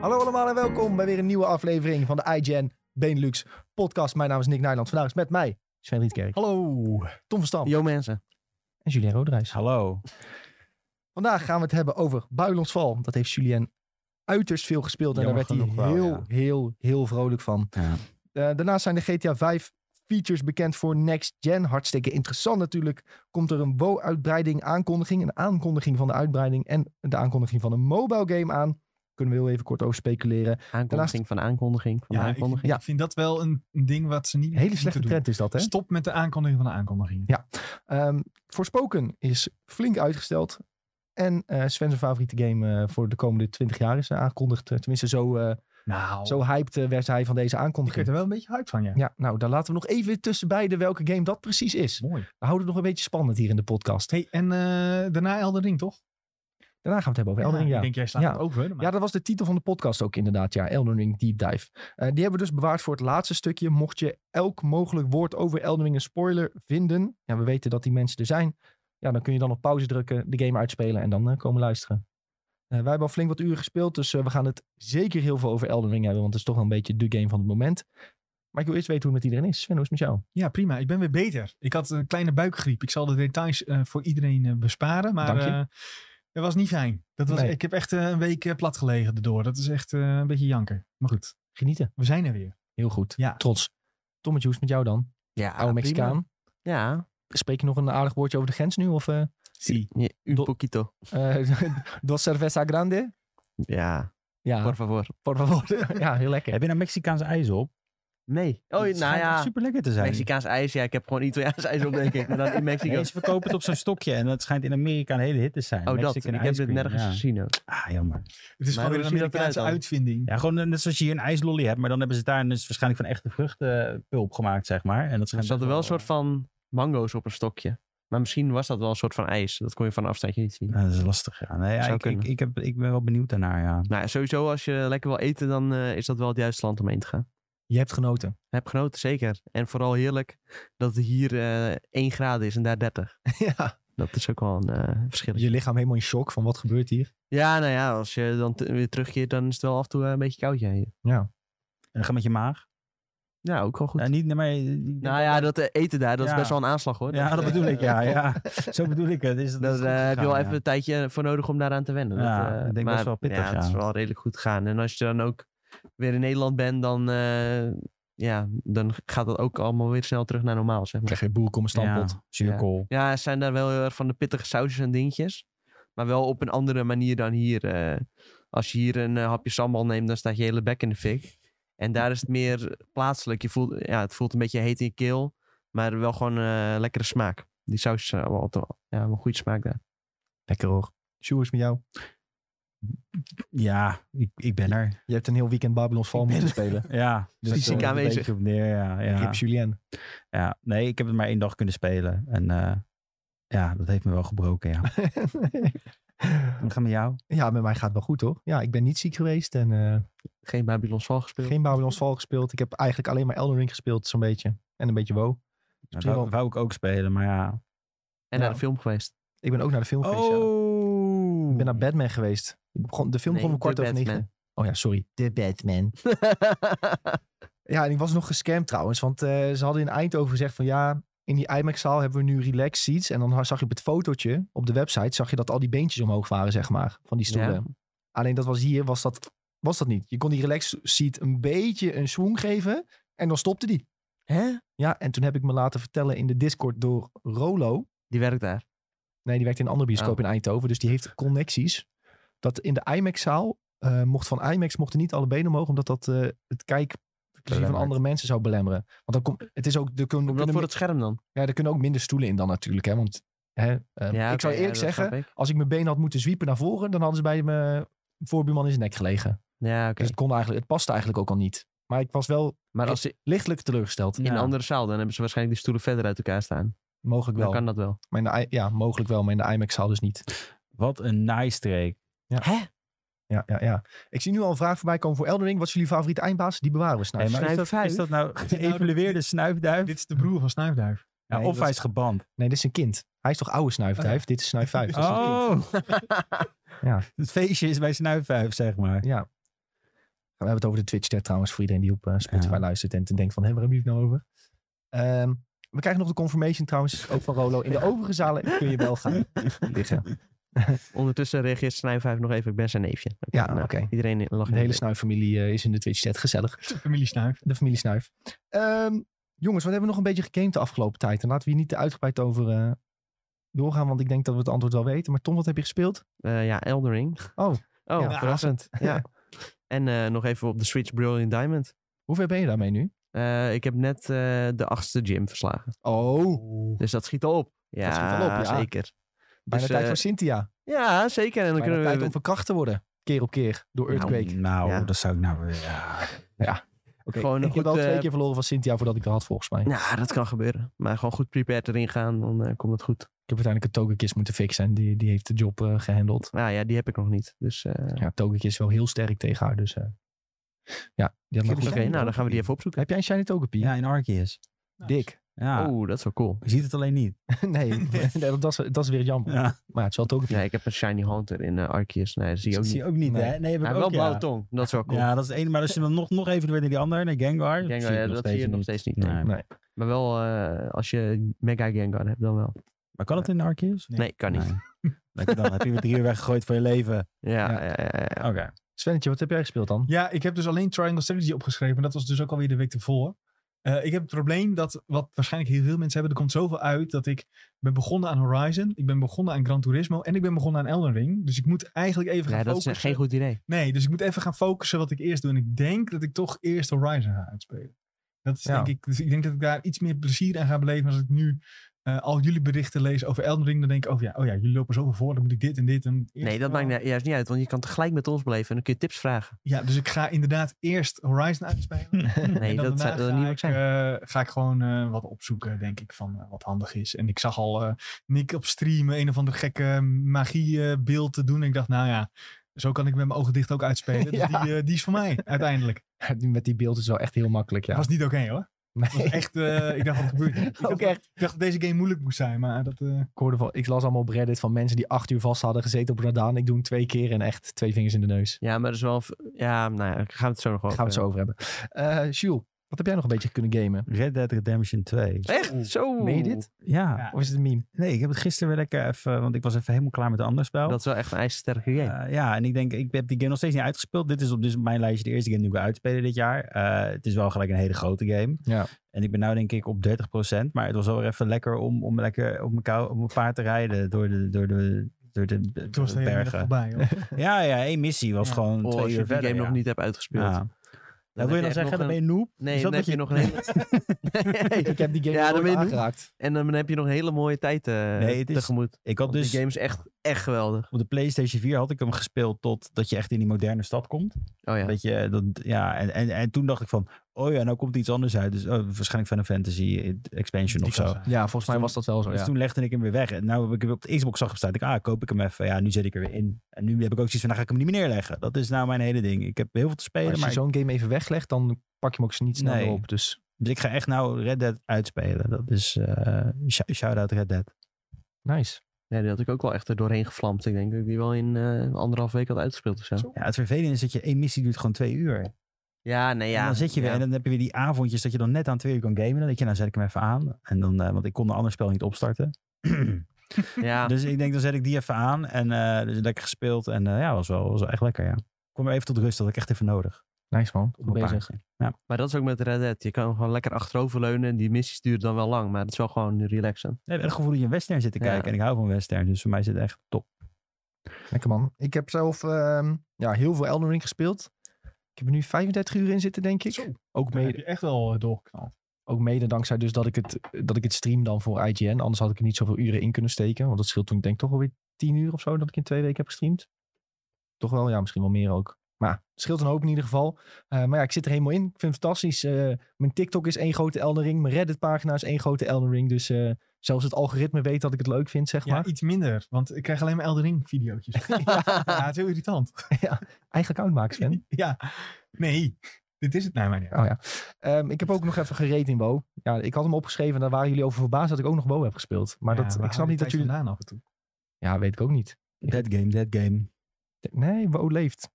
Hallo allemaal en welkom bij weer een nieuwe aflevering van de iGen Benelux podcast. Mijn naam is Nick Nijland. Vandaag is met mij Sven Rietkerk, Hallo. Tom van Oh. Stam Yo mensen. en Julien Roderijs. Hallo. Vandaag gaan we het hebben over Builonsval. Want Dat heeft Julien uiterst veel gespeeld en Jammer daar werd genoeg hij wel, heel, ja. heel, heel vrolijk van. Ja. Eh, daarnaast zijn de GTA 5 features bekend voor Next Gen. Hartstikke interessant natuurlijk. Komt er een WoW-uitbreiding aankondiging, een aankondiging van de uitbreiding en de aankondiging van een mobile game aan. Kunnen we heel even kort over speculeren. Aankondiging van aankondiging van Ja, ik, aankondiging. Ja. ik vind dat wel een een ding wat ze niet Hele moeten slechte doen. trend is dat, hè? Stop met de aankondiging van de aankondiging. Ja. Ehm Voorspoken is flink uitgesteld. En eh Sven zijn favoriete game eh, voor de komende 20 jaar is eh, aangekondigd. Eh, Tenminste, zo, eh, Nou, zo hyped eh, werd hij van deze ik aankondiging. werd er wel een beetje hype van, ja. Ja, nou, dan laten we nog even tussen beiden welke game dat precies is. Mooi. We houden het nog een beetje spannend hier in de podcast. Hey, en eh, daarna Elden Ring, toch? Daarna gaan we het hebben over Elden Ring, ja. Ik denk, jij slaat Ja. het over. Maar... Ja, dat was de titel van de podcast ook inderdaad, ja. Elden Ring Deep Dive. Eh, die hebben we dus bewaard voor het laatste stukje. Mocht je elk mogelijk woord over Elden Ring een spoiler vinden. Ja, we weten dat die mensen er zijn. Ja, dan kun je dan op pauze drukken, de game uitspelen en dan eh, komen luisteren. Eh, wij hebben al flink wat uren gespeeld, dus eh, we gaan het zeker heel veel over Elden Ring hebben. Want het is toch wel een beetje de game van het moment. Maar ik wil eerst weten hoe het met iedereen is. Sven, hoe is het met jou? Ja, prima. Ik ben weer beter. Ik had een kleine buikgriep. Ik zal de details eh, voor iedereen eh, besparen. Maar Dank je. eh, dat was niet fijn. Dat was, Nee. Ik heb echt eh, een week eh, plat gelegen erdoor. Dat is echt eh, een beetje janker. Maar goed, Genieten. we zijn er weer. Heel goed. Ja. Trots. Tommetje, hoe is het met jou dan? Ja, Oude Mexicaan. prima. Ja. Spreek je nog een aardig woordje over de grens nu? Of eh Zie. Ja, Un Do- poquito. eh, dos cerveza grande? Ja. Ja, Por favor. Por favor. ja, heel lekker. Heb je nou Mexicaans ijs op? Nee. Oh, Het nou schijnt echt ja. Super lekker te zijn. Mexicaans ijs. Ja, ik heb gewoon Italiaans ijs op, denk ik. Maar dan in Mexico. Nee, ze verkopen het op zo'n stokje en dat schijnt in Amerika een hele hit te zijn. oh, dat. Mexican Ik heb ice dit cream, nergens ja. gezien. ook. Ah, jammer. Het is Maar gewoon hoe een ziet dat eruit Amerikaanse dan? uitvinding. Ja, gewoon eh, net zoals je hier een ijslolly hebt, maar dan hebben ze daar een, dus waarschijnlijk van echte vruchtenpulp gemaakt, zeg maar. En dat Er schijnt zaten best wel een soort van mango's op een stokje. Maar misschien was dat wel een soort van ijs. Dat kon je van een afstandje niet zien. Ja, dat is lastig. Ja. Nee, ja, Zou ik, ik, kunnen. ik, heb, ik ben wel benieuwd daarnaar, ja. Nou, ja, sowieso als je lekker wil eten, dan eh, is dat wel het juiste land om heen te gaan. Je hebt genoten. Heb genoten, zeker. En vooral heerlijk dat het hier eh 1 graad is en daar 30. ja. Dat is ook wel een eh, verschil. Je lichaam helemaal in shock van wat gebeurt hier. Ja, nou ja, als je dan te- weer terugkeert, dan is het wel af en toe eh, een beetje koud. Ja, hier. En dan ga met je maag. ja ook wel goed. En niet, nee, maar, nou, nou ja, dat eh, eten daar, dat Ja. is best wel een aanslag hoor. ja, dat bedoel ik, ja. ja. Zo bedoel ik het. Is, dat Daar is goed eh, heb je wel gegaan, even een tijdje voor nodig om daaraan te wennen. Ja, eh, ik denk best wel pittig, Ja, het is ja. wel redelijk goed gegaan. En als je dan ook weer in Nederland bent, dan, eh, ja, dan gaat dat ook allemaal weer snel terug naar normaal, zeg maar. Zeg je boer, kom een ja. stamppot. Ja, zuurkool. Ja, ze zijn daar wel heel erg van de pittige sausjes en dingetjes. Maar wel op een andere manier dan hier. eh. als je hier een eh, hapje sambal neemt, dan staat je hele bek in de fik. En daar is het meer plaatselijk. Je voelt, ja, het voelt een beetje heet in je keel. Maar wel gewoon eh, lekkere smaak. Die sausjes zijn wel, wel- ja, wel een goede smaak daar. Lekker hoor. Sjoerd, is met jou. Ja, ik, ik ben er. Je hebt een heel weekend Babylon's Fall moeten spelen. Ja, dus Fysiek daar komt het een aanwezig. beetje op neer, ja. Ik ja. heb Julien. Ja, nee, ik heb het maar één dag kunnen spelen. En eh, ja, dat heeft me wel gebroken, ja. We gaan met jou. ja, met mij gaat het wel goed hoor. Ja, ik ben niet ziek geweest en eh, Geen Babylon's Val gespeeld. geen Babylon's Fall gespeeld. Ik heb eigenlijk alleen maar Elden Ring gespeeld, zo'n beetje. En een beetje WoW. Dat misschien wou, wel- wou ik ook spelen, maar ja. En Nou. naar de film geweest. Ik ben ook naar de film geweest. ja. Oh! Ik ben naar Batman geweest. Ik begon, de film Nee, begon om The kwart over negen. Batman. Oh ja, sorry. De Batman. Ja, en ik was nog gescamd trouwens. Want eh, ze hadden in Eindhoven gezegd van ja, in die IMAX-zaal hebben we nu relax seats. En dan ha- zag je op het fotootje op de website, zag je dat al die beentjes omhoog waren, zeg maar, van die stoelen. Ja. Alleen dat was hier, was dat, was dat niet. Je kon die relax seat een beetje een swing geven en dan stopte die. Hè? Ja, en toen heb ik me laten vertellen in de Discord door Rolo. Die werkt daar. Nee, die werkt in een andere bioscoop Oh. in Eindhoven. Dus die heeft connecties. Dat in de IMAX-zaal eh, mocht van IMAX mochten niet alle benen omhoog. Omdat dat eh, het kijkplezier van Belemmert. andere mensen zou belemmeren. Want dan komt het is ook, er, kunnen, Omdat kunnen voor mi- het scherm dan. ja, er kunnen ook minder stoelen in dan natuurlijk. Hè, want hè, eh, Ja, ik zou oké, ja, eerlijk dat zeggen, snap ik. als ik mijn been had moeten zwiepen naar voren. Dan hadden ze bij mijn voorbuurman in zijn nek gelegen. Ja, oké. Dus het, kon eigenlijk, het paste eigenlijk ook al niet. Maar ik was wel Maar als ze lichtelijk teleurgesteld. in een andere zaal, dan hebben ze waarschijnlijk die stoelen verder uit elkaar staan. Mogelijk Dan wel. kan dat wel. Maar in de, I- ja, mogelijk wel, maar in de IMAX-zaal dus niet. Wat een nice streek. Hè? Ja, ja, ja. Ik zie nu al een vraag voorbij komen voor Eldering. Wat is jullie favoriete eindbaas? Die bewaren we Hey, s'nachts. maar is, dat, snuifduif? is dat nou nou de- geëvalueerde snuifduif? Dit is de broer van Snuifduif. Ja, Nee, of dat hij is- is geband. Nee, dit is een kind. Hij is toch oude snuifduif? Oh ja. Dit is snuifduif. Dat is een Oh! Ja. Het feestje is bij snuifduif, zeg maar. Ja. We hebben het over de Twitch-chat trouwens, voor iedereen die op eh, Spotify Ja. luistert en denkt van, hé, waar hebben we het nou over? Ehm, we krijgen nog de confirmation trouwens, ook van Rolo. In de overige zalen kun je wel gaan liggen. Ondertussen reageert Snijvijf nog even, ik ben zijn neefje. Oké, Ja, Ah, oké. Iedereen lag in De hele snuiffamilie eh, is in de Twitch-chat, gezellig. De familie Snuif. De familie Snuif. Ehm, jongens, wat hebben we nog een beetje gegamed de afgelopen tijd? En laten we hier niet te uitgebreid over eh, doorgaan, want ik denk dat we het antwoord wel weten. Maar Tom, wat heb je gespeeld? Eh, ja, Eldering. Oh. Oh, Ja. verrassend. ja. En eh, nog even op de Switch Brilliant Diamond. Hoe ver ben je daarmee nu? Eh, ik heb net eh, de achtste gym verslagen. Oh, Dus dat schiet al op. Ja, schiet al op, ja. zeker. bijna Dus, tijd eh, voor Cynthia. Ja, zeker. En dan Bijna kunnen tijd om we... mm, verkracht te worden, keer op keer, door Earthquake. Nou, Ja. dat zou ik nou... Ja. Oké, gewoon ik een heb goed, wel twee eh, keer verloren van Cynthia voordat ik dat had, volgens mij. Nou, dat kan gebeuren. Maar gewoon goed prepared erin gaan, dan eh, komt het goed. Ik heb uiteindelijk een Togekiss moeten fixen en die, die heeft de job eh, gehandeld. Nou ja, die heb ik nog niet. Dus eh, oké, Ja, Togekiss is wel heel sterk tegen haar, dus eh, ja. Die had maar heb goed. een Shiny nou dan gaan we die even opzoeken. Heb jij een Shiny Togepi? ja, nou in Arceus. Dik. Ja, Oh, dat is wel cool. je ziet het alleen niet. nee, nee, dat, is, dat is weer jammer. Ja. Maar het is wel Togepi. Nee, ik heb een Shiny Hunter in eh Arceus. Nee, dat zie je ook Dat niet. zie je ook niet, Nee. hè? Nee, heb ik Hij heeft ook, wel blauwe ja. tong. Dat is wel cool. Ja, dat is één. Maar als je dan nog, nog even weet naar die andere, naar Gengar. Gengar, zie je ja, nog dat steeds zie je nog niet. steeds niet. Nee. nee. Nee. Maar wel eh, als je Mega Gengar hebt, dan wel. Maar kan het in Arceus? Nee, kan niet. Nee. Denk je Dan heb je weer drie uur weggegooid van je leven. Ja, Ja. ja. ja, ja, ja. Oké. Svennetje, wat heb jij gespeeld dan? Ja, ik heb dus alleen Triangle Strategy opgeschreven. Dat was dus ook alweer de week ervoor. Eh, ik heb het probleem dat, wat waarschijnlijk heel veel mensen hebben, er komt zoveel uit dat ik ben begonnen aan Horizon, ik ben begonnen aan Gran Turismo en ik ben begonnen aan Elden Ring. Dus ik moet eigenlijk even Nee, gaan dat is eh, focussen. geen goed idee. Nee, dus ik moet even gaan focussen wat ik eerst doe. En ik denk dat ik toch eerst Horizon ga uitspelen. Dat is Ja. denk ik, dus ik denk dat ik daar iets meer plezier aan ga beleven. Als ik nu eh, al jullie berichten lees over Elden Ring, dan denk ik, oh ja, oh ja jullie lopen zoveel voor, dan moet ik dit en dit. En eerst Nee, dat wel- maakt ni- juist niet uit, want je kan tegelijk met ons beleven en dan kun je tips vragen. Ja, dus ik ga inderdaad eerst Horizon uitspelen. Nee, En dan dat zou daarna dat zou ga niet wat ik, zijn. eh, ga ik gewoon eh, wat opzoeken, denk ik, van eh, wat handig is. En ik zag al eh, Nick op stream een of ander gekke magiebeeld te doen. En ik dacht, nou ja, zo kan ik met mijn ogen dicht ook uitspelen. Dus Ja. die, eh, die is van mij, uiteindelijk. Met die beeld is wel echt heel makkelijk, ja. was niet oké hoor. Dat was echt, eh, ik dacht, wat gebeurt hier? Ik dacht, Ook echt. ik dacht dat deze game moeilijk moest zijn, maar dat... eh, Ik, hoorde van, ik las allemaal op Reddit van mensen die acht uur vast hadden gezeten op Radaan. Ik doe hem twee keer en echt twee vingers in de neus. Ja, maar dat is wel... een v- Ja, nou ja, daar gaan we het zo nog Daar over gaan we het zo over hebben. Eh Jules, wat heb jij nog een beetje kunnen gamen? Red Dead Redemption 2. hebben. Echt? Zo! Meen je dit? Ja. Ja. Of is het een meme? Nee, ik heb het gisteren weer lekker even... Want ik was even helemaal klaar met een ander spel. Dat is wel echt een ijzersterke game. Eh, ja, en ik denk, ik heb die game nog steeds niet uitgespeeld. Dit is op dus op mijn lijstje de eerste game die ik wil uitspelen dit jaar. Eh, het is wel gelijk een hele grote game. Ja. En ik ben nou denk ik op 30%. Maar het was wel weer even lekker om, om lekker op mijn, kou, op mijn paard te rijden door de, door de, door de, toen was de hele middag bergen. voorbij. hoor. Ja, ja, één missie was Ja. gewoon Oh, als twee je uur die verder. game nog ja. niet hebt uitgespeeld. Ja. dan Dat heb wil je je dan echt nog zeggen, dan ben een- je noob? Nee, Is dan dat heb je nog wat een hele... Ik heb die game Ja, nooit dan ben je- aangeraakt. en dan heb je nog een hele mooie tijd eh Nee, het is- tegemoet. Ik had Want dus Die game is echt, echt geweldig. op de PlayStation 4 had ik hem gespeeld tot dat je echt in die moderne stad komt. Oh ja. Dat je, dat, ja, en, en, en toen dacht ik van, oh ja, nou komt iets anders uit. Dus oh, waarschijnlijk Final Fantasy eh, Expansion Die of zo. kan zijn. Ja, volgens mij was dat wel zo. Dus Oh, Ja. toen legde ik hem weer weg. En nou heb ik hem op de Xbox zag gestaan. Ik, ah, koop ik hem even. Ja, nu zet ik er weer in. En nu heb ik ook zoiets van, nou ga ik hem niet meer neerleggen. Dat is nou mijn hele ding. Ik heb heel veel te spelen, Als maar je ik, zo'n game even weglegt, dan pak je hem ook niet snel Nee. meer op. Dus dus ik ga echt nou Red Dead uitspelen. Dat is, eh, sh- shout-out Red Dead. nice. Nee, die had ik ook wel echt er doorheen gevlamd. Ik denk dat ik die wel in eh, anderhalf week had uitgespeeld of zo. Ja, het vervelende is dat je één missie duurt gewoon twee uur. Ja, nee, ja. en dan zit je weer Ja. en dan heb je weer die avondjes dat je dan net aan twee uur kan gamen. Dan denk je, nou zet ik hem even aan. En dan, eh, want ik kon een ander spel niet opstarten. Ja. Dus ik denk, dan zet ik die even aan. En eh, dus lekker gespeeld. En eh, ja, was wel, was wel echt lekker, ja. Ik kwam er even tot rust. Dat had ik echt even nodig. Nice man. Op Goed mijn bezig. paardje. Maar dat is ook met Red Dead. Je kan gewoon lekker achteroverleunen. en Die missies duren dan wel lang, maar het is wel gewoon relaxen. Nee, het gevoel dat je een western zit te Ja. kijken. En ik hou van western, dus voor mij is het echt top. Lekker man. Ik heb zelf ehm, ja, heel veel Elden Ring gespeeld. Ik heb er nu 35 uur in zitten, denk ik. Zo, Ook daar heb mede, je echt wel eh, doorgeknald. ook mede dankzij dus dat ik, het, dat ik het stream dan voor IGN. Anders had ik er niet zoveel uren in kunnen steken. Want dat scheelt toen denk ik toch alweer 10 uur of zo dat ik in twee weken heb gestreamd. Toch wel, ja, misschien wel meer ook. Maar ja, het scheelt een hoop in ieder geval. Eh, maar ja, ik zit er helemaal in. Ik vind het fantastisch. Eh, mijn TikTok is één grote Elden Ring. Mijn Reddit pagina is één grote Elden Ring. Dus eh, zelfs het algoritme weet dat ik het leuk vind, zeg Ja, maar. iets minder, want ik krijg alleen maar Elden Ring videootjes. ja, het is heel irritant. Eigen account maken, Sven. Ja, nee, dit is het nou naar mijn idee. Oh ja. Ehm, ik heb ook nog even gereden in WoW. Ja, ik had hem opgeschreven en daar waren jullie over verbaasd dat ik ook nog WoW heb gespeeld. Maar Ja, dat, waar ik haal snap je niet dat tijd jullie... vandaan af en toe. Ja, weet ik ook niet. Dead game, dead game. Nee, WoW leeft.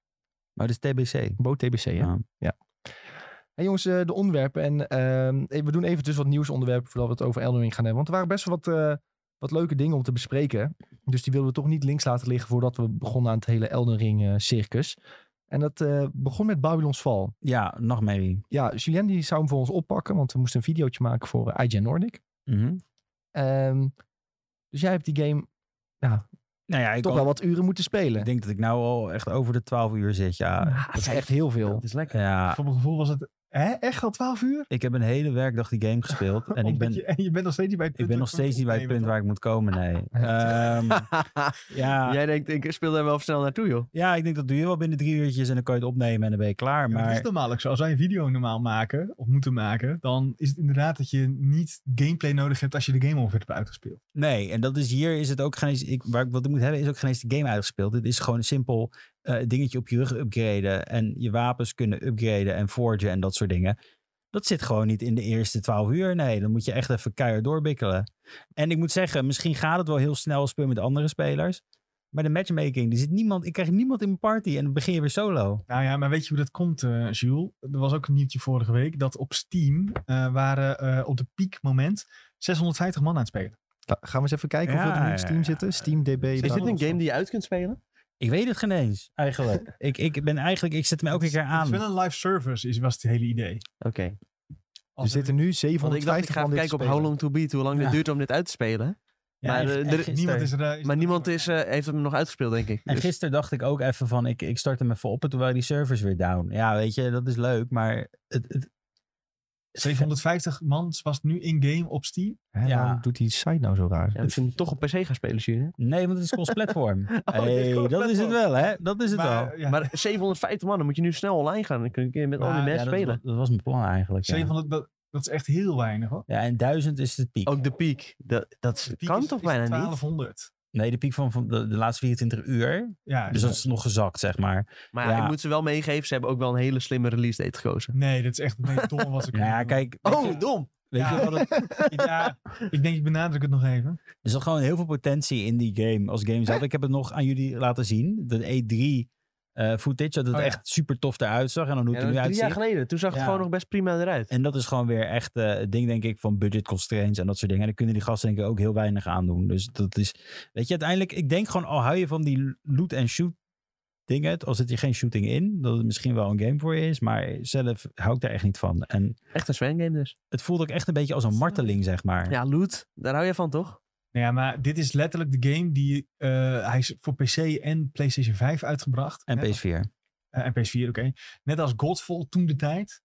Maar dat is TBC. Boot TBC, hè? Ja. Hey jongens, eh, de onderwerpen. En ehm, eh, we doen eventjes wat nieuwsonderwerpen voordat we het over Elden Ring gaan hebben. Want er waren best wel wat, eh, wat leuke dingen om te bespreken. Dus die wilden we toch niet links laten liggen voordat we begonnen aan het hele Elden Ring eh, circus. En dat eh, begon met Babylon's Fall. Ja, nachtmerrie. Ja, Julien die zou hem voor ons oppakken, want we moesten een videootje maken voor eh, IGN Nordic. Mhm. Ehm, dus jij hebt die game Nou ja, ik, toch al- wel wat uren moeten spelen. ik denk dat ik nou al echt over de 12 uur zit. Ja, dat is echt heel veel. Dat is lekker. ja Voor mijn gevoel was het hè, echt al 12 uur. ik heb een hele werkdag die game gespeeld. En ik Omdat ben, je, en je bent nog steeds niet bij het ik punt. ben nog waar je steeds niet bij het punt opnemen, waar ik moet komen, nee. Ehm, ja, Jij denkt, ik speel daar wel snel naartoe, joh. ja, ik denk dat doe je wel binnen drie uurtjes en dan kan je het opnemen en dan ben je klaar. Ja, maar Maar Het is normaal ook zo. Als wij een video normaal maken, of moeten maken, dan is het inderdaad dat je niet gameplay nodig hebt als je de game ongeveer hebt uitgespeeld. Nee, en dat is hier is het ook geen eens. Ik, waar ik wat ik moet hebben is ook geen eens de game uitgespeeld. Dit is gewoon simpel eh, dingetje op je rug upgraden en je wapens kunnen upgraden en forgen en dat soort dingen. Dat zit gewoon niet in de eerste twaalf uur. Nee, dan moet je echt even keihard doorbikkelen. En ik moet zeggen, misschien gaat het wel heel snel als speel met andere spelers. Maar de matchmaking, er zit niemand, ik krijg niemand in mijn party en dan begin je weer solo. Nou ja, maar weet je hoe dat komt, eh, Jules? Er was ook een nieuwtje vorige week dat op Steam eh, waren eh, op de piekmoment 650 man aan het spelen. Nou, gaan we eens even kijken Ja, of we er nu in ja, Steam ja. zitten. Steam DB. Is Is daar- dit een game die je uit kunt spelen? Ik weet het geen eens, eigenlijk. ik, ik ben eigenlijk, ik zet me elke keer Het is aan. wel een live service, is, was het hele idee. Oké. Er Als zitten nu Want ik dacht, ik 750 ga van even dit kijken op spelen. How Long To Beat, hoe lang Ja. het duurt om dit uit te spelen. Ja, maar, en- eh, en er- gisteren. niemand is er, eh, is Maar er- niemand is, eh, heeft hem nog uitgespeeld, denk ik. En Dus- gisteren dacht ik ook even van, ik, ik start hem even op en toen waren die servers weer down. Ja, weet je, dat is leuk, maar het, het, 750 man was nu in-game op Steam. Hè, Ja. waarom doet die site nou zo raar? Ja, misschien moet je toch op PC gaan spelen, Julien. nee, want het is cross-platform. het is hey, dat is Oh, het cross-platform. wel, hè? Dat is het wel. Maar, ja, Maar 750 man, dan moet je nu snel online gaan. Dan kun je met al die Maar mensen ja, dat, spelen. wa- dat was mijn plan eigenlijk. Ja. 700, dat, dat is echt heel weinig hoor. Ja, en duizend is de piek. Ook de piek. Dat, dat De piek kan is- toch is bijna niet? 1200. Nee, de piek van, van de, de laatste 24 uur. Ja, Dus ja. dat is nog gezakt, zeg maar. Maar ja, Ja. ik moet ze wel meegeven, ze hebben ook wel een hele slimme release date gekozen. Nee, dat is echt het meest domme wat ik Nou ja, kijk, weet je, Oh, dom! weet je ja. wat het- Ja, ik denk, ik benadruk het nog even. er zat Dus gewoon heel veel potentie in die game als game zelf. Ik heb het nog aan jullie laten zien. De E3 eh, footage, dat het Oh ja. echt super tof eruit zag. En dan hoe het Ja, er nu dat is drie uitziet. jaar geleden. Toen zag het Ja. gewoon nog best prima eruit. En dat is gewoon weer echt eh, het ding, denk ik, van budget constraints en dat soort dingen. En daar kunnen die gasten denk ik ook heel weinig aan doen. Dus dat is, weet je, uiteindelijk, ik denk gewoon, al hou je van die loot en shoot dingen, al zit je geen shooting in, dat het misschien wel een game voor je is, maar zelf hou ik daar echt niet van. En Echt een Sven game dus. het voelt ook echt een beetje als een marteling, zeg maar. Ja, loot. Daar hou je van, toch? Nou ja, maar dit is letterlijk de game die... eh, hij is voor PC en PlayStation 5 uitgebracht. En Net als- PS4. eh, en PS4, oké. Net als Godfall toen de tijd.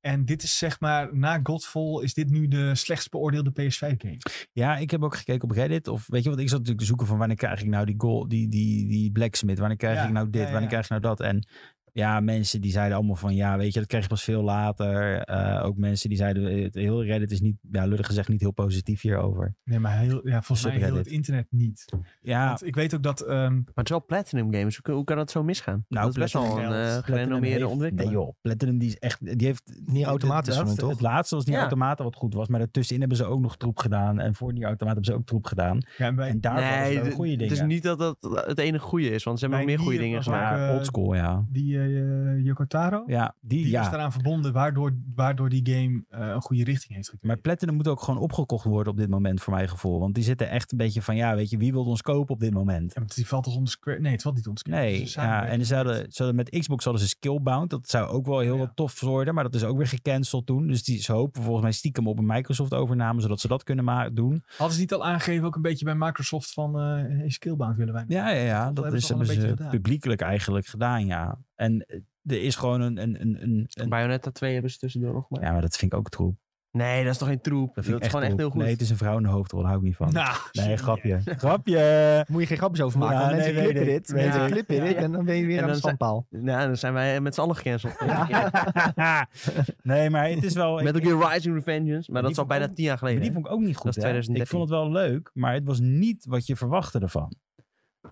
En dit is zeg maar, na Godfall is dit nu de slechtst beoordeelde PS5 game. Ja, ik heb ook gekeken op Reddit. Of weet je wat, ik zat natuurlijk te zoeken van wanneer krijg ik nou die, goal, die, die, die blacksmith? Wanneer krijg Ja, ik nou dit? ja, ja. Wanneer krijg ik nou dat? En ja, mensen die zeiden allemaal van ja, weet je, dat krijg je pas veel later. Eh, ook mensen die zeiden, eh, het heel Reddit is niet, ja, lullig gezegd, niet heel positief hierover. Nee, maar heel, ja, volgens mij heel Subreddit. het internet niet. Ja, Want ik weet ook dat... ehm, Maar het is wel Platinum Games. Hoe, hoe kan dat zo misgaan? Nou, dat is best wel Platinum een Games. eh, Platinum gerenommeerde heeft- ontwikkelaar. Nee joh, Platinum die is echt, die heeft... Nier Automata de- is de- van hen, toch? Het laatste was niet Ja. Automata wat goed was, maar daartussenin hebben ze ook nog troep gedaan. En voor die Automata hebben ze ook troep gedaan. ja, bij, En daar waren nee, ze wel d- goede het dingen. is niet dat dat het enige goede is, want ze hebben Bij nog meer goede dingen Nier was gemaakt. ook, eh, Maar oldschool, ja. die eh Yokotaro. Ja, die, Die ja. is daaraan verbonden, waardoor, waardoor die game eh, een goede richting heeft gekregen. Maar Platinum moet ook gewoon opgekocht worden op dit moment, voor mijn gevoel. Want die zitten echt een beetje van, ja, weet je, wie wil ons kopen op dit moment? Ja, maar die valt toch onder Square? Nee, het valt niet onder Square. Nee, ja, en ze hadden, ze hadden met Xbox hadden ze Skillbound. Dat zou ook wel heel Ja. wat tof worden, maar dat is ook weer gecanceld toen. Dus die, ze hopen volgens mij stiekem op een Microsoft-overname, zodat ze dat kunnen ma- doen. Hadden ze niet al aangegeven ook een beetje bij Microsoft van eh hey, Skillbound willen wij? Ja, ja, ja. Dat hebben is ze al een hebben ze beetje gedaan. publiekelijk eigenlijk gedaan, ja. En eh, er is gewoon een... een, een, een, een- Bayonetta 2 hebben ze tussendoor nog maar. ja, maar dat vind ik ook troep. Nee, dat is toch geen troep. Dat Dat, is vind ik echt, gewoon echt troep. heel goed. Nee, het is een vrouw in de hoofdrol, daar hou ik niet van. Nou, nee, shit. grapje. grapje! Moet je geen grapjes over maken, Ja, want nee, mensen weet klikken ik, dit. weet Mensen ik. klippen Ja. dit en dan ben je weer En aan de dan zijn- standpaal. Nou, dan zijn wij met z'n allen gecanceld. Ja. nee, maar het is wel... Met ook weer Rising Revengeance, maar dat Die is al bijna vond- tien jaar geleden. Maar die vond ik ook niet goed. Dat is hè? 2013. Ik vond het wel leuk, maar het was niet wat je verwachtte ervan.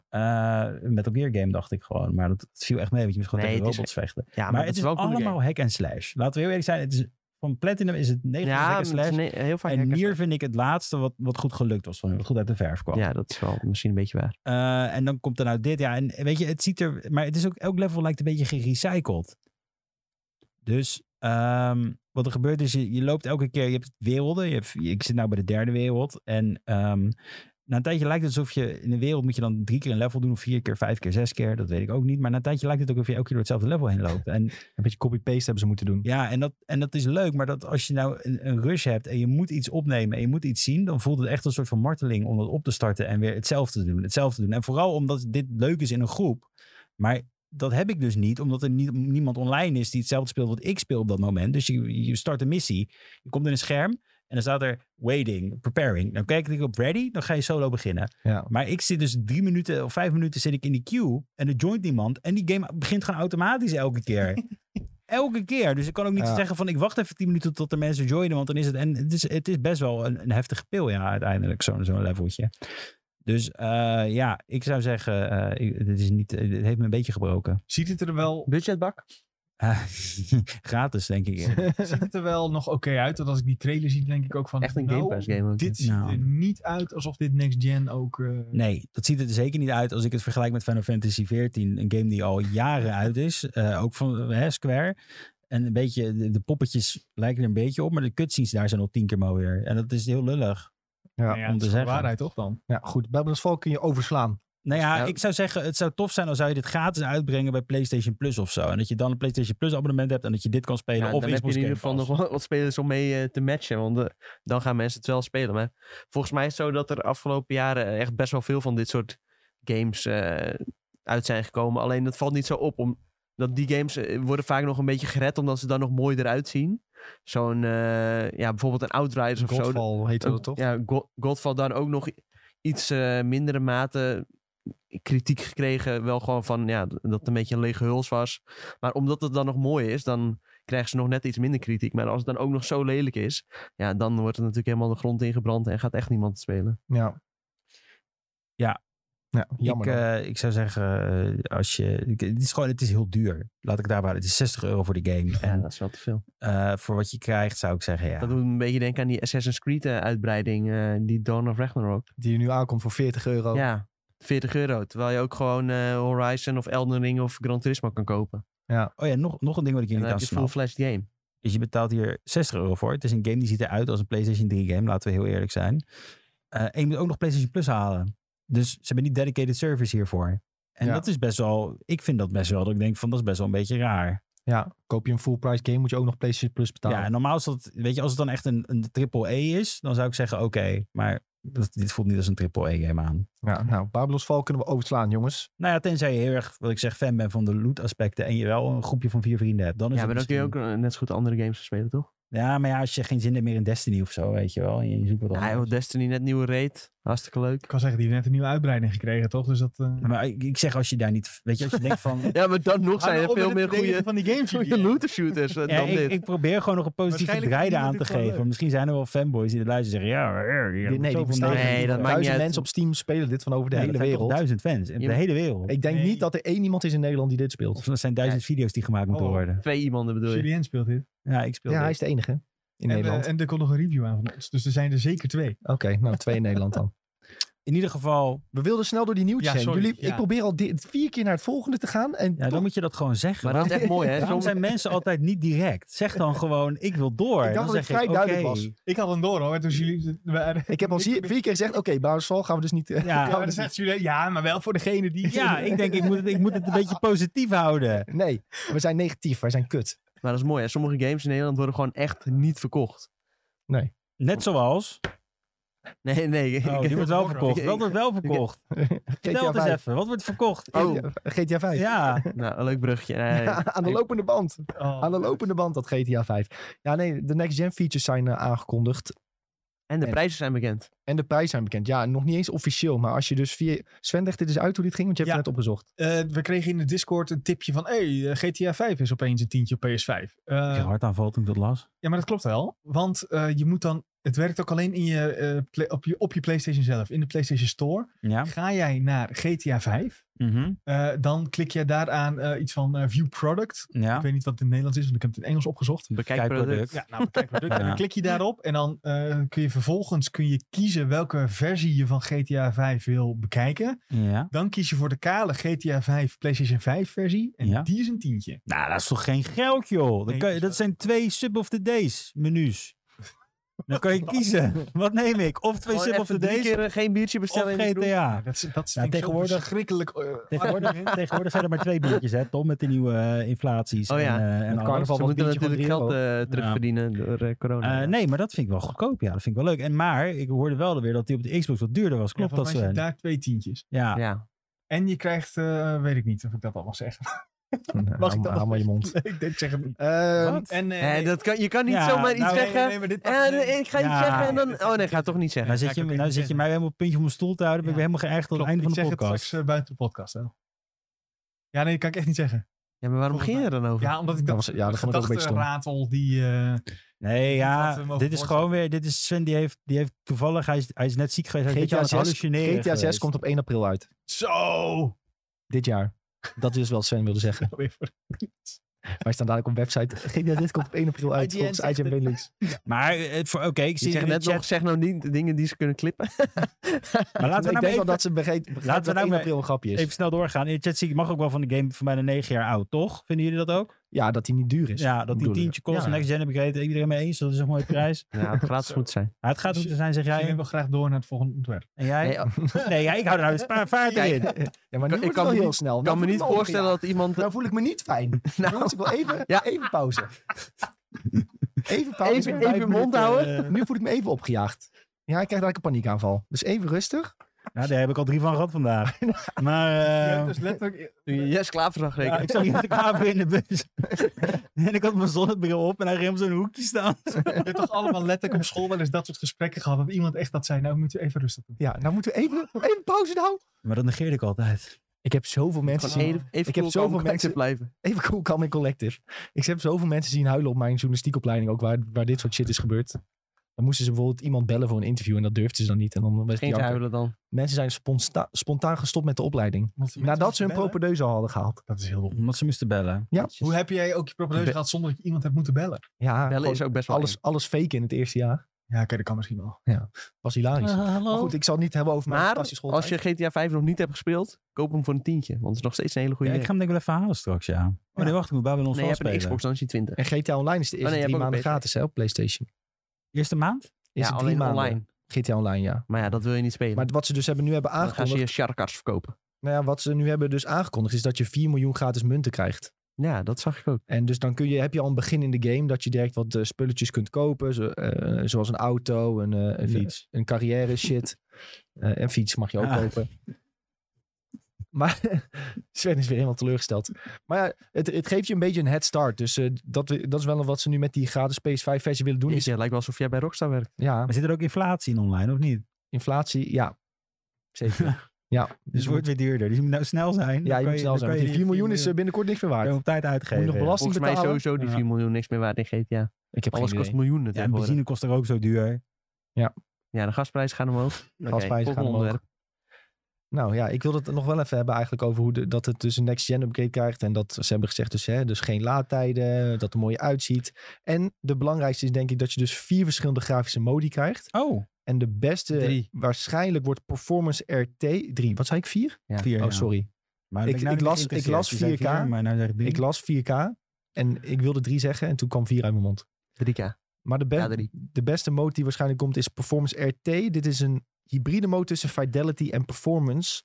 Eh Metal Gear Game dacht ik gewoon, maar dat, het viel echt mee, want je moest gewoon Nee, tegen het is- robots vechten. hè? ja, maar, het is, wel een coole allemaal hack and slash. Laten we heel eerlijk zijn, het is van Platinum is het 90 Ja, lekker slash. nee, heel vaak en hackers. hier vind ik het laatste wat, wat goed gelukt was van hem. Wat goed uit de verf kwam. Ja, dat is wel misschien een beetje waar. Eh, en dan komt er nou dit. Ja, en weet je, het ziet er. Maar het is ook elk level lijkt een beetje gerecycled. Dus ehm, wat er gebeurt is, je, je loopt elke keer. Je hebt werelden. Je hebt, ik zit nou bij de derde wereld. En ehm, na een tijdje lijkt het alsof je in een wereld moet je dan drie keer een level doen. Of vier keer, vijf keer, zes keer. Dat weet ik ook niet. Maar na een tijdje lijkt het ook alsof je elke keer door hetzelfde level heen loopt. En Een beetje copy-paste hebben ze moeten doen. ja, en dat, en dat is leuk. Maar dat als je nou een, een rush hebt en je moet iets opnemen en je moet iets zien, dan voelt het echt een soort van marteling om dat op te starten en weer hetzelfde te doen. Hetzelfde te doen. En vooral omdat dit leuk is in een groep. Maar dat heb ik dus niet, omdat er niet, niemand online is die hetzelfde speelt wat ik speel op dat moment. Dus je, je start een missie, je komt in een scherm en dan staat er waiting, preparing. Dan kijk ik op ready, dan ga je solo beginnen. Ja. Maar ik zit dus drie minuten of vijf minuten zit ik in die queue en er joint niemand. En die game begint gewoon automatisch elke keer. elke keer. Dus ik kan ook niet Ja. zeggen van ik wacht even tien minuten tot er mensen joinen. Want dan is het. En het is, het is best wel een, een heftige pil, ja, uiteindelijk. Zo'n zo'n leveltje. Dus eh, ja, ik zou zeggen, eh, ik- dit, is niet, dit heeft me een beetje gebroken. Ziet het er wel, Budgetbak? Ah, gratis, denk ik. eerder. ziet het er wel nog oké uit? Want als ik die trailer zie, denk ik ook van... Echt een nou, Game Pass game. ook. Dit ziet Nou. er niet uit alsof dit next gen ook... eh, Nee, dat ziet er zeker niet uit als ik het vergelijk met Final Fantasy XIV. Een game die al jaren uit is. eh, ook van eh, Square. En een beetje, de, de poppetjes lijken er een beetje op. Maar de cutscenes daar zijn al tien keer mooier. En dat is heel lullig. nou ja, het om te is de zeggen. waarheid toch dan? ja, goed. Babylon's Fall kun je overslaan. Nou ja, Nou- ik zou zeggen, het zou tof zijn als zou je dit gratis uitbrengen bij PlayStation Plus of zo. En dat je dan een PlayStation Plus abonnement hebt en dat je dit kan spelen. Ja, dan of heb je Xbox in ieder Game geval nog Pass. wat wat spelers om mee eh, te matchen. Want eh, dan gaan mensen het wel spelen. Maar volgens mij is het zo dat er afgelopen jaren eh, echt best wel veel van dit soort games eh, uit zijn gekomen. Alleen dat valt niet zo op. Omdat die games eh, worden vaak nog een beetje gered omdat ze dan nog mooi eruit zien. Zo'n, eh, ja, bijvoorbeeld een Outriders of zo. Godfall heette dat toch? Ja, Go- Godfall dan ook nog iets eh, mindere mate kritiek gekregen. Wel gewoon van ja, dat het een beetje een lege huls was. Maar omdat het dan nog mooi is, dan krijgen ze nog net iets minder kritiek. Maar als het dan ook nog zo lelijk is, ja, dan wordt het natuurlijk helemaal de grond ingebrand en gaat echt niemand het spelen. Ja. Ja. Ja, Ik, jammer. dan. eh, ik zou zeggen, eh, als je. ik- Het is gewoon, het is heel duur. Laat ik daarbij. Het is 60 euro voor de game. En dat is wel te veel. eh, voor wat je krijgt, zou ik zeggen, ja. Dat doet me een beetje denken aan die Assassin's Creed eh, uitbreiding, eh, die Dawn of Ragnarok. Die nu aankomt voor 40 euro. Ja, 40 euro. Terwijl je ook gewoon eh, Horizon of Elden Ring of Gran Turismo kan kopen. Oh ja, nog, nog een ding wat ik En jullie dan niet heb je snap. full-fledged game. Dus je betaalt hier 60 euro voor. Het is een game die ziet eruit als een PlayStation 3 game, laten we heel eerlijk zijn. Eh, en je moet ook nog PlayStation Plus halen. Dus ze hebben niet dedicated service hiervoor. En Ja. dat is best wel, ik vind dat best wel, dat ik denk van dat is best wel een beetje raar. Ja, koop je een full price game, moet je ook nog PlayStation Plus betalen. Ja, en normaal is dat, weet je, als het dan echt een, een triple E is, dan zou ik zeggen oké. maar dat, dit voelt niet als een triple E game aan. Ja, nou, Babylon's Fall kunnen we overslaan, jongens. Nou ja, tenzij je heel erg, wat ik zeg, fan bent van de loot aspecten en je wel een groepje van vier vrienden hebt. Dan is Ja, het maar dan kun je misschien- ook eh, net zo goed andere games spelen, toch? Ja, maar ja, als je geen zin hebt meer in Destiny of zo, weet je wel. en Je, je zoekt wat Ja, anders. Ah, joh, Destiny, net nieuwe raid. Hartstikke Ik leuk. kan zeggen, die heeft net een nieuwe uitbreiding gekregen, toch? Dus dat... eh, Maar ik, ik zeg als je daar niet, weet je, als je denkt van... Ja, maar dan nog zijn er hou nou op veel met het meer verdedigen goede, van die games. goede jullie. looter shooters eh, Ja, dan ik, dit. ik probeer gewoon nog een positieve Waarschijnlijk draai vinden aan dit te wel geven. leuk. Misschien zijn er wel fanboys die er luisteren en zeggen... Ja, er, er, nee, die bestaan nee, niet. dat maakt Duizend niet uit. mensen op Steam spelen dit van over de de hele wereld. Duizend fans in Ja, de maar- hele wereld. Ik denk Nee. niet dat er één iemand is in Nederland die dit speelt. Of er zijn duizend video's die gemaakt moeten Oh. worden. Twee iemanden bedoel je. Julien speelt dit. Ja, ik speel Ja, hij dit. is de enige in En, Nederland. eh, en er komt nog een review aan van ons. Dus er zijn er zeker twee. Oké, nou, twee in Nederland dan. In ieder geval, We wilden snel door die nieuwtjes Ja, heen. sorry, Jullie, ja. Ik probeer al di- vier keer naar het volgende te gaan. En ja, toch- dan moet je dat gewoon zeggen. Maar dat is echt mooi, hè? Waarom Soms- zijn mensen altijd niet direct? Zeg dan gewoon, ik wil door. ik Dan dacht dat zeg het vrij ik, duidelijk oké. was. Ik had hem door hoor. Dus jullie, we- Ik heb al zie- vier keer gezegd, oké, okay, gaan we dus niet... eh, Ja. Ja, maar dan zegt Julien, ja, maar wel voor degene die... Ja, ik denk, ik moet, het, ik moet het een beetje positief houden. Nee, we zijn negatief, wij zijn kut. Maar dat is mooi, hè? Sommige games in Nederland worden gewoon echt niet verkocht. Net zoals... Nee, nee. Oh, die wordt wel verkocht. Ik- Dat wordt wel verkocht. Vertel GTA het eens 5. even. Wat wordt verkocht? Oh, GTA 5. Ja. nou, een leuk brugje. Nee, Aan de ik- lopende band. Oh. Aan de lopende band, dat GTA 5. Ja, nee, de next-gen features zijn eh, aangekondigd. En de En- prijzen zijn bekend. En de prijzen zijn bekend. Ja, nog niet eens officieel. Maar als je dus via... Sven legt dit eens uit hoe dit ging, want je hebt Ja. het net opgezocht. Eh, we kregen in de Discord een tipje van... hey, eh, GTA 5 is opeens een tientje op PS5. Eh, Ik hard aanval toen ik dat las. ja, maar dat klopt wel. Want eh, je moet dan het werkt ook alleen in je, eh, play- op, je, op je PlayStation zelf. In de PlayStation Store Ja. ga jij naar GTA 5. Mhm. eh, dan klik je daaraan eh, iets van eh, View Product. ja. Ik weet niet wat het in het Nederlands is, want ik heb het in Engels opgezocht. Bekijk product. Ja, nou, bekijk product. En Ja. dan klik je daarop en dan eh, kun je vervolgens kun je kiezen welke versie je van GTA 5 wil bekijken. Ja. Dan kies je voor de kale GTA 5 PlayStation 5 versie. En Ja. die is een tientje. Nou, dat is toch geen geld, joh. Dan Nee, kan je, dat is dat waar. zijn twee sub of the days menus. Dan kan je kiezen. Wat neem ik? Of twee Gewoon sub of even the drie days keer eh, geen biertje of bestellen. in de kroeg. GTA. Nou, dat is, dat is Ja, vind ik zo'n tegenwoordig- verschrikkelijk. Hm, eh, Tegenwoordig, argument. tegenwoordig zijn er maar twee biertjes, hè, Tom, met de nieuwe eh, inflaties. Oh ja, en, eh, en met alles. carnaval. Ze was moeten biertje natuurlijk gewoon geld drie eh, terugverdienen door eh, corona. Eh, nee, maar dat vind ik wel goedkoop. Ja, dat vind ik wel leuk. En maar, ik hoorde wel weer dat die op de Xbox wat duurder was. Klopt Ja, dat, volgens mij zit Sven? daar twee tientjes. Ja. Ja. En je krijgt, eh, weet ik niet of ik dat al mag zeggen. Nou, Mag ik hou- dat hou maar je mond. ik denk, zeg het niet. Ehm, Wat? En, eh, Eh, nee. dat kan, je kan niet Ja, zomaar iets nou, Nee, zeggen. nee, maar dit- Eh, nee, ik ga iets Ja. zeggen en dan... Nee, Oh nee, ik ga het toch niet zeggen. Nou zit, ik je, ook nou even zit je zeggen. mij helemaal op het puntje om mijn stoel te houden. Ben ik Ja. weer helemaal geërgd tot het Klopt, einde van ik de zeg het podcast. straks eh, buiten de podcast. Hè. Ja, nee, dat kan ik echt niet zeggen. Ja, maar waarom Volgens ging je er dan over? Ja, omdat ik Dat dat, was- ja, dat vond ik ook een beetje stom. gedachtenratel die... eh, Nee, wat we ja, mogen dit is gewoon weer. Dit is Sven die heeft, die heeft toevallig. Hij is, hij is net ziek geweest. Hij is een beetje GTA aan het 6, hallucineren. GTA 6 geweest. komt op 1 april uit. zo! Dit jaar. Dat is wel wat Sven wilde zeggen. Weer voor- Wij staan dadelijk op website. GTA dit komt op 1 april uit. IGN volgens zegt IGN het. Benelux. Maar eh, voor- oké, ik Je zie zegt in de net chat- nog, zeg nou niet dingen die ze kunnen clippen. Maar laten we ik nou denk maar wel even, dat ze begrepen begrijpen Laten we dat nou 1 maar april een grapje is. even snel doorgaan. In de chat zie ik, mag ook wel van de game van bijna 9 jaar oud, toch? Vinden jullie dat ook? Ja, dat hij niet duur is. Ja, dat die bedoel ik. tientje kost. Ja. Next Gen heb ik het iedereen mee eens. Dat is een mooie prijs. Ja, het gratis moet zijn. Maar het gaat om te zijn, zeg Jullie jij. wil graag door naar het volgende ontwerp. En jij? Nee, Nee, ja, ik hou er nou de spa- vaart in. Ja, maar nu Ik- ik ik kan kan me heel niet- snel. Ik Nou kan voel me niet al voorstellen ongeaard. dat iemand... Nou voel ik me niet fijn. Nou. Jongens, ik wil even, Ja. even pauze. Even pauze. Even- Vijf even minuten, mond houden. eh, nu voel ik me even opgejaagd. Ja, ik krijg daar een paniekaanval. Dus even rustig. Nou, daar heb ik al drie van gehad vandaag. Maar Je Ehm. hebt eh, dus letterlijk... Yes, Klaverdag ja, rekenen. ik zag iemand de kamer in de bus. en ik had mijn zonnebril op en hij ging op zo'n hoekje staan. Je hebt toch allemaal letterlijk op school wel eens dat soort gesprekken gehad. Dat iemand echt dat zei, nou we moeten even rustig doen. Ja, nou moeten we even, even pauze nou. Maar dat negeerde ik altijd. Ik heb zoveel mensen Gewoon zien... even, even Ik heb cool zoveel kalm mensen- blijven. Even cool, calm en collective. Ik heb zoveel mensen zien huilen op mijn journalistiekopleiding ook, waar, waar dit soort shit is gebeurd. Dan moesten ze bijvoorbeeld iemand bellen voor een interview en dat durfden ze dan niet. En dan was het Geen te janken. huilen dan. Mensen zijn sponta- spontaan gestopt met de opleiding. Want die mensen Nadat ze Nou, hun bellen, propedeuse al hadden gehaald. Dat is heel dom. Omdat ze moesten bellen. Ja, Hoe heb jij ook je propedeuse Be- gehad zonder dat je iemand hebt moeten bellen? ja Bellen gewoon is ook best wel alles, eng. alles fake in het eerste jaar. Ja, oké, dat kan misschien wel. Was hilarisch. Maar hallo? goed, ik zal het niet hebben over mijn Oh. Ah, Maar fantastische schooltijd. als je GTA 5 nog niet hebt gespeeld, koop hem voor een tientje. Want het is nog steeds een hele goede Ja, ik idee. ga hem denk ik wel even halen straks, ja. Oh nee, wacht, ik moet Babylon Nee, nee, je hebt spelen. een Xbox, dan is die 20. En GTA Online is de eerste nee, je hebt drie ook maanden een gratis hè, op PlayStation. Eerste maand? Is Ja, het alleen drie maanden. online. GTA Online, ja. Maar ja, dat wil je niet spelen. Maar wat ze dus hebben nu hebben dan gaan aangekondigd... ze je sharkarts verkopen. Nou ja, wat ze nu hebben dus aangekondigd is dat je 4 miljoen gratis munten krijgt. Ja, dat zag ik ook. En dus dan kun je, heb je al een begin in de game dat je direct wat eh, spulletjes kunt kopen. zo- eh, zoals een auto, een, eh, een, fiets. een carrière shit. Eh, en fiets mag je ook Ah. kopen. Maar Sven is weer helemaal teleurgesteld. Maar ja, het, het geeft je een beetje een head start. Dus eh, dat, dat is wel wat ze nu met die gratis PS5 versie willen doen. Is, Jeetje, het lijkt wel alsof jij bij Rockstar werkt. ja, Maar zit er ook inflatie in online, of niet? inflatie, ja. Zeker. ja, Dus dus het wordt weer duurder. Dus je moet nou snel zijn. ja, Dan je kan moet snel dan zijn. want kan Die je 4 miljoen is eh, €4 binnenkort niks meer kan je waard. op tijd uitgeven. Moet je nog belasting Volgens mij is betalen? sowieso die Ja. 4 miljoen niks meer waard in GTA. Ik heb Alles geen kost idee. miljoenen Ja, en tegenwoordig. benzine kost er ook zo duur. Ja, de gasprijzen gaan omhoog. Oké, Gasprijzen gaan volgende omhoog. onderwerp. Nou ja, ik wil het nog wel even hebben eigenlijk over hoe de- dat het dus een next-gen upgrade krijgt. En dat ze hebben gezegd dus, hè, dus geen laadtijden, dat er mooi uitziet. En de belangrijkste is denk ik dat je dus vier verschillende grafische modi krijgt. Oh, En de beste Drie. waarschijnlijk wordt Performance RT 3. Wat zei ik? 4? Ja. vier, Oh, ja. sorry. Maar Ik- ben nou ik niet las- geïnteresseerd. ik las Je zei 4K, vier, Maar nou zeg ik drie. Ik las 4K en ik wilde 3 zeggen en toen kwam 4 uit mijn mond. 3K. Maar de, be- Ja, drie. de beste mode die waarschijnlijk komt is Performance RT. Dit is een hybride mode tussen fidelity en performance.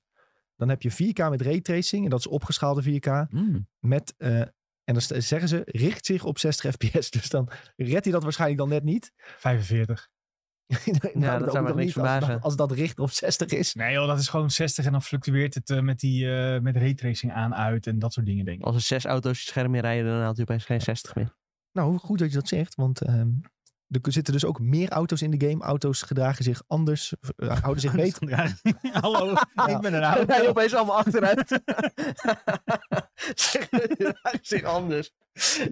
Dan heb je 4K met raytracing en dat is opgeschaalde 4K. Mm. met, eh, en dan st- zeggen ze, richt zich op 60 fps. Dus dan redt hij dat waarschijnlijk dan net niet. 45. Nou, zou hoeft me toch niks niet als- verbazen. Als, dat richt op 60 is. Nee joh, dat is gewoon 60 en dan fluctueert het eh, met, die, eh met raytracing aan, uit en dat soort dingen Oh, denk ik. Als er zes auto's je scherm in rijden, dan haalt hij opeens geen 60 meer. Nou, goed dat je dat zegt, want ehm, Er k- zitten dus ook meer auto's in de game. Auto's gedragen zich anders, eh, houden zich beter. Hallo, ik ben een Hij oude. rijdt opeens allemaal achteruit. zeg, zeg anders.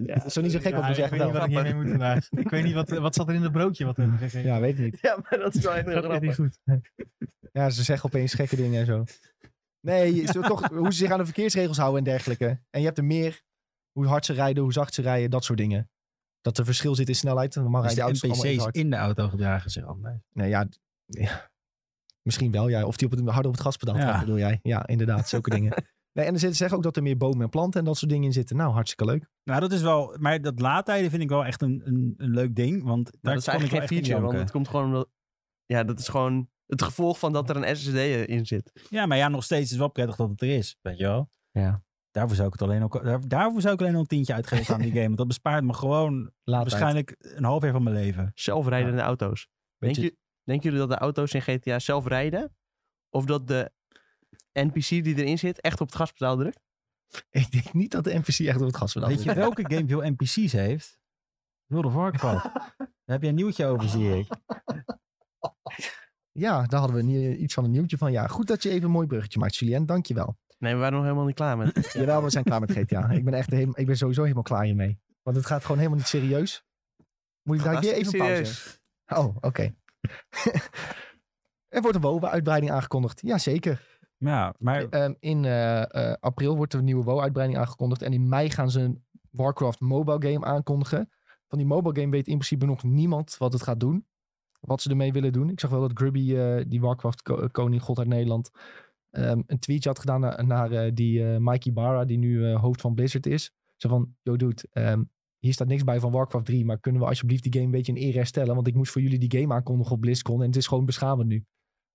Dat is zo niet zo gek wat we ik weet zeggen. niet nou. wat ik hiermee moet vandaag. Ik weet niet, wat, wat zat er in dat broodje wat we hebben gegeven? Ja, weet ik niet. Ja, maar dat is wel echt heel Dat is niet grappig. goed. Ja, ze zeggen opeens gekke dingen en zo. Nee, je- ze toch, hoe ze zich aan de verkeersregels houden en dergelijke. En je hebt er meer. Hoe hard ze rijden, hoe zacht ze rijden, dat soort dingen. Dat er verschil zit in snelheid. Normaal Dus rijden de auto's allemaal even NPC's hard. in de auto gedragen zich anders. Nee, ja, d- ja. Misschien wel, ja. Of die op het, harder op het gaspedaal Ja. gaat, bedoel jij. Ja, inderdaad, zulke dingen. Nee, en er zitten, zeggen ook dat er meer bomen en planten en dat soort dingen in zitten. Nou, hartstikke leuk. Nou, dat is wel. Maar dat laadtijden vind ik wel echt een, een, een leuk ding. Want daar dat is kon ik wel eigenlijk echt geen in feature, want janken. het komt gewoon omdat... Ja, dat is gewoon het gevolg van dat er een SSD in zit. Ja, maar ja, nog steeds is het wel prettig dat het er is. Weet je wel? Ja. Daarvoor zou ik het alleen ook. daar- daarvoor zou ik alleen al een tientje uitgeven aan die game. Want dat bespaart me gewoon Laat waarschijnlijk een half jaar van mijn leven. Zelfrijdende auto's. Denk je- je, denken jullie dat de auto's in GTA zelf rijden? Of dat de NPC die erin zit echt op het gaspedaal drukt? Ik denk niet dat de NPC echt op het gaspedaal Weet je zit. welke game veel NPC's heeft? Wilde Warcraft. Daar heb je een nieuwtje over, zie ik. Ja, daar hadden we nie- iets van een nieuwtje van. Ja, goed dat je even een mooi bruggetje maakt, Julien. Dank je wel. Nee, we waren nog helemaal niet klaar met. Jawel, we zijn klaar met GTA. Ik ben, echt helemaal, ik ben sowieso helemaal klaar hiermee. Want het gaat gewoon helemaal niet serieus. Moet ik daar weer even een pauze? Serieus. Oh, oké. er wordt een WoW-uitbreiding aangekondigd. Jazeker. Ja, maar Ehm, in eh, eh, april wordt de nieuwe WoW-uitbreiding aangekondigd. En in mei gaan ze een Warcraft mobile game aankondigen. Van die mobile game weet in principe nog niemand wat het gaat doen. Wat ze ermee willen doen. Ik zag wel dat Grubby, eh, die Warcraft-koning, god uit Nederland... ehm, een tweetje had gedaan naar, naar eh, die eh, Mikey Barra, die nu eh, hoofd van Blizzard is. Zo van, yo dude, ehm, hier staat niks bij van Warcraft 3... maar kunnen we alsjeblieft die game een beetje in ere herstellen? Want ik moest voor jullie die game aankondigen op BlizzCon... en het is gewoon beschamend nu.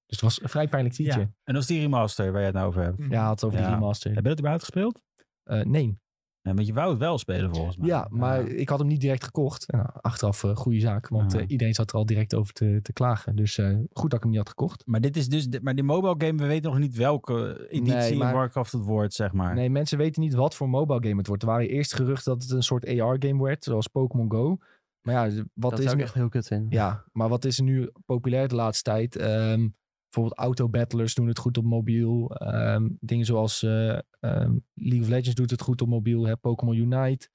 Dus het was een vrij pijnlijk tweetje. Ja, en als die remaster waar je het nou over Hmm. hebt. het had over Ja. die remaster. Heb je dat überhaupt gespeeld? Eh, nee. Ja, want je wou het wel spelen volgens mij. Ja, maar ik had hem niet direct gekocht. Nou, achteraf eh goede zaak, want Ja. eh, iedereen zat er al direct over te, te klagen. Dus eh, goed dat ik hem niet had gekocht. Maar dit is dus, maar die mobile game, we weten nog niet welke editie Nee, in maar- Warcraft het wordt, zeg maar. Nee, mensen weten niet wat voor mobile game het wordt. Er waren eerst geruchten dat het een soort AR-game werd, zoals Pokémon Go. Maar ja, de- wat Dat is zou ik nu... echt heel kut vinden. Ja, maar wat is er nu populair de laatste tijd? Ehm, bijvoorbeeld auto-battlers doen het goed op mobiel. Ehm, dingen zoals eh, ehm, League of Legends doet het goed op mobiel. hè, Pokémon Unite.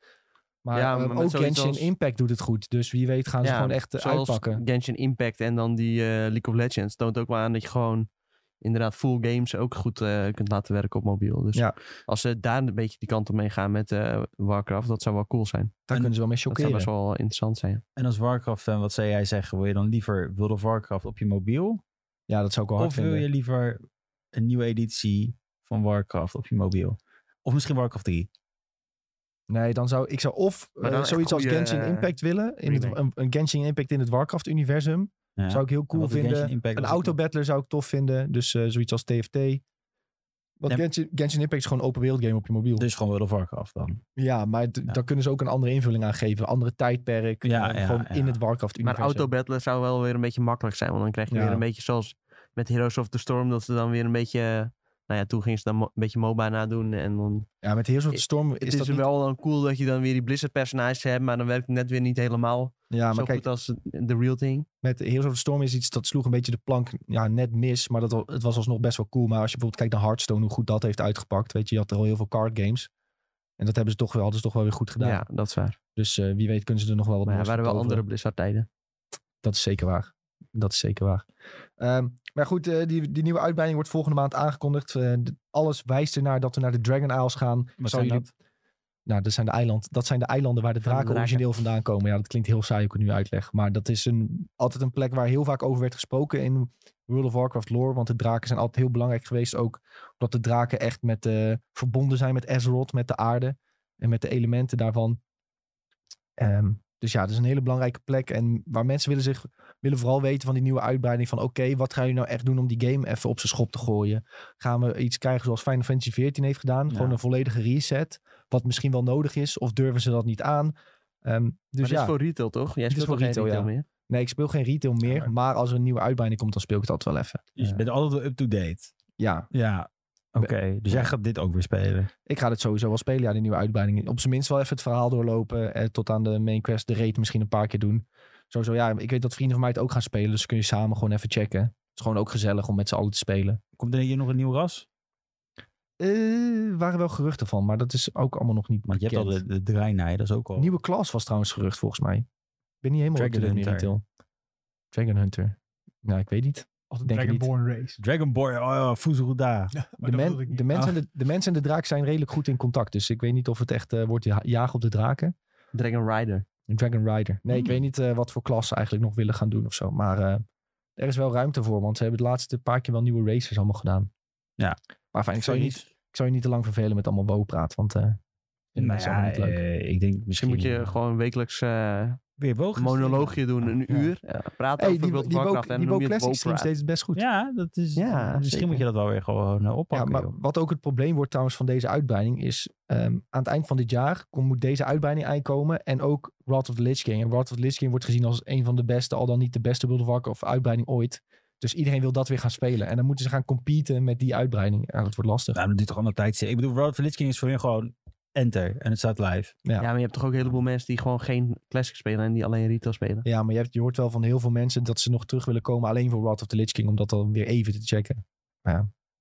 Maar, Ja, ehm, maar met ook zoiets Genshin als- Impact doet het goed. Dus wie weet gaan ze Ja, gewoon echt eh, Zoals uitpakken. Genshin Impact en dan die eh, League of Legends toont ook wel aan dat je gewoon inderdaad full games ook goed eh, kunt laten werken op mobiel. Dus Ja. als ze daar een beetje die kant op mee gaan met eh, Warcraft, dat zou wel cool zijn. Daar En- kunnen ze wel mee Dat zou shockeren. best wel interessant zijn. En als Warcraft-fan, wat zou jij zeggen? Wil je dan liever World of Warcraft op je mobiel? Ja, dat zou ik wel hard Of wil vinden. je liever een nieuwe editie van Warcraft op je mobiel? Of misschien Warcraft 3? Nee, dan zou ik zou of Maar eh, dan echt zoiets als goede, Genshin eh, Impact willen. In het, remake. een, een Genshin Impact in het Warcraft-universum. Ja. Zou ik heel cool Wat een vinden. Genshin Impact Een was- autobattler zou ik tof vinden. Dus eh, zoiets als TFT. Want Ja. Genshin, Genshin Impact is gewoon een open wereld game op je mobiel. Dus gewoon World of Warcraft dan. ja, maar d- daar kunnen ze ook een andere invulling aan geven. Andere tijdperk. Ja, eh, ja, gewoon ja. in het Warcraft-universum. Maar autobattlen zou wel weer een beetje makkelijk zijn, want dan krijg je Ja. weer een beetje zoals met Heroes of the Storm, dat ze dan weer een beetje, nou ja, toen gingen ze dan mo- een beetje MOBA nadoen en dan... Ja, met Heroes of the Ik- Storm Het is is, dat niet... wel dan cool dat je dan weer die Blizzard personages hebt, maar dan werkt het net weer niet helemaal Ja, zo Ah, maar kijk, goed als de real thing. met Heroes of the Storm is iets dat sloeg een beetje de plank ja, net mis. Maar dat, al- het was alsnog best wel cool. Maar als je bijvoorbeeld kijkt naar Hearthstone, hoe goed dat heeft uitgepakt. Weet je, je had er al heel veel card games. En dat hebben ze toch wel, hadden ze toch wel weer goed gedaan. Ja, dat is waar. Dus eh, wie weet kunnen ze er nog wel wat Maar ja, moois waren van wel toveren. andere Blizzard tijden. Dus Dat is zeker waar. Dat is zeker waar. Ehm, maar goed, eh, die, die nieuwe uitbreiding wordt volgende maand aangekondigd. Eh, d- alles wijst ernaar dat we naar de Dragon Isles gaan. Zou zijn jullie- Nou, dat zijn, de eiland, dat zijn de eilanden waar de draken, draken. origineel vandaan komen. Ja, dat klinkt heel saai hoe ik het nu uitleg. Maar dat is een, altijd een plek waar heel vaak over werd gesproken in World of Warcraft lore. Want de draken zijn altijd heel belangrijk geweest. Ook omdat de draken echt met, eh, verbonden zijn met Azeroth, met de aarde. En met de elementen daarvan. Ehm, dus ja, het is een hele belangrijke plek. En waar mensen willen, zich, willen vooral weten van die nieuwe uitbreiding. Van oké, wat gaan jullie nou echt doen om die game even op zijn schop te gooien? Gaan we iets krijgen zoals Final Fantasy XIV heeft gedaan? Ja. Gewoon een volledige reset. Wat misschien wel nodig is. Of durven ze dat niet aan? Ehm, dus Maar ja, dit is voor retail, toch? Jij Dit is speelt voor toch geen retail, retail, ja. meer? nee, ik speel geen retail meer. maar- maar... als er een nieuwe uitbreiding komt, dan speel ik dat wel even. Eh, Dus je bent altijd wel up-to-date. Ja, Ja, oké. Dus jij gaat dit ook weer spelen. ik ga dit sowieso wel spelen. Ja, die nieuwe uitbreiding. Op zijn minst wel even het verhaal doorlopen. Eh, tot aan de main quest, de raid misschien een paar keer doen. Sowieso, ja, ik weet dat vrienden van mij het ook gaan spelen. Dus kun je samen gewoon even checken. Het is gewoon ook gezellig om met z'n allen te spelen. Komt er hier nog een nieuw ras? Eh, waren wel geruchten van, maar dat is ook allemaal nog niet Want je hebt al bekend. de, de draainij, dat is ook al... Nieuwe klas was trouwens gerucht volgens mij. Ik ben niet helemaal Dragon up-to-date meer, Hunter. Til. Dragon Hunter. Nou, ik weet niet. Of de Denk ik Dragonborn Race. Dragon Boy, oh, Fuzuruda. Ja, maar De, dat men, wilde ik niet. de, mens en de, de mens en de draak zijn redelijk goed in contact. Dus ik weet niet of het echt eh, wordt ja- jagen op de draken. Dragon Rider. Een Dragon Rider. Nee, ik Hmm. weet niet eh, wat voor klas ze eigenlijk nog willen gaan doen of zo. Maar eh, er is wel ruimte voor. Want ze hebben het laatste paar keer wel nieuwe races allemaal gedaan. Ja. Maar fijn, ik zou je niet, ik zou je niet te lang vervelen met allemaal WoW-praat. Want eh vinden Nou mensen allemaal ja, niet leuk. eh, ik denk Misschien misschien... moet je gewoon wekelijks eh Weer een wogen. monoloogje doen, een Ja. uur. eh, praten hey, over die, World of die, Warcraft Woke- en die dan noem Woke je het Classic stream WoWpraat. steeds best goed. Ja, dat is... Ja, misschien zeker. moet je dat wel weer gewoon eh, Ja, oppakken. maar joh. wat ook het probleem wordt trouwens van deze uitbreiding is... ehm, aan het eind van dit jaar kom, moet deze uitbreiding aankomen. En ook Wrath of the Lich King. En Wrath of the Lich King wordt gezien als een van de beste... al dan niet de beste World of Warcraft uitbreiding ooit. Dus iedereen wil dat weer gaan spelen. En dan moeten ze gaan competen met die uitbreiding. Ja, dat wordt lastig. Nou, dat duurt toch allemaal tijd. Ik bedoel, Road for Lich King is voor hun gewoon enter. En het staat live. Ja, maar je hebt toch ook een heleboel mensen die gewoon geen classic spelen en die alleen retail spelen. Ja, maar je, hebt, je hoort wel van heel veel mensen... dat ze nog terug willen komen alleen voor Wrath of the Lich King... om dat dan weer even te checken.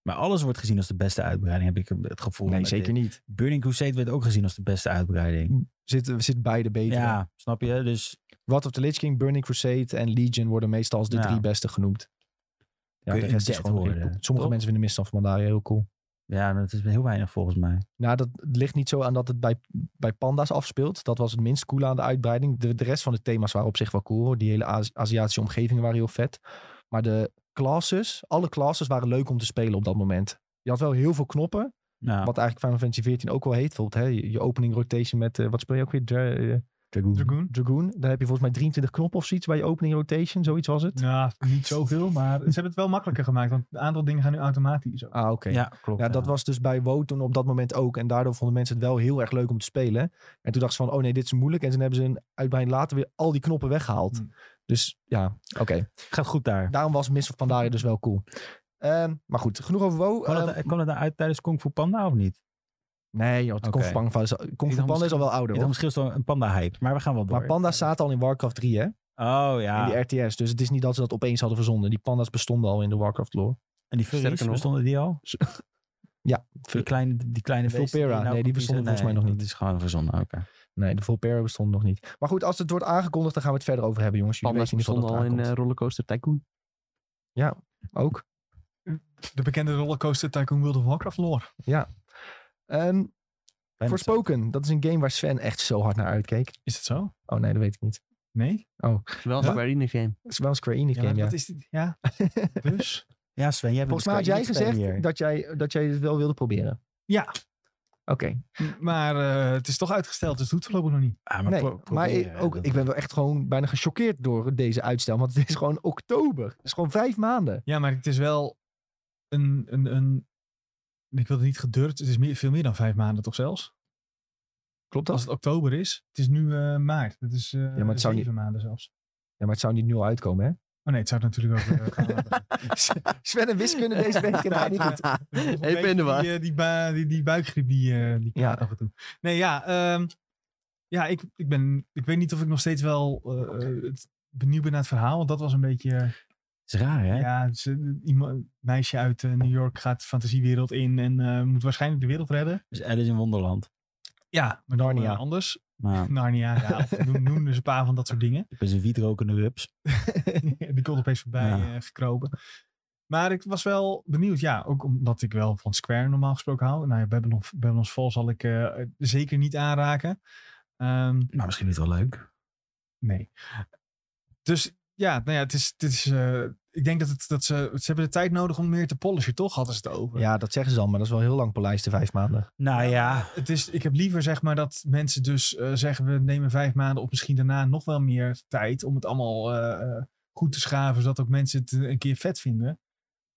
Maar alles wordt gezien als de beste uitbreiding, heb ik het gevoel. Nee, Met zeker dit. niet. Burning Crusade werd ook gezien als de beste uitbreiding. Zit, zit beide beter. Ja, snap je? Dus Wrath of the Lich King, Burning Crusade en Legion... worden meestal als de Ja. drie beste genoemd. Ja, Kun de rest je een is dead gewoon worden, redelijk. Sommige toch? mensen vinden Mist of Pandaria heel cool. ja, dat is heel weinig volgens mij. Nou, dat ligt niet zo aan dat het bij, bij panda's afspeelt. Dat was het minst cool aan de uitbreiding. De, de rest van de thema's waren op zich wel cool. Hoor. Die hele Azi- Aziatische omgevingen waren heel vet. Maar de classes, alle classes waren leuk om te spelen op dat moment. Je had wel heel veel knoppen. Nou, Wat eigenlijk Final Fantasy 14 ook wel heet. Bijvoorbeeld hè, je, je opening rotation met, eh, wat speel je ook weer? Dra- eh, Dragoon. Dragoon. Daar heb je volgens mij 23 knoppen of zoiets bij je opening rotation. Zoiets was het. Nou, niet zoveel, maar ze hebben het wel makkelijker gemaakt. Want een aantal dingen gaan nu automatisch. ook. Ah, oké. ja, klopt. Ja, dat was dus bij WoW toen op dat moment ook. En daardoor vonden mensen het wel heel erg leuk om te spelen. En toen dachten ze van, oh nee, dit is moeilijk. En toen hebben ze een uitbreiding later weer al die knoppen weggehaald. Hmm. Dus ja, oké. Gaat goed daar. Daarom was Miss of Pandaria dus wel cool. Ehm, maar goed, genoeg over WoW. Kwam Ehm, dat, kwam dat nou uit tijdens Kung Fu Panda of niet? nee joh, het Oké. Kung Fu Panda is, Kung Ik Fu dacht Panda is al wel ouder Ik dacht hoor. misschien is het wel een panda-hype, maar we gaan wel door. Maar panda's zaten al in Warcraft 3 hè, Oh ja, in die RTS. Dus het is niet dat ze dat opeens hadden verzonnen. Die panda's bestonden al in de Warcraft lore. en die furries, Sterker nog. bestonden die al? Die kleine, die kleine De beesten Vulpera, nou nee, die precies- bestonden volgens mij nog niet. Dat is gewoon verzonnen, oké. Nee, de Volpera bestond nog niet. Maar goed, als het wordt aangekondigd, dan gaan we het verder over hebben jongens. Jullie Panda's weten in ieder geval stonden al dat in het eh, Rollercoaster Tycoon. aankomt. Ook. De bekende rollercoaster Tycoon World of Warcraft lore. Ehm, Bijna hetzelfde. Voorspoken, dat is een game waar Sven echt zo hard naar uitkeek. Is het zo? Oh nee, dat weet ik niet. Nee? Het is Wel een Huh? Square Enix game. Het is wel een Square Enix maar game, ja. Wat is dit? Ja. Dus? Ja, Sven, jij bent Volgens mij de had jij Square Enix fan gezegd hier. dat jij, dat jij het wel wilde proberen. Ja. Oké. Maar eh, het is toch uitgesteld, dus het doet voorlopig nog niet. Ah, Nee, pro- maar proberen, ik, ook, dat- ik ben wel echt gewoon bijna gechoqueerd door deze uitstel. Want het is gewoon oktober. Het is gewoon vijf maanden. Ja, maar het is wel een... een, een ik wil het niet gedurfd. Het is meer, veel meer dan vijf maanden toch zelfs? Klopt Als dat? het oktober is. Het is nu eh, maart. Het is eh maar het zou zeven maanden zelfs. Ja, maar het zou niet nu al uitkomen, hè? Oh nee, het zou natuurlijk ook... eh, gaan laten. Sven en wiskunde deze week. in de Ja, goed. Dus nog een Ik ben beetje er waar. Die, eh, die, bui- die, die buikgriep die, eh die Ja. ja. af en toe. Nee, ja. ehm, ja, ik, ik, ben, ik weet niet of ik nog steeds wel eh, eh, het- benieuwd ben naar het verhaal. Want dat was een beetje... eh, is raar, hè? ja, het is een- iemand, een meisje uit eh, New York gaat de fantasiewereld in en eh, moet waarschijnlijk de wereld redden. Dus Alice in Wonderland. Ja, maar dan, eh, Narnia. anders. Maar Narnia, ja. Of noem, noem dus een paar van dat soort dingen. ik ben een wietrokende rups. Die komt opeens voorbij Ja. eh, gekropen. Maar ik was wel benieuwd. Ja, ook omdat ik wel van Square normaal gesproken hou. Nou ja, Babylon, Babylon's Fall zal ik eh, zeker niet aanraken. Ehm, Maar Nou, misschien is het wel leuk. nee. Dus ja, nou ja, het is... Het is eh, ik denk dat, het, dat ze... Ze hebben de tijd nodig om meer te polishen, toch? Hadden ze het over. Ja, dat zeggen ze dan. Maar dat is wel heel lang polijst, de vijf maanden. Nou ja, Het is, ik heb liever zeg maar dat mensen dus eh, zeggen we nemen vijf maanden of misschien daarna nog wel meer tijd om het allemaal eh, eh, goed te schaven, zodat ook mensen het eh, een keer vet vinden.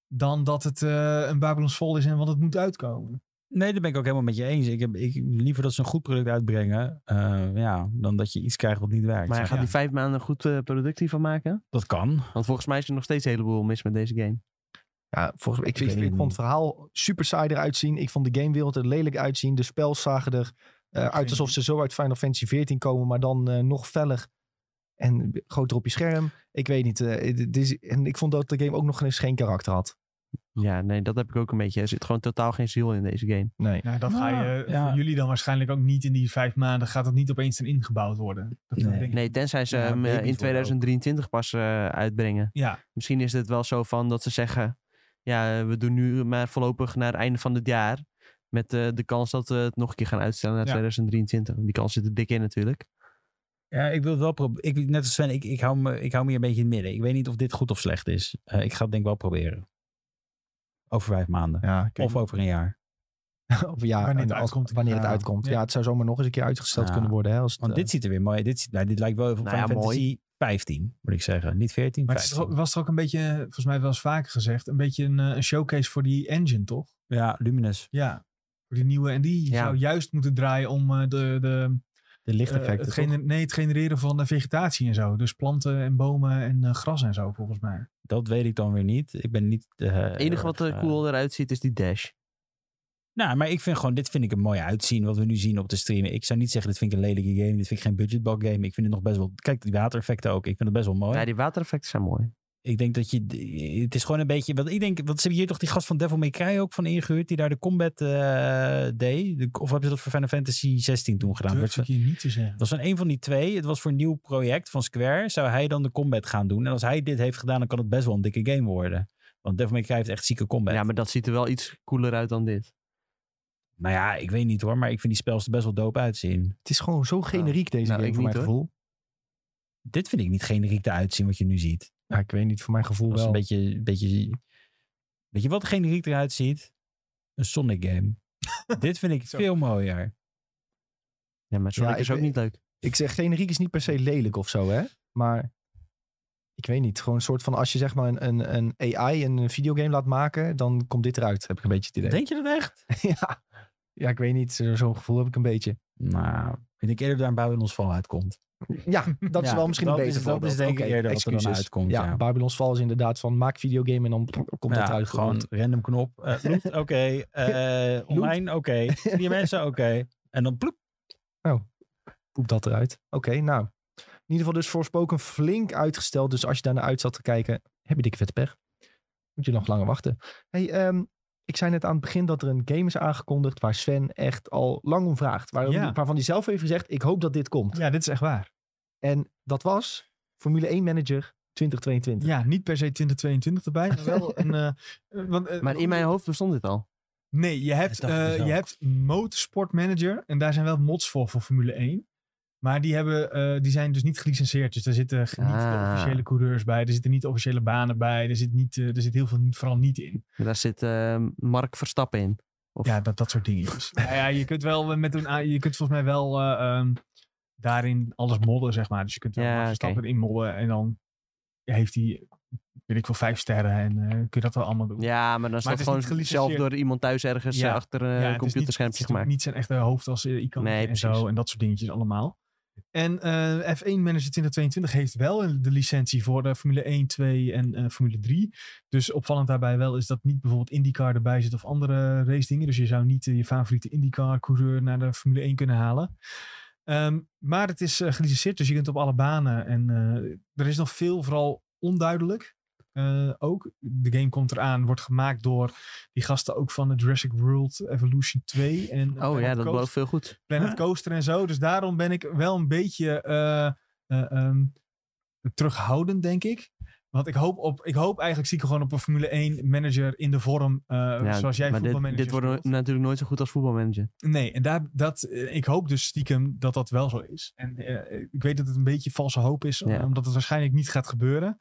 Dan dat het eh, een Babylon's Fall is en want het moet uitkomen. nee, daar ben ik ook helemaal met je eens. Ik heb ik, liever dat ze een goed product uitbrengen, eh, ja, dan dat je iets krijgt wat niet werkt. Maar hij zeg gaat maar. die vijf maanden een goed eh, productie van maken. Dat kan. Want volgens mij is er nog steeds een heleboel mis met deze game. Ja, volgens mij. Ik, Ik ik, weet ik het vond niet. het verhaal super saai eruit zien. Ik vond de gamewereld er lelijk uitzien. De spels zagen er eh, geen uit alsof idee. ze zo uit Final Fantasy 14 komen, maar dan eh, nog feller. En groter op je scherm. Ik weet niet. eh, dit is, en ik vond dat de game ook nog eens geen karakter had. Ja, nee, dat heb ik ook een beetje. Er zit gewoon totaal geen ziel in deze game. Nee. Nou, dat ga je Ah, ja. voor jullie dan waarschijnlijk ook niet in die vijf maanden. Gaat dat niet opeens erin ingebouwd worden? Dat Nee. denk ik. Nee, tenzij ze Ja, hem eh, baby's in worden 2023 pas eh, uitbrengen. Ja, Misschien is het wel zo van dat ze zeggen... Ja, eh, we doen nu maar voorlopig naar het einde van het jaar. Met eh, de kans dat we het nog een keer gaan uitstellen naar Ja. 2023. Die kans zit er dik in natuurlijk. Ja, ik wil het wel proberen. Ik, net als Sven, ik, ik, hou me, ik hou me hier een beetje in het midden. Ik weet niet of dit goed of slecht is. Eh, ik ga het denk ik wel proberen. Over vijf maanden. Ja, ik weet Of eh, over een jaar. niet. Of ja, Wanneer het en als- uitkomt. Wanneer het Ja. uitkomt. Ja. Ja, het zou zomaar nog eens een keer uitgesteld Ja. kunnen worden. Hè, als het, Want eh, dit ziet er weer mooi. Dit, ziet, nou, dit lijkt wel even op Nou ja, Final Fantasy 15, moet ik zeggen. Niet 14, maar het is 15. toch ook- was toch ook een beetje, volgens mij wel eens vaker gezegd, een beetje een, eh, een showcase voor die engine, toch? Ja, Luminous. Ja, voor die nieuwe. En die Ja. zou juist moeten draaien om eh, de, de, De eh, lichteffecten. het, gener- nee, het genereren van eh, vegetatie en zo. Dus planten en bomen en eh, gras en zo, volgens mij. dat weet ik dan weer niet. Ik ben niet... eh, Het heel enige wat erg, er eh, cool eruit ziet is die dash. Nou, maar ik vind gewoon, dit vind ik een mooi uitzien wat we nu zien op de stream. Ik zou niet zeggen, dit vind ik een lelijke game. Dit vind ik geen budgetbal game. Ik vind het nog best wel... Kijk, die watereffecten ook. Ik vind het best wel Oh mooi. Ja, die watereffecten zijn mooi. Ik denk dat je... Het is gewoon een beetje... Want ik denk... Wat ze hebben hier toch die gast van Devil May Cry ook van ingehuurd? Die daar de combat eh, deed? De- of hebben ze dat voor Final Fantasy 16 toen gedaan? Werd Durf ze- ik je niet te zeggen. Het was van een van die twee. Het was voor een nieuw project van Square. Zou hij dan de combat gaan doen? En als hij dit heeft gedaan, dan kan het best wel een dikke game worden. Want Devil May Cry heeft echt zieke combat. Ja, maar dat ziet er wel iets cooler uit dan dit. Nou ja, ik weet niet hoor. Maar ik vind die spels er best wel dope uitzien. het is gewoon zo generiek deze Nou, game ik voor niet, mijn hoor. gevoel. Dit vind ik niet generiek te uitzien wat je nu ziet. Ja, ik weet niet. Voor mijn gevoel Dat is wel. een beetje, beetje... Weet je wat generiek eruit ziet? Een Sonic game. dit vind ik Zo. veel mooier. Ja, maar Sonic Ja, is ik- ook niet leuk. Ik zeg, generiek is niet per se lelijk of zo, hè? Maar ik weet niet. Gewoon een soort van, als je zeg maar een, een, een AI een videogame laat maken, dan komt dit eruit. Heb ik een beetje het idee. Denk je dat echt? ja. ja, ik weet niet. Zo- Zo'n gevoel heb ik een beetje. Nou, ik denk eerder dat daar Babylon's Fall uitkomt. Ja, dat is Ja, wel misschien een dat beter is- dat is voorbeeld. denk ik Oké, eerder wat er dan excuses. uitkomt, Ja, ja. Babylon's Fall is inderdaad van maak videogame en dan komt dat Ja, eruit. Gewoon random knop. Eh, loot, oké. Eh, online, oké. Vier mensen, oké. En dan ploep. poep dat eruit. Oké, nou. In ieder geval dus voorspoken flink uitgesteld. Dus als je daar naar uit zat te kijken, heb je dikke vette pech. Moet je nog langer wachten. Hey, ehm, ik zei net aan het begin dat er een game is aangekondigd waar Sven echt al lang om vraagt. Waarom- Ja. Waarvan hij zelf heeft gezegd, ik hoop dat dit komt. Ja, dit is echt waar. En dat was Formule 1 Manager 2022. Ja, niet per se 2022 erbij, maar wel een... eh, eh, want, eh, Maar in mijn hoofd bestond dit al. Nee, je hebt, Dat dacht ik eh, dus je ook. hebt Motorsport Manager. En daar zijn wel mods voor, voor Formule 1. Maar die, hebben, eh, die zijn dus niet gelicenseerd. Dus daar zitten ge- niet de Ah. officiële coureurs bij. Er zitten niet de officiële banen bij. Er zit, niet, eh, er zit heel veel niet- vooral niet in. Daar zit eh, Mark Verstappen in. Of- Ja, dat, dat soort dingetjes. nou ja, je kunt wel met een... a- Je kunt volgens mij wel eh, ehm, daarin alles modden, zeg maar. Dus je kunt wel Ja, ja, oké. stappen in modden. En dan heeft hij, weet ik veel, vijf sterren. En eh, kun je dat wel allemaal doen. Ja, maar dan het staat is gewoon niet gelicenseerd. zelf door iemand thuis ergens Ja. eh, achter een Ja, het is computerschermpje niet, gemaakt. Het is natuurlijk niet zijn echte hoofd als eh, icoon Nee, en precies. zo. En dat soort dingetjes allemaal. En eh, F1 Manager 2022 heeft wel een- de licentie voor de Formule 1, 2 en eh, Formule 3. Dus opvallend daarbij wel is dat niet bijvoorbeeld IndyCar erbij zit of andere race dingen. Dus je zou niet eh, je favoriete IndyCar coureur naar de Formule 1 kunnen halen. Ehm, maar het is eh, gelicenseerd, dus je kunt op alle banen. En eh, er is nog veel vooral onduidelijk. eh, ook de game komt eraan, wordt gemaakt door die gasten ook van de Jurassic World Evolution 2. En Oh ja, Planet dat Coaster- belooft veel goed. Planet Coaster en zo. Dus daarom ben ik wel een beetje eh, eh, ehm, terughoudend, denk ik. Want ik hoop, op, ik hoop eigenlijk zie ik gewoon op een Formule 1 manager in de vorm eh, Ja, zoals jij maar dit, voetbalmanager dit wordt no- speelt. natuurlijk nooit zo goed als voetbalmanager. Nee, en daar, dat, eh, ik hoop dus stiekem dat dat wel zo is. En eh, ik weet dat het een beetje valse hoop is, Ja. omdat het waarschijnlijk niet gaat gebeuren.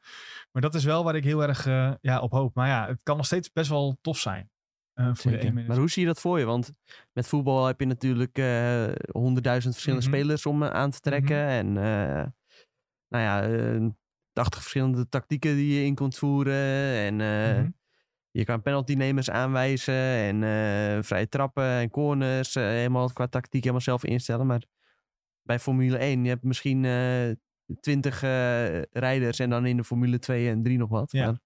Maar dat is wel waar ik heel erg eh, ja, op hoop. Maar ja, het kan nog steeds best wel tof zijn. eh, voor de Zeker. één Maar manager. hoe zie je dat voor je? Want met voetbal heb je natuurlijk eh, honderdduizend verschillende Mhm. spelers om eh, aan te trekken. En eh, nou ja, eh 80 verschillende tactieken die je in kunt voeren. En eh, Mhm. je kan penaltynemers aanwijzen. En eh, vrije trappen en corners. eh, helemaal qua tactiek helemaal zelf instellen. Maar bij Formule 1, je hebt misschien eh, twintig eh, rijders. En dan in de Formule 2 en 3 nog wat. Ja. Maar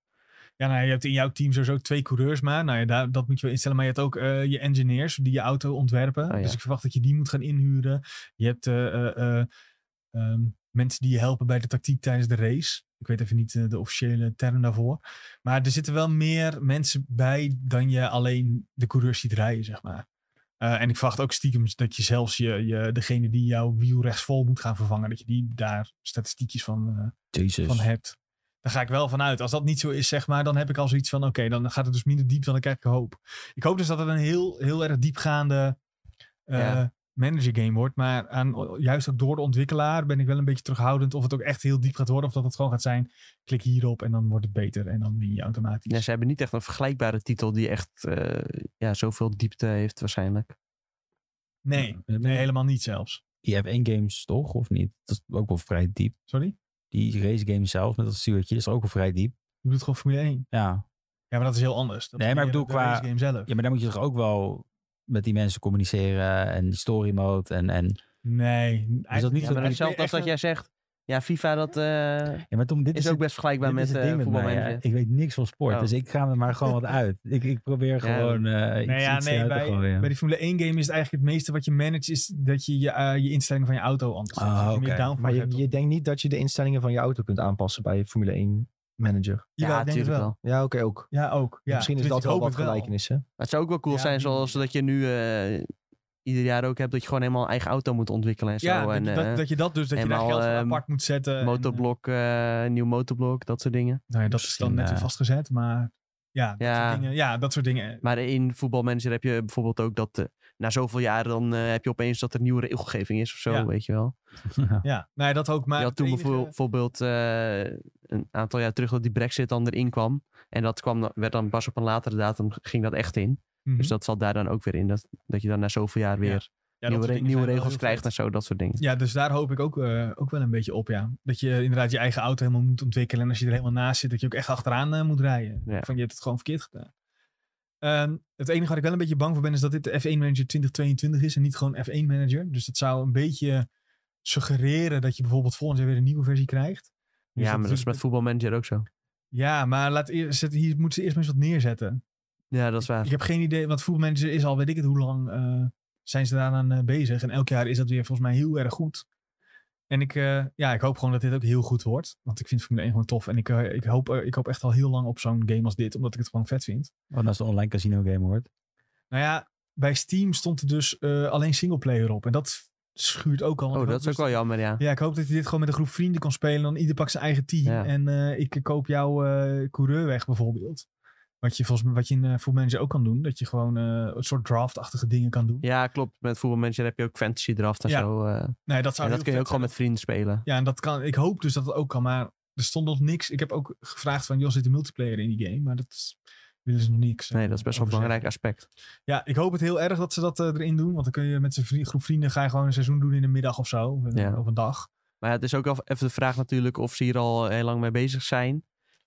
Ja, nou, je hebt in jouw team sowieso twee coureurs maar. Nou ja, daar, dat moet je wel instellen. Maar je hebt ook eh, je engineers die je auto ontwerpen. Oh ja. Dus ik verwacht dat je die moet gaan inhuren. Je hebt eh, eh, eh, ehm, mensen die je helpen bij de tactiek tijdens de race. Ik weet even niet eh, de officiële term daarvoor. Maar er zitten wel meer mensen bij dan je alleen de coureurs ziet rijden, zeg maar. Eh, en ik verwacht ook stiekem dat je zelfs je, je, degene die jouw wiel rechtsvol moet gaan vervangen, dat je die daar statistiekjes van, eh, Jezus. van hebt. Daar ga ik wel van uit. Als dat niet zo is, zeg maar, dan heb ik al zoiets van: oké, dan gaat het dus minder diep dan ik eigenlijk hoop. Ik hoop dus dat het een heel, heel erg diepgaande eh, Ja. manager game wordt. Maar aan, juist ook door de ontwikkelaar ben ik wel een beetje terughoudend of het ook echt heel diep gaat worden. Of dat het gewoon gaat zijn: klik hierop en dan wordt het beter. En dan win je automatisch. Ja, ze hebben niet echt een vergelijkbare titel die echt eh, ja, zoveel diepte heeft waarschijnlijk. Nee, nee, helemaal niet zelfs. Die hebt één games toch, of niet? Dat is ook wel vrij diep. Sorry? Die race games zelf met dat stuurtje is ook wel vrij diep. Je bedoelt gewoon Formule 1. Ja. Ja, maar dat is heel anders. Dat Nee, is maar ik meer bedoel de qua- race game zelf. ja, maar dan moet je toch ook wel met die mensen communiceren en die story mode en, en... Nee. Is dat niet Ja, zo maar diep? hetzelfde als dat jij zegt. Ja, FIFA dat, eh, Ja, maar Tom, dit is, is ook best vergelijkbaar met voetbal eh voetbalmanager. Ik weet niks van sport, Oh. dus ik ga me maar gewoon wat uit. Ik, ik probeer Ja. gewoon eh iets, Nee, ja, iets nee, uit te bij, gooien. bij die Formule 1 game is het eigenlijk het meeste wat je manage is dat je je, eh, je instelling van je auto anders zet. Ah, Dat je oké. meer downforce Maar hebt. je, je denkt niet dat je de instellingen van je auto kunt aanpassen bij Formule 1 manager. Jawel, ik Ja, denk het natuurlijk wel. Ja, oké, ook. Ja, ook. Ja. Misschien is Tenminste, dat ik wel hoop wat het wel. gelijkenissen. Maar het zou ook wel cool Ja, zijn, die- zoals dat je nu eh, ieder jaar ook hebt, dat je gewoon helemaal een eigen auto moet ontwikkelen en zo. Ja, dat, en je- eh, dat, dat je dat dus, dat je daar eenmaal, geld voor ehm, apart moet zetten. en, motorblok, eh, een nieuw motorblok, dat soort dingen. eh, nou ja, dat is dan Misschien, net weer eh, vastgezet, maar ja, dat Ja. soort dingen. Ja, dat soort dingen. Maar in voetbalmanager heb je bijvoorbeeld ook dat eh, na zoveel jaren dan eh, heb je opeens dat er nieuwe regelgeving is of zo, Ja. weet je wel. Ja, nou ja, dat ook. Maar je had toen het enige- bijvoorbeeld- bijvoorbeeld eh, een aantal jaar terug dat die brexit dan erin kwam. En dat kwam, dan- werd dan pas op een latere datum ging dat echt in. Mhm. Dus dat zat daar dan ook weer in. Dat, dat je dan na zoveel jaar weer Ja, dat nieuwe, soort re- dingen nieuwe zijn wel regels heel krijgt vet. en zo, dat soort dingen. Ja, dus daar hoop ik ook, eh, ook wel een beetje op, ja. Dat je inderdaad je eigen auto helemaal moet ontwikkelen. En als je er helemaal naast zit, dat je ook echt achteraan eh, moet rijden. Ja. Van, je hebt het gewoon verkeerd gedaan. Ehm, het enige waar ik wel een beetje bang voor ben, is dat dit de F1 Manager 2022 is en niet gewoon F1 Manager. Dus dat zou een beetje suggereren dat je bijvoorbeeld volgend jaar weer een nieuwe versie krijgt. Dus ja, maar dat is met natuurlijk- voetbalmanager ook zo. Ja, maar laat eerst, zet- hier moeten ze eerst maar eens wat neerzetten. Ja, dat is waar. Ik heb geen idee, want voetbalmanager is al, weet ik het hoe lang, eh, zijn ze daaraan eh, bezig. En elk jaar is dat weer volgens mij heel erg goed. En ik, eh, ja, ik hoop gewoon dat dit ook heel goed wordt. Want ik vind Formule 1 gewoon tof. En ik, eh, ik, hoop, eh, ik hoop echt al heel lang op zo'n game als dit, omdat ik het gewoon vet vind. Want als Oh, de online casino game hoort. Nou ja, bij Steam stond er dus eh alleen singleplayer op. En dat schuurt ook al. want Oh, ik dat hoop is ook dus- wel jammer, ja. Ja, ik hoop dat je dit gewoon met een groep vrienden kan spelen. Dan ieder pakt zijn eigen team. Ja. En eh, ik koop jouw eh, coureur weg bijvoorbeeld. Wat je, volgens mij, wat je in eh Manager ook kan doen. Dat je gewoon eh, een soort draftachtige dingen kan doen. Ja, klopt. Met voetbalmanager heb je ook fantasy draft en Ja. zo. eh. Nee, dat en zou dat heel kun je vet ook gewoon met zijn. vrienden spelen. Ja, en dat kan. Ik hoop dus dat het ook kan. Maar er stond nog niks. Ik heb ook gevraagd van, joh, zit er multiplayer in die game? Maar dat is- willen ze nog niks. eh, Nee, dat is best wel over een zeggen. belangrijk aspect. Ja, ik hoop het heel erg dat ze dat eh, erin doen. Want dan kun je met zijn groep vrienden ga je gewoon een seizoen doen in de middag of zo. Of een, Ja. of een dag. Maar ja, het is ook wel even de vraag natuurlijk of ze hier al heel lang mee bezig zijn.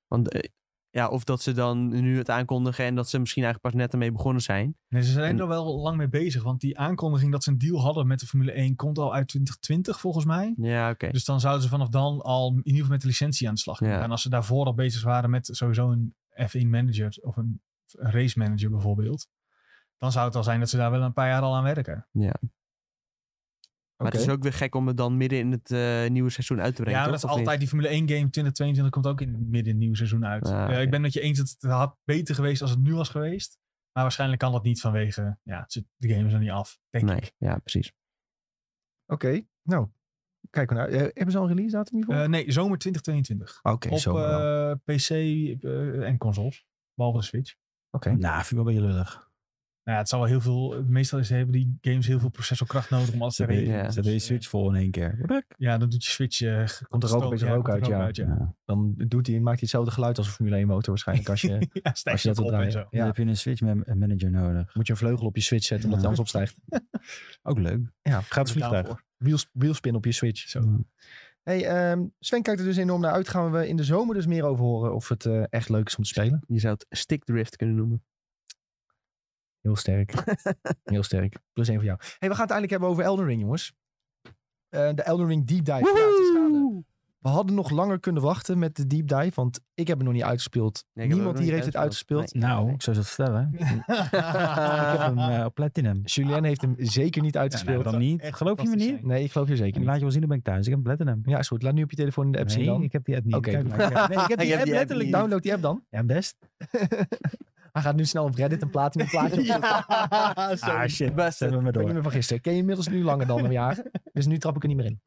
Want eh, ja, of dat ze dan nu het aankondigen en dat ze misschien eigenlijk pas net ermee begonnen zijn. Nee, ze zijn En- er wel lang mee bezig. Want die aankondiging dat ze een deal hadden met de Formule 1 komt al uit 2020 volgens mij. Ja, oké. Dus dan zouden ze vanaf dan al in ieder geval met de licentie aan de slag kunnen. Ja. En als ze daarvoor al bezig waren met sowieso een F1 manager of een, een race manager bijvoorbeeld. Dan zou het al zijn dat ze daar wel een paar jaar al aan werken. Maar Oké. het is ook weer gek om het dan midden in het eh, nieuwe seizoen uit te ja, brengen. maar dat toch? is Of niet? altijd die Formule 1 game 2022 komt ook in midden in het nieuwe seizoen uit. Ah, Eh, oké. ik ben met je eens dat het had beter geweest als het nu was geweest. Maar waarschijnlijk kan dat niet vanwege, ja, het zit- de game is nog niet af, denk ik. Nee, ja, precies. Oké, nou. Kijken we naar. eh, hebben ze al een release datum hiervoor? Eh, nee, zomer 2022. Oké, op zo. wel. eh, PC eh, en consoles. Behalve de Switch. Oké. Nou, vind ik wel een beetje lullig. Nou ja, het zal wel heel veel. Meestal is, hebben die games heel veel processorkracht nodig om alles te Ze hebben regelen. ja. ze hebben je Switch vol in één keer. Ja, dan doet je Switch. eh, ge- Komt er ook een beetje ja, rook komt er uit, ja. Ja. Dan doet hij, maakt hij hetzelfde geluid als een Formule 1 motor waarschijnlijk. Als je, Ja, stijgt als je dat het wil op en draaien. zo. Dan Ja, heb je een Switch man- manager nodig. moet je een vleugel op je Switch zetten omdat hij Ja. anders opstijgt. Ook leuk. Ja, Mm. gratis Betaal vliegtuig. voor. Wiels, wielspin op je Switch. Zo. Hey, ehm, Sven kijkt er dus enorm naar uit. Gaan we in de zomer dus meer over horen of het eh, echt leuk is om te spelen. Je zou het stickdrift kunnen noemen. Heel sterk. Heel sterk. Plus één voor jou. Hey, we gaan het eindelijk hebben over Elden Ring, jongens. Eh, de Elden Ring Deep Dive. Ja, het is gaande. We hadden nog langer kunnen wachten met de deep dive, want ik heb het nog niet uitgespeeld. Nee, ik heb Niemand ook nog hier heeft niet het uitgespeeld. Nou, ik zou ze vertellen. Ik heb hem eh, op platinum. Julien heeft hem zeker niet uitgespeeld. dan niet. Echt Geloof je me fantastisch niet? zijn. nee, ik geloof je zeker Ik niet. laat je wel zien, dan ben ik thuis. Ik heb hem platinum. Ja, is goed. Laat nu op je telefoon in de app zien nee, dan. ik heb die app niet. Oké. Kijk maar. Nee, ik heb Je die hebt app die app letterlijk niet. Download download. die app dan. Ja, best. Hij gaat nu snel op Reddit en plaat in de plaatje. Ja, sorry. Ah, shit. Beste. Zet me maar Ik ben niet door. meer van gisteren. Ik ken je inmiddels nu langer dan een jaar. Dus nu trap ik er niet meer in.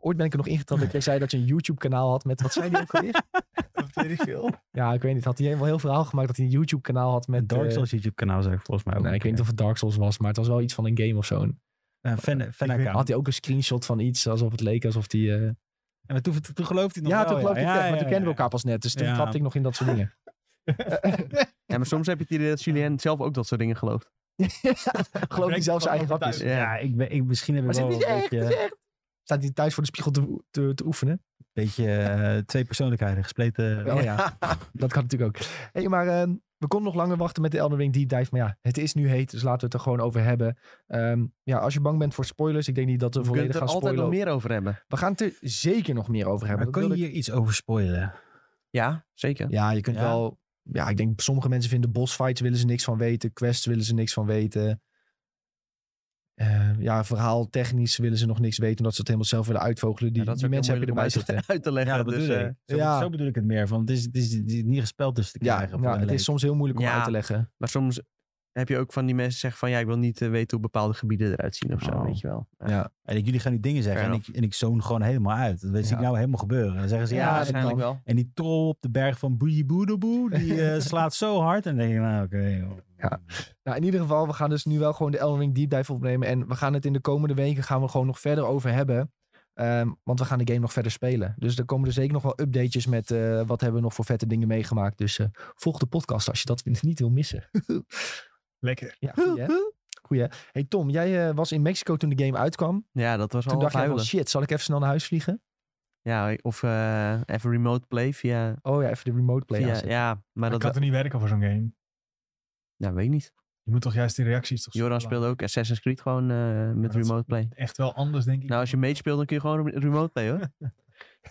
Ooit ben ik er nog ingetrapt dat jij zei dat je een YouTube-kanaal had met... Wat zei die ook alweer? Dat weet ik veel. Ja, ik weet niet. Had hij wel heel verhaal gemaakt dat hij een YouTube-kanaal had met... Met Dark eh, oh, Souls YouTube kanaal zeg ik volgens mij ook. nee, ik weet niet of het Dark Souls was, maar het was wel iets van een game of zo. En Een fan, fan weet- account. had hij ook een screenshot van iets, alsof het leek alsof hij... eh, En toen, toen geloofde hij Ja, nog wel, toen geloofde ik Ja, echt, maar ja, toen kenden we ja. elkaar pas net. Dus toen Ja. trapte ik nog in dat soort dingen. Ja, maar soms heb je het idee dat Julien zelf ook dat soort dingen gelooft. Geloof niet zelfs zijn eigen grapjes. Ja. Ja, ik ben, ik, misschien heb ik Maar zit wel niet een echt, beetje, Staat hij thuis voor de spiegel te, te, te oefenen? beetje eh, twee persoonlijkheden gespleten. Oh ja, dat kan natuurlijk ook. Hé, maar ehm, we konden nog langer wachten met de Elden Ring Deep Dive. Maar ja, het is nu heet, dus laten we het er gewoon over hebben. Ehm, ja, als je bang bent voor spoilers, ik denk niet dat we We kunnen volledig het er gaan altijd spoilen. nog meer over hebben. We gaan het er zeker nog meer over hebben. Maar dat kun je wil ik- hier iets over spoilen? Ja, zeker. Ja, je kunt Ja? wel... Ja, ik denk sommige mensen vinden bossfights willen ze niks van weten. Quests willen ze niks van weten. Eh, ja, verhaal technisch willen ze nog niks weten. Omdat ze het helemaal zelf willen uitvogelen. Die, Ja, dat is die ook heel mensen heb je erbij moeilijk zitten. om uit- Uit te leggen. Ja, dat dus, bedoel eh, ik. Zo, ja. zo bedoel ik het meer. Van, het, is, het, is, het is niet gespeld dus te Ja, krijgen. voor ja een het leek. is soms heel moeilijk om Ja. uit te leggen. Maar soms heb je ook van die mensen zeggen van ja, ik wil niet eh, weten hoe bepaalde gebieden eruit zien of zo, Oh. weet je wel. Ja. Ja. En ik, jullie gaan nu dingen zeggen Fair en ik, en ik zoon gewoon helemaal uit. Dat weet Ja. ik nou helemaal gebeuren. Dan zeggen ze ja. dat waarschijnlijk kan. wel. en die troll op de berg van Boeieboedeboe, die eh, slaat zo hard. En dan denk je, nou oké. joh. Ja. Nou, in ieder geval, we gaan dus nu wel gewoon de Elden Ring Deep Dive opnemen. En we gaan het in de komende weken gaan we gewoon nog verder over hebben. Ehm, want we gaan de game nog verder spelen. Dus er komen er zeker nog wel updates met eh, wat hebben we nog voor vette dingen meegemaakt. Dus eh, volg de podcast als je dat niet wil missen. Lekker. ja, goeie hè? Goeie hè? Hey Tom, jij eh, was in Mexico toen de game uitkwam. Ja, dat was Toen al dacht jij van huilen. shit, zal ik even snel naar huis vliegen? Ja, of eh, even remote play via... Oh ja, even de remote play. via aanzetten. ja, maar Maar dat dat... kan toch niet werken voor zo'n game? Nou, weet ik niet. Je moet toch juist die reacties toch Joran spelen? speelde ook Assassin's Creed gewoon eh, met dat is- remote play. Echt wel anders, denk ik. Nou, als je mage speelt, dan kun je gewoon re- remote play hoor.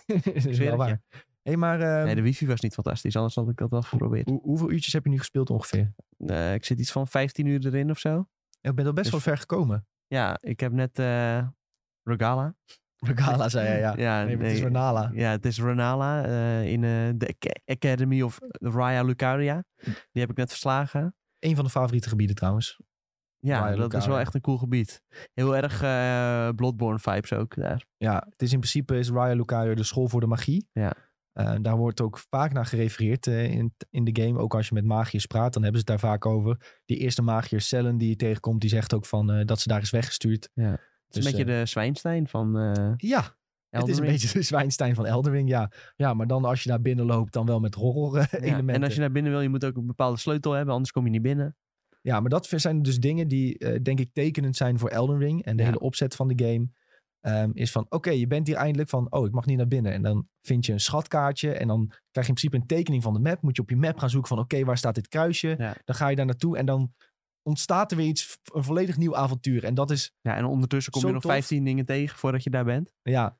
Dat is zweer wel het je. waar. Hey, maar ehm, Nee, de wifi was niet fantastisch, anders had ik dat wel geprobeerd. hoe- hoeveel uurtjes heb je nu gespeeld ongeveer? Eh, ik zit iets van 15 uur erin of zo. Ik ben al best Dus- wel ver gekomen. Ja, ik heb net eh Regala. Regala zei hij, ja. Ja, nee, maar het is nee. Renala. Ja, het is Renala eh, in eh, de Ac- Academy of Raya Lucaria. Die heb ik net verslagen. Een van de favoriete gebieden trouwens. Ja, Raya dat is wel Lucaria. echt een cool gebied. Heel erg eh, Bloodborne vibes ook daar. Ja, het is in principe is Raya Lucario de school voor de magie. Ja. Eh, daar wordt ook vaak naar gerefereerd eh, in, in de game. Ook als je met magiërs praat, dan hebben ze het daar vaak over. Die eerste magiër Cellen die je tegenkomt, die zegt ook van, eh, dat ze daar is weggestuurd. Ja. Het Dus, is een beetje de Zwijnstein van eh eh, ja het Elden is een Ring. beetje de Zwijnstein van Eldering, ja. Ja, maar dan als je daar binnen loopt, dan wel met horror eh, Ja, elementen. En als je naar binnen wil, je moet ook een bepaalde sleutel hebben, anders kom je niet binnen. Ja, maar dat zijn dus dingen die, eh, denk ik, tekenend zijn voor Elden Ring. En de Ja. hele opzet van de game ehm, is van, oké, je bent hier eindelijk van, oh, ik mag niet naar binnen. En dan vind je een schatkaartje en dan krijg je in principe een tekening van de map. Moet je op je map gaan zoeken van, oké, waar staat dit kruisje? Ja. Dan ga je daar naartoe en dan ontstaat er weer iets, een volledig nieuw avontuur. En dat is, Ja, en ondertussen kom Zo je nog tof. 15 dingen tegen voordat je daar bent. ja,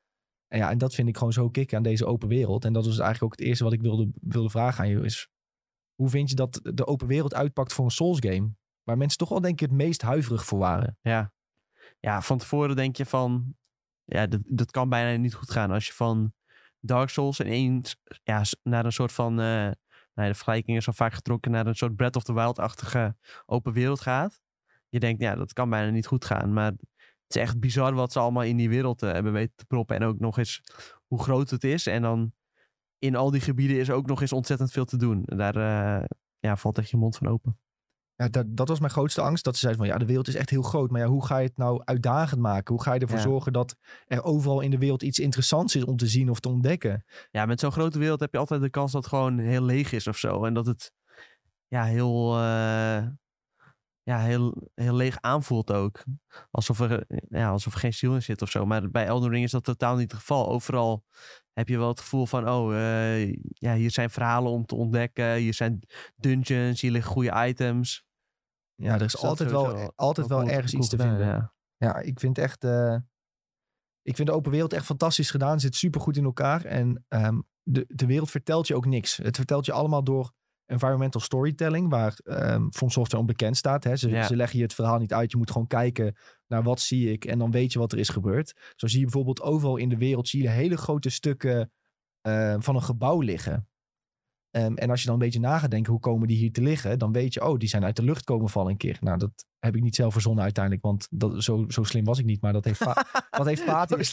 en ja, en dat vind ik gewoon zo kick aan deze open wereld. En dat was eigenlijk ook het eerste wat ik wilde, wilde vragen aan je is, hoe vind je dat de open wereld uitpakt voor een Souls game? Waar mensen toch wel denk ik het meest huiverig voor waren. Ja. Ja, van tevoren denk je van... Ja, dat, dat kan bijna niet goed gaan. Als je van Dark Souls ineens ja, s- naar een soort van... eh, nou ja, de vergelijking is al vaak getrokken naar een soort Breath of the Wild-achtige open wereld gaat. Je denkt, ja, dat kan bijna niet goed gaan. Maar het is echt bizar wat ze allemaal in die wereld eh, hebben weten te proppen. En ook nog eens hoe groot het is. En dan in al die gebieden is ook nog eens ontzettend veel te doen. En daar eh, ja, valt echt je mond van open. Ja, dat, dat was mijn grootste angst. Dat ze zeiden van ja, de wereld is echt heel groot. Maar ja, hoe ga je het nou uitdagend maken? Hoe ga je ervoor Ja. zorgen dat er overal in de wereld iets interessants is om te zien of te ontdekken? Ja, met zo'n grote wereld heb je altijd de kans dat het gewoon heel leeg is of zo. En dat het ja, heel, eh, ja, heel, heel leeg aanvoelt ook. Alsof er, eh, ja, alsof er geen ziel in zit of zo. Maar bij Elden Ring is dat totaal niet het geval. Overal heb je wel het gevoel van... oh, eh, ja, hier zijn verhalen om te ontdekken. Hier zijn dungeons, hier liggen goede items. Ja, er is Dus dat altijd sowieso wel, altijd wel cool- ergens cool iets te gedaan, vinden. Ja. ja. ik vind echt. eh, Ik vind de open wereld echt fantastisch gedaan. Zit super goed in elkaar. En ehm, de, de wereld vertelt je ook niks. Het vertelt je allemaal door environmental storytelling, waar ehm From Software onbekend staat. Hè. Ze, Ja. ze leggen je het verhaal niet uit. Je moet gewoon kijken naar wat zie ik en dan weet je wat er is gebeurd. Zo zie je bijvoorbeeld overal in de wereld zie je hele grote stukken eh, van een gebouw liggen. Ehm, en als je dan een beetje na gaat denken, hoe komen die hier te liggen? Dan weet je, oh, die zijn uit de lucht komen vallen een keer. Nou, dat heb ik niet zelf verzonnen uiteindelijk, want dat, zo, zo slim was ik niet. Maar dat heeft, Va- dat heeft Fatih...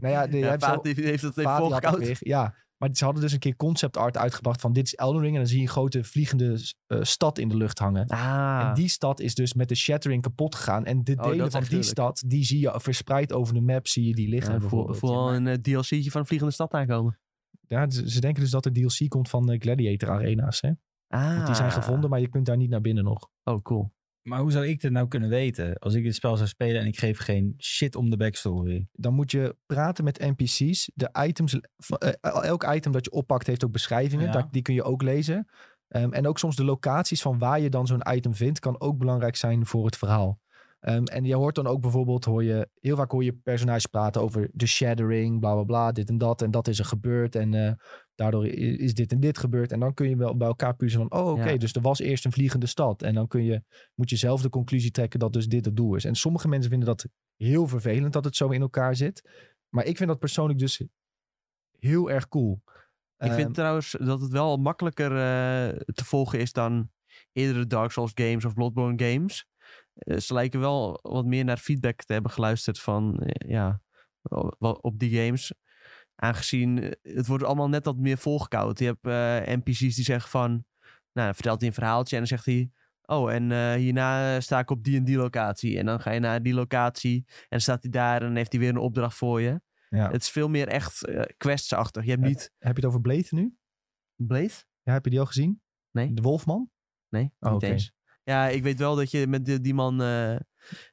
Nou ja, de, Ja, hij heeft Vaat heeft, heeft dat even Vaat, die had het volgehouden. weer. Ja, maar ze hadden dus een keer concept art uitgebracht van dit is Elden Ring. En dan zie je een grote vliegende eh, stad in de lucht hangen. En Ah, die stad is dus met de shattering kapot gegaan. En de Oh, dat delen is van echt die gruwelijk. stad, die zie je verspreid over de map, zie je die liggen. ja, voel, bijvoorbeeld. voel al een eh, DLC'tje van Vliegende Stad aankomen. Ja, ze ze denken dus dat er DLC komt van eh, Gladiator Arena's. Hè? Ah. Want die zijn gevonden, maar je kunt daar niet naar binnen nog. Oh, cool. Maar hoe zou ik dit nou kunnen weten? Als ik dit spel zou spelen en ik geef geen shit om de backstory. Dan moet je praten met NPC's. De items, van- eh, el- elk item dat je oppakt heeft ook beschrijvingen. Ja. Daar- die kun je ook lezen. Ehm, en ook soms de locaties van waar je dan zo'n item vindt... kan ook belangrijk zijn voor het verhaal. Ehm, en je hoort dan ook bijvoorbeeld... Hoor je, heel vaak hoor je personages praten over de shadowing, bla bla bla, dit en dat. En dat is er gebeurd en eh, daardoor i- is dit en dit gebeurd. En dan kun je wel bij elkaar puzzelen van... oh, oké, Ja. dus er was eerst een vliegende stad. En dan kun je, moet je zelf de conclusie trekken dat dus dit het doel is. En sommige mensen vinden dat heel vervelend dat het zo in elkaar zit. Maar ik vind dat persoonlijk dus heel erg cool. Ik Ehm, vind trouwens dat het wel makkelijker eh, te volgen is dan eerdere Dark Souls games of Bloodborne games. Eh, ze lijken wel wat meer naar feedback te hebben geluisterd van, eh, ja, wel- wel op die games. Aangezien eh, het wordt allemaal net wat meer volgekoud. Je hebt eh, NPC's die zeggen van, nou, dan vertelt hij een verhaaltje en dan zegt hij, oh, en eh, hierna eh, sta ik op die en die locatie. En dan ga je naar die locatie en dan staat hij daar en dan heeft hij weer een opdracht voor je. ja. Het is veel meer echt eh, questsachtig. Je hebt Ja. niet... Heb je het over Blade nu? Blade? Ja, heb je die al gezien? Nee. De Wolfman? Nee, Oh, niet oké. eens. Ja, ik weet wel dat je met die, die man eh,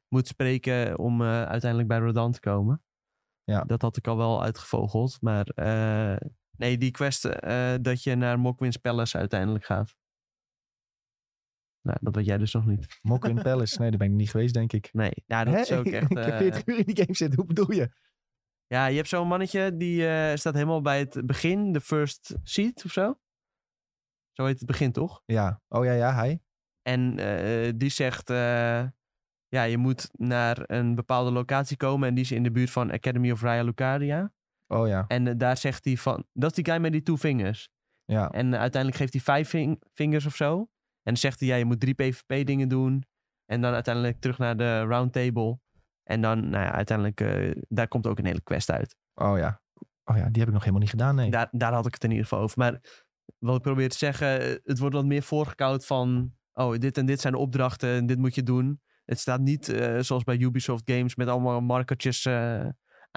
moet spreken om eh, uiteindelijk bij Rodan te komen. Ja. Dat had ik al wel uitgevogeld. Maar eh, nee, die quest eh, dat je naar Mockwinds Palace uiteindelijk gaat. Nou, dat weet jij dus nog niet. Mockwin Palace. Nee, daar ben ik niet geweest, denk ik. Nee, ja, dat Hè? is ook echt... ik heb eh, 40 uur in die game zitten. Hoe bedoel je? ja, je hebt zo'n mannetje die eh, staat helemaal bij het begin, de first seat of zo. Zo heet het begin, toch? Ja. Oh ja, ja, hij. En eh, die zegt, eh, ja, je moet naar een bepaalde locatie komen. En die is in de buurt van Academy of Raya Lucaria. Oh ja. En eh, daar zegt hij van, dat is die guy met die two fingers. Ja. En eh, uiteindelijk geeft hij vijf ving- vingers of zo. En dan zegt hij, ja, je moet drie PvP dingen doen. En dan uiteindelijk terug naar de roundtable. En dan, nou ja, uiteindelijk, eh, daar komt ook een hele quest uit. Oh ja. Oh ja, die heb ik nog helemaal niet gedaan, nee. Daar, daar had ik het in ieder geval over. Maar wat ik probeer te zeggen, eh, het wordt wat meer voorgekoud van... oh, dit en dit zijn de opdrachten en dit moet je doen. Het staat niet eh, zoals bij Ubisoft games met allemaal markertjes eh,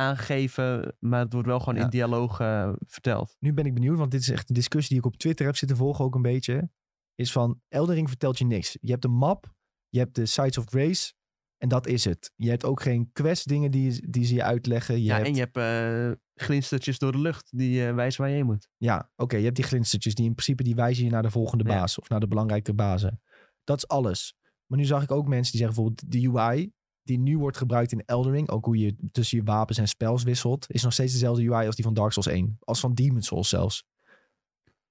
aangegeven... maar het wordt wel gewoon Ja. in dialoog eh, verteld. Nu ben ik benieuwd, want dit is echt een discussie die ik op Twitter heb zitten volgen ook een beetje. Is van, Elden Ring vertelt je niks. Je hebt een map, je hebt de Sites of Grace en dat is het. Je hebt ook geen quest dingen die, die ze je uitleggen. Je ja, hebt... en je hebt eh, glinstertjes door de lucht die eh, wijzen waar je heen moet. Ja, oké, je hebt die glinstertjes die in principe die wijzen je naar de volgende Ja. baas of naar de belangrijke bazen. Dat is alles. Maar nu zag ik ook mensen die zeggen bijvoorbeeld de UI die nu wordt gebruikt in Eldering, ook hoe je tussen je wapens en spels wisselt, is nog steeds dezelfde UI als die van Dark Souls 1, als van Demon Souls zelfs.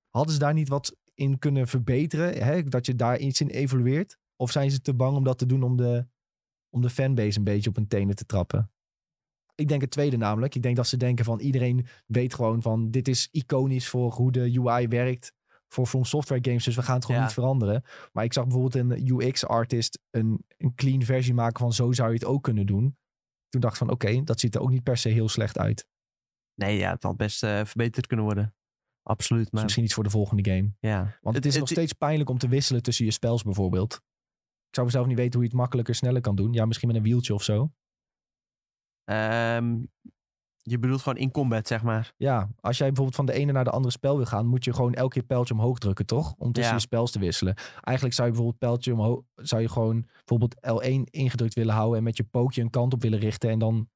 Hadden ze daar niet wat in kunnen verbeteren, hè? dat je daar iets in evolueert? Of zijn ze te bang om dat te doen om de, om de fanbase een beetje op hun tenen te trappen? Ik denk het tweede namelijk. Ik denk dat ze denken van iedereen weet gewoon van dit is iconisch voor hoe de UI werkt voor From Software games, dus we gaan het gewoon Ja. niet veranderen. Maar ik zag bijvoorbeeld een UX-artist een, een clean versie maken van zo zou je het ook kunnen doen. Toen dacht ik van oké, dat ziet er ook niet per se heel slecht uit. Dus Nee, ja, het had best eh, verbeterd kunnen worden. Absoluut, Dus maar misschien iets voor de volgende game. ja. Want het, Het- is het- nog steeds pijnlijk om te wisselen tussen je spels bijvoorbeeld. Ik zou zelf niet weten hoe je het makkelijker, sneller kan doen. Ja, misschien met een wieltje of zo. Ehm, je bedoelt gewoon in combat, zeg maar. Ja, als jij bijvoorbeeld van de ene naar de andere spel wil gaan, moet je gewoon elke keer pijltje omhoog drukken, toch? Om tussen Ja. je spels te wisselen. Eigenlijk zou je bijvoorbeeld pijltje omhoog, zou je gewoon bijvoorbeeld L1 ingedrukt willen houden en met je pookje een kant op willen richten. En dan,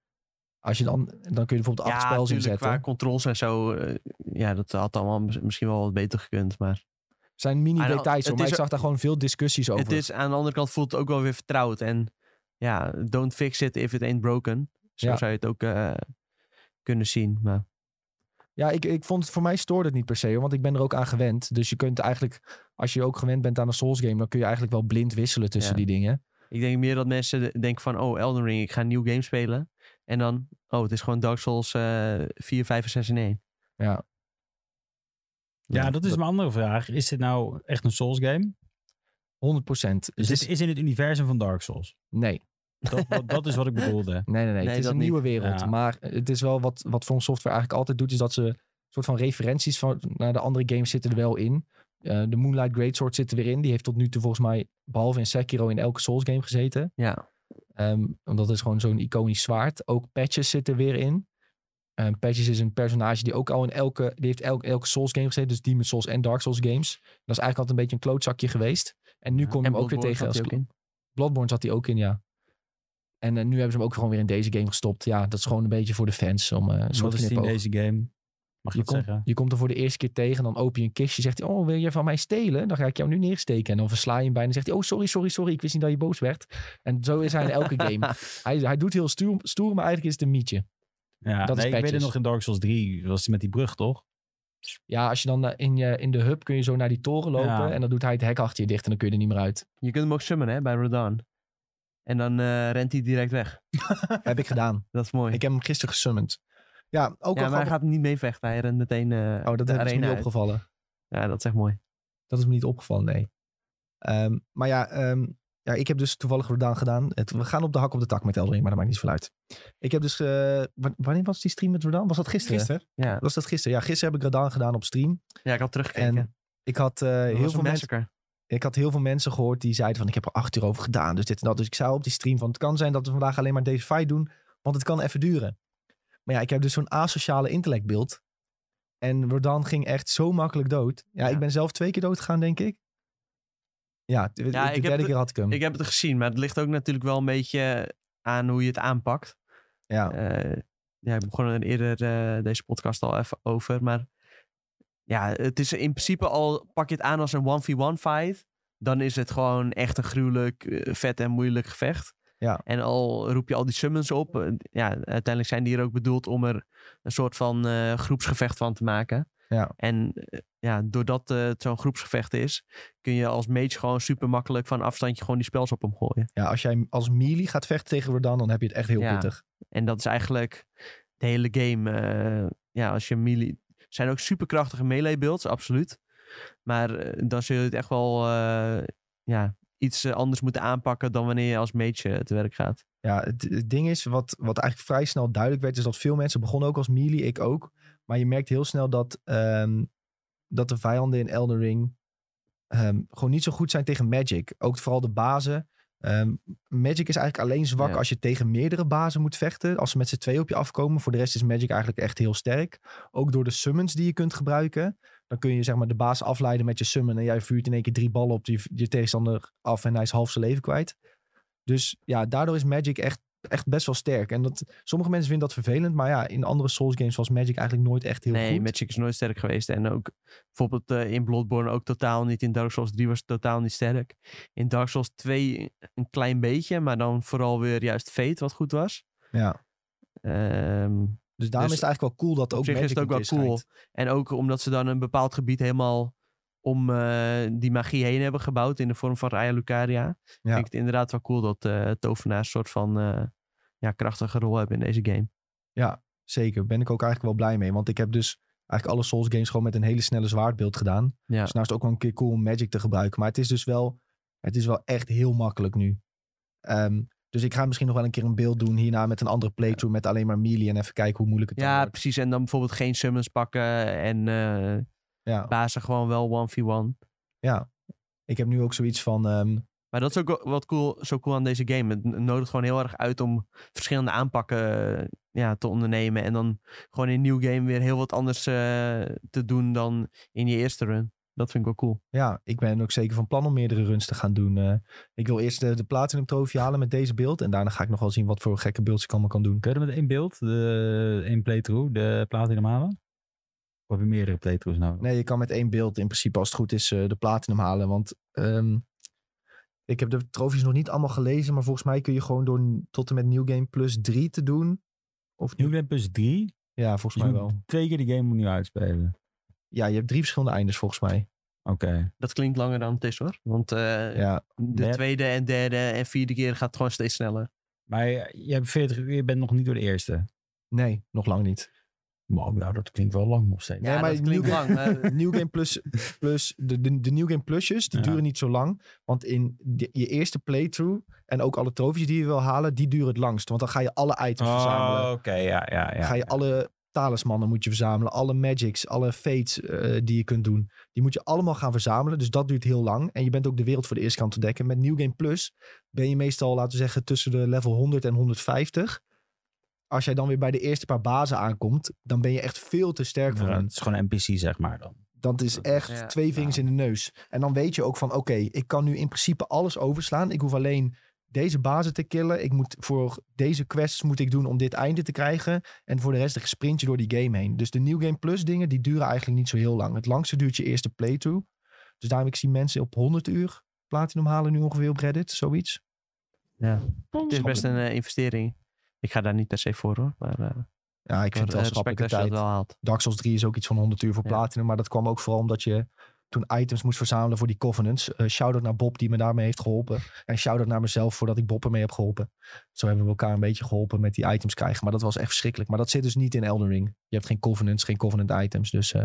als je dan, dan kun je bijvoorbeeld acht spels tuurlijk, inzetten. qua controls en zo. eh, ja, dat had allemaal mis- misschien wel wat beter gekund. Maar zijn mini Ah, nou, details, hoor, het maar is ik ook- zag daar gewoon veel discussies over. het is, aan de andere kant voelt het ook wel weer vertrouwd. En ja, don't fix it if it ain't broken. Zo Ja. zou je het ook eh, kunnen zien. Maar Ja, ik, ik vond het voor mij stoorde het niet per se, hoor, want ik ben er ook aan gewend. Dus je kunt eigenlijk, als je ook gewend bent aan een Souls game, dan kun je eigenlijk wel blind wisselen tussen Ja. die dingen. ik denk meer dat mensen de- denken van, oh, Elden Ring, ik ga een nieuw game spelen. En dan, oh, het is gewoon Dark Souls eh 4, 5 en 6 in 1. Ja. Ja, dat is mijn andere vraag. Is dit nou echt een Souls game? 100 procent. Dus dit is in het universum van Dark Souls. Nee, Dat, dat, dat is wat ik bedoelde. nee, nee, nee. Nee, het is dat een niet. nieuwe wereld. Ja. Maar het is wel wat, wat From Software eigenlijk altijd doet, is dat ze soort van referenties van, naar de andere games zitten er wel in. Eh, de Moonlight Greatsword zit er weer in. Die heeft tot nu toe volgens mij, behalve in Sekiro, in elke Souls game gezeten. Ja, Ehm, want dat is gewoon zo'n iconisch zwaard. Ook Patches zit er weer in. Ehm, Patches is een personage die ook al in elke... Die heeft elke, elke Souls game gezeten. Dus Demon's Souls en Dark Souls games. Dat is eigenlijk altijd een beetje een klootzakje geweest. En nu Ja. kom je en hem ook weer tegen als... ook in. Bloodborne zat hij ook in, ja. En eh, nu hebben ze hem ook gewoon weer in deze game gestopt. Ja, dat is gewoon een beetje voor de fans. Om, eh een soort Wat is die in knipoog. deze game? Mag je Je dat komt, zeggen? je komt er voor de eerste keer tegen, dan open je een kistje. Zegt hij, oh, wil je van mij stelen? Dan ga ik jou nu neersteken. En dan versla je hem bijna. en zegt hij, oh, sorry, sorry, sorry. Ik wist niet dat je boos werd. En zo is hij in elke game. Hij, hij doet heel stoer, stoer, maar eigenlijk is het een mietje. Ja, dat is nee, ik weet het patches. nog in Dark Souls 3. Was het met die brug, toch? Ja, als je dan eh, in, je, in de hub kun je zo naar die toren lopen. Ja. En dan doet hij het hek achter je dicht en dan kun je er niet meer uit. Je kunt hem ook summonen, hè, bij Rodan. En dan eh, rent hij direct weg. Heb ik gedaan. Dat is mooi. heb hem gisteren gesummand. Ja, ook ja, maar hij gaat niet mee vechten. Hij rent meteen eh Oh, dat de is me arena niet uit. opgevallen. Ja, dat is echt mooi. Dat is me niet opgevallen, nee. Ehm, maar ja, ehm, ja, ik heb dus toevallig Rodan gedaan. Het- we gaan op de hak op de tak met Eldering, maar dat maakt niet zoveel uit. Ik heb dus... eh, wa- wanneer was die stream met Rodan? Was dat gisteren? Gisteren. Ja, Was dat gisteren? Ja, gisteren heb ik Rodan gedaan op stream. ja ik had teruggekeken. En ik had, eh, Dat heel was veel een mensen, massacre. ik had heel veel mensen gehoord die zeiden van... ik heb er acht uur over gedaan, dus dit en dat. Dus ik zei op die stream van... het kan zijn dat we vandaag alleen maar deze fight doen, want het kan even duren. Maar ja, ik heb dus zo'n asociale intellectbeeld. En Rodan ging echt zo makkelijk dood. Ja, Ja. ik ben zelf twee keer dood gegaan, denk ik. Ja, de, de- Ja, de ik heb derde de- keer had ik hem. Ik heb het gezien, maar het ligt ook natuurlijk wel een beetje aan hoe je het aanpakt. ja. Eh, ja, ik begon er eerder eh, deze podcast al even over. Maar ja, het is in principe al, pak je het aan als een 1v1 fight. Dan is het gewoon echt een gruwelijk, eh, vet en moeilijk gevecht. Ja. En al roep je al die summons op. eh, ja, uiteindelijk zijn die er ook bedoeld om er een soort van eh, groepsgevecht van te maken. Ja. En eh, ja, doordat eh, het zo'n groepsgevecht is, kun je als mage gewoon super makkelijk van afstandje gewoon die spels op hem gooien. ja, als jij als melee gaat vechten tegen Rodan, dan heb je het echt heel Ja. pittig. En dat is eigenlijk de hele game. eh, ja, als je melee... Er zijn ook superkrachtige melee builds, absoluut. Maar eh, dan zul je het echt wel eh, ja, iets eh, anders moeten aanpakken dan wanneer je als mage eh, te werk gaat. Ja, het, het ding is, wat, wat eigenlijk vrij snel duidelijk werd, is dat veel mensen begonnen ook als melee, ik ook. Maar je merkt heel snel dat, ehm, dat de vijanden in Elden Ring ehm, gewoon niet zo goed zijn tegen Magic. Ook vooral de bazen. Ehm, Magic is eigenlijk alleen zwak Ja. als je tegen meerdere bazen moet vechten. Als ze met z'n twee op je afkomen. Voor de rest is Magic eigenlijk echt heel sterk. Ook door de summons die je kunt gebruiken. Dan kun je zeg maar de baas afleiden met je summon. En jij vuurt in één keer drie ballen op je, je tegenstander af. En hij is half zijn leven kwijt. Dus ja, daardoor is Magic echt, echt best wel sterk. En dat, sommige mensen vinden dat vervelend. Maar ja, in andere Souls games was Magic eigenlijk nooit echt heel nee, goed. magic is nooit sterk geweest. En ook bijvoorbeeld eh, in Bloodborne ook totaal niet. In Dark Souls 3 was het totaal niet sterk. In Dark Souls 2 een klein beetje, maar dan vooral weer juist Fate wat goed was. Ja. Ehm Dus daarom Dus is het eigenlijk wel cool dat op ook zich is Magic het ook niet wel is, cool. schijnt. En ook omdat ze dan een bepaald gebied helemaal om eh, die magie heen hebben gebouwd in de vorm van Raya Lucaria. Vind ik het inderdaad wel cool dat eh, tovenaars een soort van eh, ja, krachtige rol hebben in deze game. Zeker, ben ik ook eigenlijk wel blij mee. Want ik heb dus eigenlijk alle Souls games gewoon met een hele snelle zwaardbeeld gedaan. Ja, Dus nou is het ook wel een keer cool om Magic te gebruiken. Maar het is dus wel, het is wel echt heel makkelijk nu. Ehm, dus ik ga misschien nog wel een keer een beeld doen hierna met een andere playthrough met alleen maar melee en even kijken hoe moeilijk het dan ja wordt. precies. Eh, En dan bijvoorbeeld geen summons pakken en eh Ja, bazen gewoon wel 1v1. ik heb nu ook zoiets van, ehm, Maar dat is ook wel- wat cool, zo cool aan deze game. Het n- nodigt gewoon heel erg uit om verschillende aanpakken eh, ja, te ondernemen. En dan gewoon in een nieuw game weer heel wat anders eh, te doen dan in je eerste run. Dat vind ik wel cool. ja, ik ben ook zeker van plan om meerdere runs te gaan doen. Eh, ik wil eerst de, de Platinum Trophy halen met deze beeld en daarna ga ik nog wel zien wat voor gekke beelds ik allemaal kan doen. Kun je er met één beeld, de, één playthrough, de platinum halen? Of heb je meerdere playthroughs nodig? Nee, je kan met één beeld in principe als het goed is eh, de platinum halen. Want ehm, ik heb de trofies nog niet allemaal gelezen. Maar volgens mij kun je gewoon door n- tot en met New Game Plus 3 te doen. Of New Game Plus 3? Ja, volgens Je mij moet wel. twee keer die game opnieuw uitspelen. Ja, je hebt drie verschillende eindes volgens mij. Oké. Dat klinkt langer dan het is hoor. Want eh, Ja, de Ja. tweede en derde en vierde keer gaat het gewoon steeds sneller. Maar je, je hebt 40 uur, je bent nog niet door de eerste. nee, nog lang niet. Wow, nou, dat klinkt wel lang nog steeds. Ja, Nee, maar dat klinkt New lang. maar- Eh, New Game Plus, plus de, de, de New Game Plusjes, die Ja. duren niet zo lang. Want in de- je eerste playthrough en ook alle trofies die je wil halen, die duren het langst. Want dan ga je alle items verzamelen. Oh, oké, ja, ja, ja. ga je alle talismannen moet je verzamelen. Alle magics, alle fates eh, die je kunt doen. Die moet je allemaal gaan verzamelen. Dus dat duurt heel lang. En je bent ook de wereld voor de eerste kant te ontdekken. Met New Game Plus ben je meestal, laten we zeggen, tussen de level 100 en 150. Als jij dan weer bij de eerste paar bazen aankomt, dan ben je echt veel te sterk voor Ja, hen. het is gewoon een NPC, zeg maar dan. Dat is echt ja, twee vingers ja. in de neus. En dan weet je ook van, oké, ik kan nu in principe alles overslaan. Ik hoef alleen deze bazen te killen. Ik moet voor deze quests moet ik doen om dit einde te krijgen. En voor de rest een sprintje door die game heen. Dus de New Game Plus dingen, die duren eigenlijk niet zo heel lang. Het langste duurt je eerste playthrough. Dus daarom ik zie mensen op 100 uur platinum halen nu ongeveer op Reddit, zoiets. het is best een eh, investering. Ik ga daar niet per se voor hoor. Maar eh, Ja, ik ik vind het wel respect schappelijke als je dat tijd. wel haalt. Dark Souls 3 is ook iets van 100 uur voor Ja. platinum. Maar dat kwam ook vooral omdat je toen items moest verzamelen voor die covenants. Eh, shout-out naar Bob die me daarmee heeft geholpen. En shout-out naar mezelf voordat ik Bob ermee heb geholpen. Zo hebben we elkaar een beetje geholpen met die items krijgen. Maar dat was echt verschrikkelijk. Maar dat zit dus niet in Elden Ring. Je hebt geen covenants, geen covenant items. Dus eh,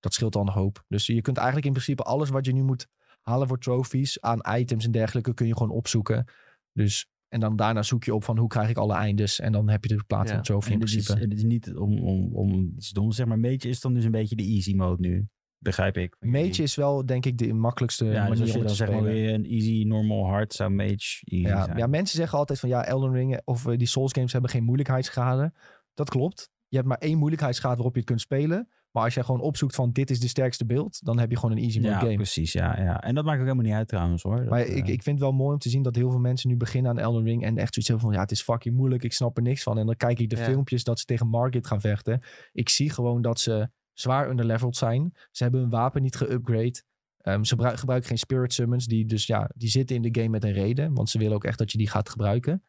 dat scheelt al een hoop. Dus je kunt eigenlijk in principe alles wat je nu moet halen voor trophies aan items en dergelijke kun je gewoon opzoeken. Dus... En dan daarna zoek je op van hoe krijg ik alle eindes. En dan heb je de platinum Ja. trophy in En het is, principe. het is niet om, om, om iets doms te zeggen, maar Mage is dan dus een beetje de easy mode nu. Begrijp ik. Mage is wel, denk ik, de makkelijkste ja, dus manier als om je het dan te zegt, oh, spelen. een easy, normal, hard, zou Mage easy Ja, zijn. ja, mensen zeggen altijd van ja, Elden Ring of eh, die Souls games hebben geen moeilijkheidsgraden. Dat klopt. Je hebt maar één moeilijkheidsgraad waarop je het kunt spelen. Maar als jij gewoon opzoekt van dit is de sterkste beeld, dan heb je gewoon een easy mode Ja, game. precies. Ja, ja. En dat maakt ook helemaal niet uit trouwens hoor. Dat, Maar eh, ik, ik vind het wel mooi om te zien dat heel veel mensen nu beginnen aan Elden Ring. En echt zoiets hebben van ja, het is fucking moeilijk. Ik snap er niks van. En dan kijk ik de Ja. filmpjes dat ze tegen Margit gaan vechten. Ik zie gewoon dat ze zwaar underleveled zijn. Ze hebben hun wapen niet geüpgrade. Ehm, ze gebru- gebruiken geen spirit summons. Die, dus ja, die zitten in de game met een reden. Want ze willen ook echt dat je die gaat gebruiken.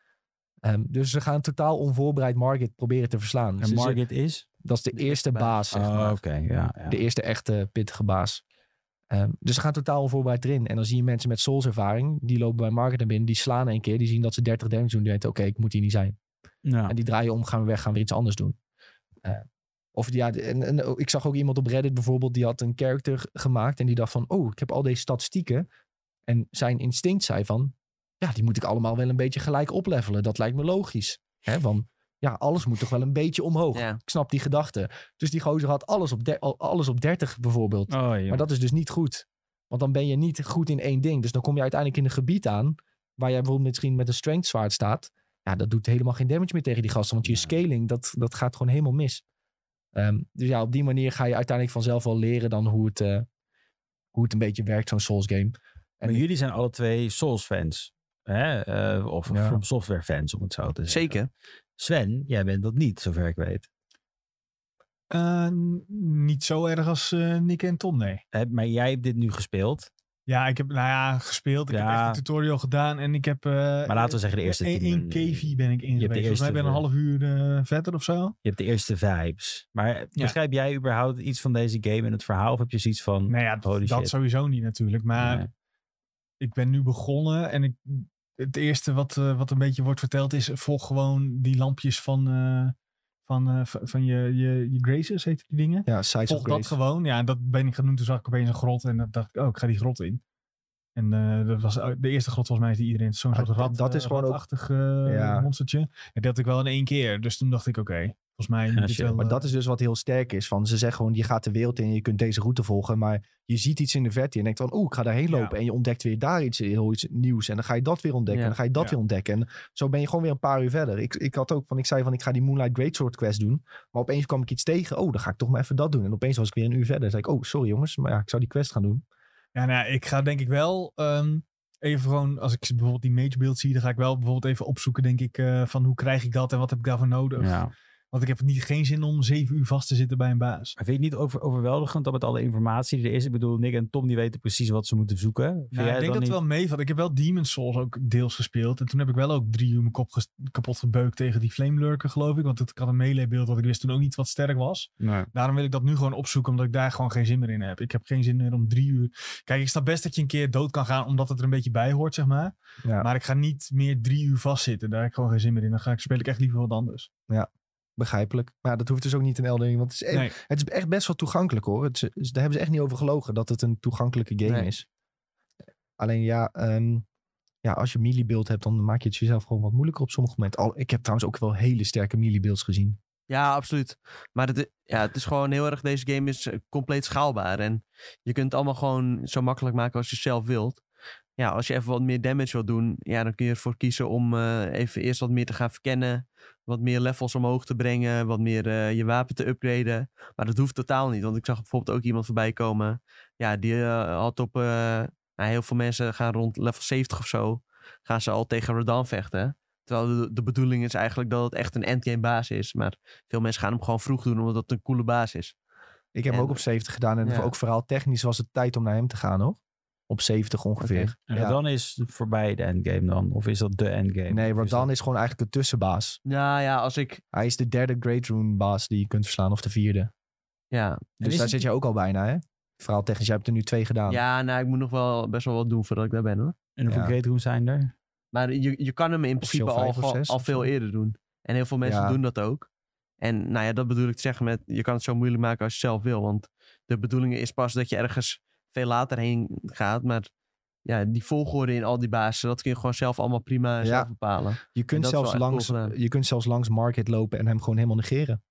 Ehm, dus ze gaan totaal onvoorbereid Margit proberen te verslaan. En Ze- ze- Margit is? dat is de, De eerste eerste baas, zeg Oh, maar. oké. ja, ja. De eerste echte pittige baas. Ehm, dus ze gaan totaal onvoorbereid erin. En dan zie je mensen met Souls ervaring. Die lopen bij Market naar binnen. Die slaan een keer. Die zien dat ze 30 damage doen. Die denken, oké, ik moet hier niet zijn. Ja. En die draaien om, gaan we weg, gaan weer iets anders doen. Eh, of ja, de- en, en ook- ik zag ook iemand op Reddit bijvoorbeeld. Die had een character g- gemaakt. En die dacht van, oh, ik heb al deze statistieken. En zijn instinct zei van... Ja, die moet ik allemaal wel een beetje gelijk oplevelen. Dat lijkt me logisch. Hè, van, ja, alles moet toch wel een beetje omhoog. Ja. Ik snap die gedachte. Dus die gozer had alles op, der- al- alles op 30 bijvoorbeeld. Oh, joh. Maar dat is dus niet goed. Want dan ben je niet goed in één ding. Dus dan kom je uiteindelijk in een gebied aan. waar jij bijvoorbeeld misschien met een strength zwaard staat. Ja, dat doet helemaal geen damage meer tegen die gasten. Want je Nee. scaling, dat, dat gaat gewoon helemaal mis. Ehm, dus ja, op die manier ga je uiteindelijk vanzelf wel leren dan hoe het, eh, hoe het een beetje werkt, zo'n Souls game. Maar jullie zijn alle twee Souls-fans. Hè? Eh, of Ja. From Software-fans, om het zo te zeggen. Zeker. Sven, jij bent dat niet, zover ik weet. Eh, n- niet zo erg als eh, Nick en Tom, nee. Hè, Maar jij hebt dit nu gespeeld. Ja, ik heb nou ja, gespeeld. Ik heb Ja. echt een tutorial gedaan en ik heb... eh, Maar laten we zeggen de eerste tien In minuten. KV ben ik in geweest. de Volgens mij eerste, ben ik een eh, half uur eh, verder of zo. Je hebt de eerste vibes. Maar begrijp jij überhaupt iets van deze game en het verhaal? Of heb je zoiets van... Nou ja, d- Holy dat shit. sowieso niet natuurlijk. Maar Nee. ik ben nu begonnen en ik, het eerste wat, eh, wat een beetje wordt verteld is... volg gewoon die lampjes van, eh, van, eh, v- van je, je, je graces, heet die dingen. Ja, Sides volg of dat Grace. gewoon. Ja, dat ben ik genoemd. Toen zag ik opeens een grot en dan dacht ik, oh, ik ga die grot in. En eh, dat was, de eerste grot volgens mij is die iedereen zo'n Maar soort dat- rat, Ah, dat is eh, gewoon ook- ratachtig eh, Ja. monstertje. En dat had ik wel in één keer. Dus toen dacht ik, oké, volgens mij... Ja, moet dit shit. wel, Maar eh, dat is dus wat heel sterk is. Van, ze zeggen gewoon, je gaat de wereld in, je kunt deze route volgen. Maar je ziet iets in de verte en je denkt van, oeh, ik ga daarheen Ja. lopen. En je ontdekt weer daar iets, heel iets nieuws. En dan ga je dat weer ontdekken. Ja. En dan ga je dat Ja. weer ontdekken. En zo ben je gewoon weer een paar uur verder. Ik, ik had ook van, ik zei van, ik ga die Moonlight Greatsword quest doen. Maar opeens kwam ik iets tegen. Oh, dan ga ik toch maar even dat doen. En opeens was ik weer een uur verder. Dan zei ik, oh, sorry jongens, maar ja, ik zou die quest gaan doen. Ja, nou, ja, ik ga denk ik wel ehm, even gewoon, als ik bijvoorbeeld die mage build zie, dan ga ik wel bijvoorbeeld even opzoeken, denk ik, eh, van hoe krijg ik dat en wat heb ik daarvoor nodig. Ja. Want ik heb niet, geen zin om zeven uur vast te zitten bij een baas. Maar vind je het niet over, overweldigend dan met alle informatie die er is? Ik bedoel, Nick en Tom die weten precies wat ze moeten zoeken. Vind Nou, jij ik denk dan dat het wel meevalt. Ik heb wel Demon's Souls ook deels gespeeld. En toen heb ik wel ook drie uur mijn kop ges- kapot gebeukt tegen die Flame Lurker, geloof ik. Want het- ik had een melee beeld dat ik wist toen ook niet wat sterk was. Nee. Daarom wil ik dat nu gewoon opzoeken, omdat ik daar gewoon geen zin meer in heb. Ik heb geen zin meer om drie uur. Kijk, ik snap best dat je een keer dood kan gaan, omdat het er een beetje bij hoort, zeg maar. Ja. Maar ik ga niet meer drie uur vastzitten. Daar heb ik gewoon geen zin meer in. Dan ga ik, speel ik echt liever wat anders. Begrijpelijk. Maar dat hoeft dus ook niet in Elden Ring. Want het is, e- Nee. het is echt best wel toegankelijk hoor. Het is- daar hebben ze echt niet over gelogen dat het een toegankelijke game Nee. is. Alleen ja, ehm, ja, als je melee build hebt, dan maak je het jezelf gewoon wat moeilijker op sommige momenten. Al, ik heb trouwens ook wel hele sterke melee builds gezien. Ja, absoluut. Maar het, i- ja, het is gewoon heel erg, deze game is eh, compleet schaalbaar. En je kunt het allemaal gewoon zo makkelijk maken als je zelf wilt. Ja, als je even wat meer damage wilt doen, ja, dan kun je ervoor kiezen om eh, even eerst wat meer te gaan verkennen. Wat meer levels omhoog te brengen, wat meer eh, je wapen te upgraden. Maar dat hoeft totaal niet, want ik zag bijvoorbeeld ook iemand voorbij komen. Ja, die eh, had op, eh, nou, heel veel mensen gaan rond level 70 of zo, gaan ze al tegen Radan vechten. Terwijl de, de bedoeling is eigenlijk dat het echt een endgame baas is. Maar veel mensen gaan hem gewoon vroeg doen omdat het een coole baas is. Ik heb En- hem ook op 70 gedaan. En Ja. ook verhaal technisch was het tijd om naar hem te gaan hoor. Op 70 ongeveer. En Ja. dan is het voorbij de endgame dan? Of is dat de endgame? Nee, Of is Radan dat- is gewoon eigenlijk een tussenbaas. Nou ja, als ik. Hij is de derde Great Rune baas die je kunt verslaan of de vierde. Ja, Dus is daar het- zit je ook al bijna hè. Verhaal technisch, jij hebt er nu twee gedaan. ja nou, ik moet nog wel best wel wat doen voordat ik daar ben hoor. En hoeveel Ja. great rooms zijn er? Maar je, je kan hem in principe zelf al, vijf of gewoon- zes al of zo. veel eerder doen. En heel veel mensen Ja. doen dat ook. En nou ja, dat bedoel ik te zeggen met. Je kan het zo moeilijk maken als je zelf wil. Want de bedoeling is pas dat je ergens veel later heen gaat. Maar ja, die volgorde in al die bazen, dat kun je gewoon zelf allemaal prima Ja. zelf bepalen. Je kunt, dat is wel zelfs echt langs, cool gedaan. je kunt zelfs langs Market lopen en hem gewoon helemaal negeren. Aan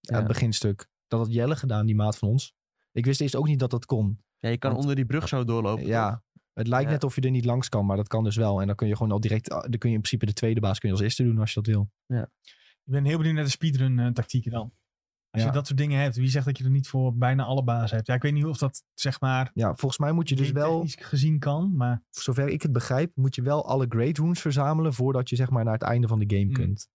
Ja. het beginstuk. Dat had Jelle gedaan, die maat van ons. Ik wist eerst ook niet dat dat kon. Ja, je kan Want- onder die brug zo doorlopen. toch? ja, het lijkt Ja. net of je er niet langs kan, maar dat kan dus wel. En dan kun je gewoon al direct, ah, dan kun je in principe de tweede baas kun je als eerste doen als je dat wil. Ik ben heel benieuwd naar de speedrun eh, tactieken dan. Als Ja. je dat soort dingen hebt, wie zegt dat je er niet voor bijna alle bazen hebt? Ja, ik weet niet of dat zeg maar Ja, volgens mij moet je dus wel, technisch gezien kan, maar zover ik het begrijp, moet je wel alle Great Runes verzamelen voordat je zeg maar naar het einde van de game Mm. kunt.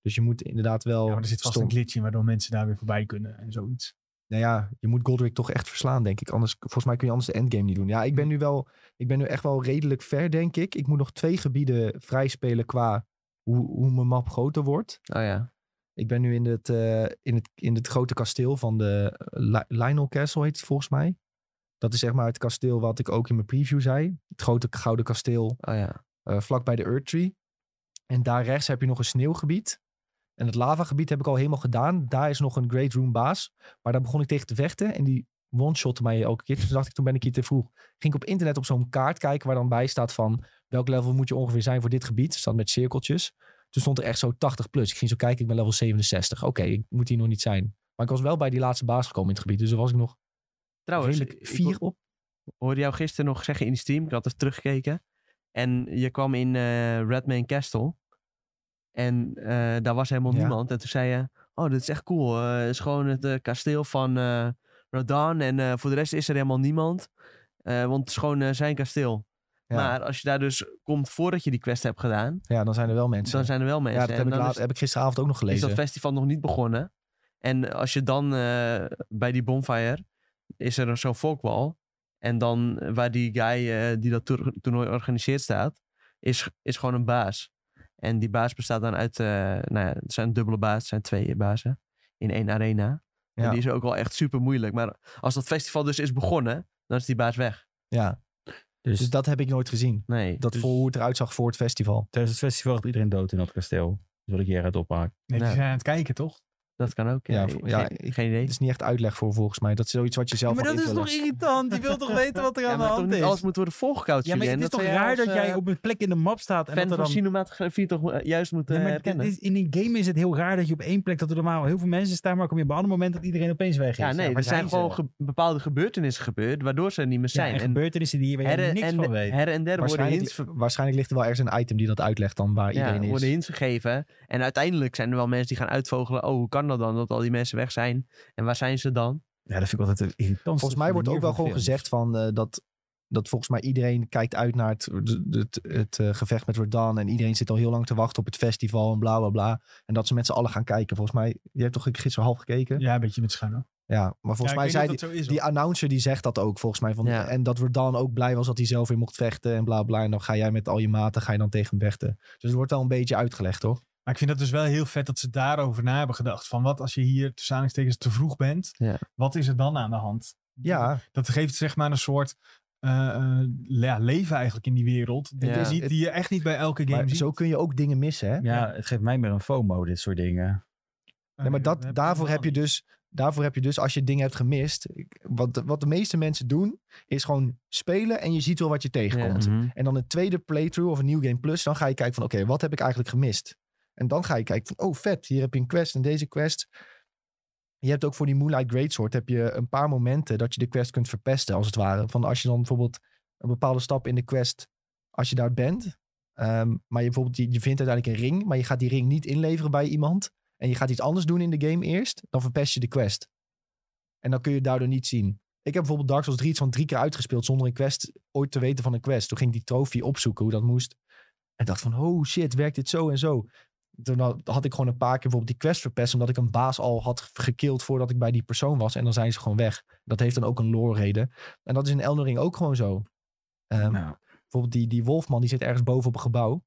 Dus je moet inderdaad wel... ja, maar er zit vast stom- een glitch in waardoor mensen daar weer voorbij kunnen en zoiets. Nou ja, je moet Godric toch echt verslaan, denk ik. Anders, volgens mij kun je anders de endgame niet doen. Ja, ik ben nu wel, ik ben nu echt wel redelijk ver, denk ik. Ik moet nog twee gebieden vrijspelen qua hoe, hoe mijn map groter wordt. Oh ja. Ik ben nu in het, eh, in het, in het grote kasteel van de eh, Li- Lionel Castle, heet het volgens mij. Dat is zeg maar het kasteel wat ik ook in mijn preview zei. Het grote gouden kasteel Oh ja. eh, vlak bij de Earth Tree. En daar rechts heb je nog een sneeuwgebied. En het lavagebied heb ik al helemaal gedaan. Daar is nog een Great Room baas. Maar daar begon ik tegen te vechten. En die one-shotte mij elke keer. Dus toen dacht ik, toen ben ik hier te vroeg. Ging ik op internet op zo'n kaart kijken waar dan bij staat van... welk level moet je ongeveer zijn voor dit gebied? Staat met cirkeltjes. Toen stond er echt zo 80 plus. Ik ging zo kijken, ik ben level 67. Oké, ik moet hier nog niet zijn. Maar ik was wel bij die laatste baas gekomen in het gebied. Dus daar was ik nog Trouwens, redelijk Nou, dus ik- vier op. hoorde jou gisteren nog zeggen in de stream. Ik had het teruggekeken. En je kwam in eh Redman Castle. En eh, daar was helemaal Ja. niemand. En toen zei je, oh, dit is echt cool. Eh, Het is gewoon het eh, kasteel van eh Rodan. En eh, voor de rest is er helemaal niemand. Eh, want het is gewoon eh, zijn kasteel. Ja. Maar als je daar dus komt voordat je die quest hebt gedaan, Ja, dan zijn er wel mensen. dan zijn er wel mensen. ja, dat en heb ik, dan laat, is- heb ik gisteravond ook nog is gelezen. dat festival nog niet begonnen. En als je dan eh, bij die bonfire is er zo'n volkwal. En dan eh, waar die guy eh, die dat toer- toernooi organiseert staat, is, is gewoon een baas. En die baas bestaat dan uit, eh, nou ja, het zijn een dubbele baas, het zijn twee bazen in één arena. En Ja. die is ook wel echt super moeilijk. Maar als dat festival dus is begonnen, dan is die baas weg. Ja, Dus, dus dat heb ik nooit gezien. Nee. Dat Dus- voor hoe het eruit zag voor het festival. tijdens het festival gaat iedereen dood in dat kasteel. Dat wil ik hier uit opmaken. Nee, die Ja. zijn aan het kijken, toch? Dat kan ook. Ja, Ja, voor- ja, geen, ik- geen Het idee. is niet echt uitleg voor volgens mij. Dat is zoiets wat je zelf maar mag dat is invullen. toch irritant? Die wil toch weten wat er Ja, aan de maar toch hand niet is? alles moet worden voorgekoud, Ja, maar Julien. het is Dat toch zou je raar als, dat jij eh, op een plek in de map staat en fan dat er van dan... cinematografie toch eh, juist moeten Ja, maar dit herkennen. is- in die game is het heel raar dat je op één plek dat er normaal heel veel mensen staan, maar kom je op een ander moment dat iedereen opeens weg is. ja, nee, waar er zijn ze? gewoon ge- bepaalde gebeurtenissen gebeurd, waardoor ze er niet meer Ja, zijn. en en gebeurtenissen die je waar her je en, niks van weet. her en der worden Waarschijnlijk, hints, ver- waarschijnlijk ligt er wel ergens een item die dat uitlegt dan waar ja, iedereen is. worden hints gegeven. En uiteindelijk zijn er wel mensen die gaan uitvogelen, oh, hoe kan dat dan, dat al die mensen weg zijn? En waar zijn ze dan? Ja, dat vind ik altijd irritant. Volgens mij wordt ook wel gewoon gezegd van eh, dat Dat volgens mij iedereen kijkt uit naar het, het, het, het, eh, gevecht met Rodan. En iedereen zit al heel lang te wachten op het festival en bla bla bla. En dat ze met z'n allen gaan kijken. Volgens mij, je hebt toch gisteren half gekeken? Ja, Ja, een beetje met schuin. hoor. maar volgens Ja, mij ik zei weet die, niet of dat zo is, hoor. die announcer die zegt dat ook volgens mij. Van, Ja. En dat Rodan ook blij was dat hij zelf weer mocht vechten en bla bla. En dan ga jij met al je maten ga je dan tegen hem vechten. Dus het wordt wel een beetje uitgelegd hoor. Maar ik vind dat dus wel heel vet dat ze daarover na hebben gedacht. Van wat als je hier tussen aanhalingstekens te vroeg bent, Ja. wat is er dan aan de hand? Ja, Dat geeft zeg maar een soort eh, eh, ja, leven eigenlijk in die wereld. Die, Ja. je ziet- die je echt niet bij elke game maar ziet. zo kun je ook dingen missen hè. Ja, het geeft mij meer een FOMO, dit soort dingen. Nee, maar dat, heb ik daarvoor, helemaal heb je niet. dus, daarvoor heb je dus, als je dingen hebt gemist. ik- Wat, de- wat de meeste mensen doen, is gewoon spelen en je ziet wel wat je tegenkomt. Mhm. En dan een tweede playthrough of een New Game Plus, dan ga je kijken van oké, wat heb ik eigenlijk gemist? En dan ga je kijken van oh vet, hier heb je een quest en deze quest. Je hebt ook voor die Moonlight Greatsword heb je een paar momenten dat je de quest kunt verpesten als het ware. Van als je dan bijvoorbeeld een bepaalde stap in de quest, als je daar bent. ehm, maar je, bijvoorbeeld, je, je vindt uiteindelijk een ring, maar je gaat die ring niet inleveren bij iemand. En je gaat iets anders doen in de game eerst, dan verpest je de quest. En dan kun je het daardoor niet zien. Ik heb bijvoorbeeld Dark Souls 3 iets van drie keer uitgespeeld zonder een quest ooit te weten van een quest. Toen ging ik die trofee opzoeken hoe dat moest. En dacht van, oh shit, werkt dit zo en zo? Toen had- had ik gewoon een paar keer bijvoorbeeld die quest verpest. Omdat ik een baas al had gekild voordat ik bij die persoon was. En dan zijn ze gewoon weg. Dat heeft dan ook een lore reden. En dat is in Elden Ring ook gewoon zo. Ehm, Nou. Bijvoorbeeld die, die wolfman, die zit ergens boven op een gebouw.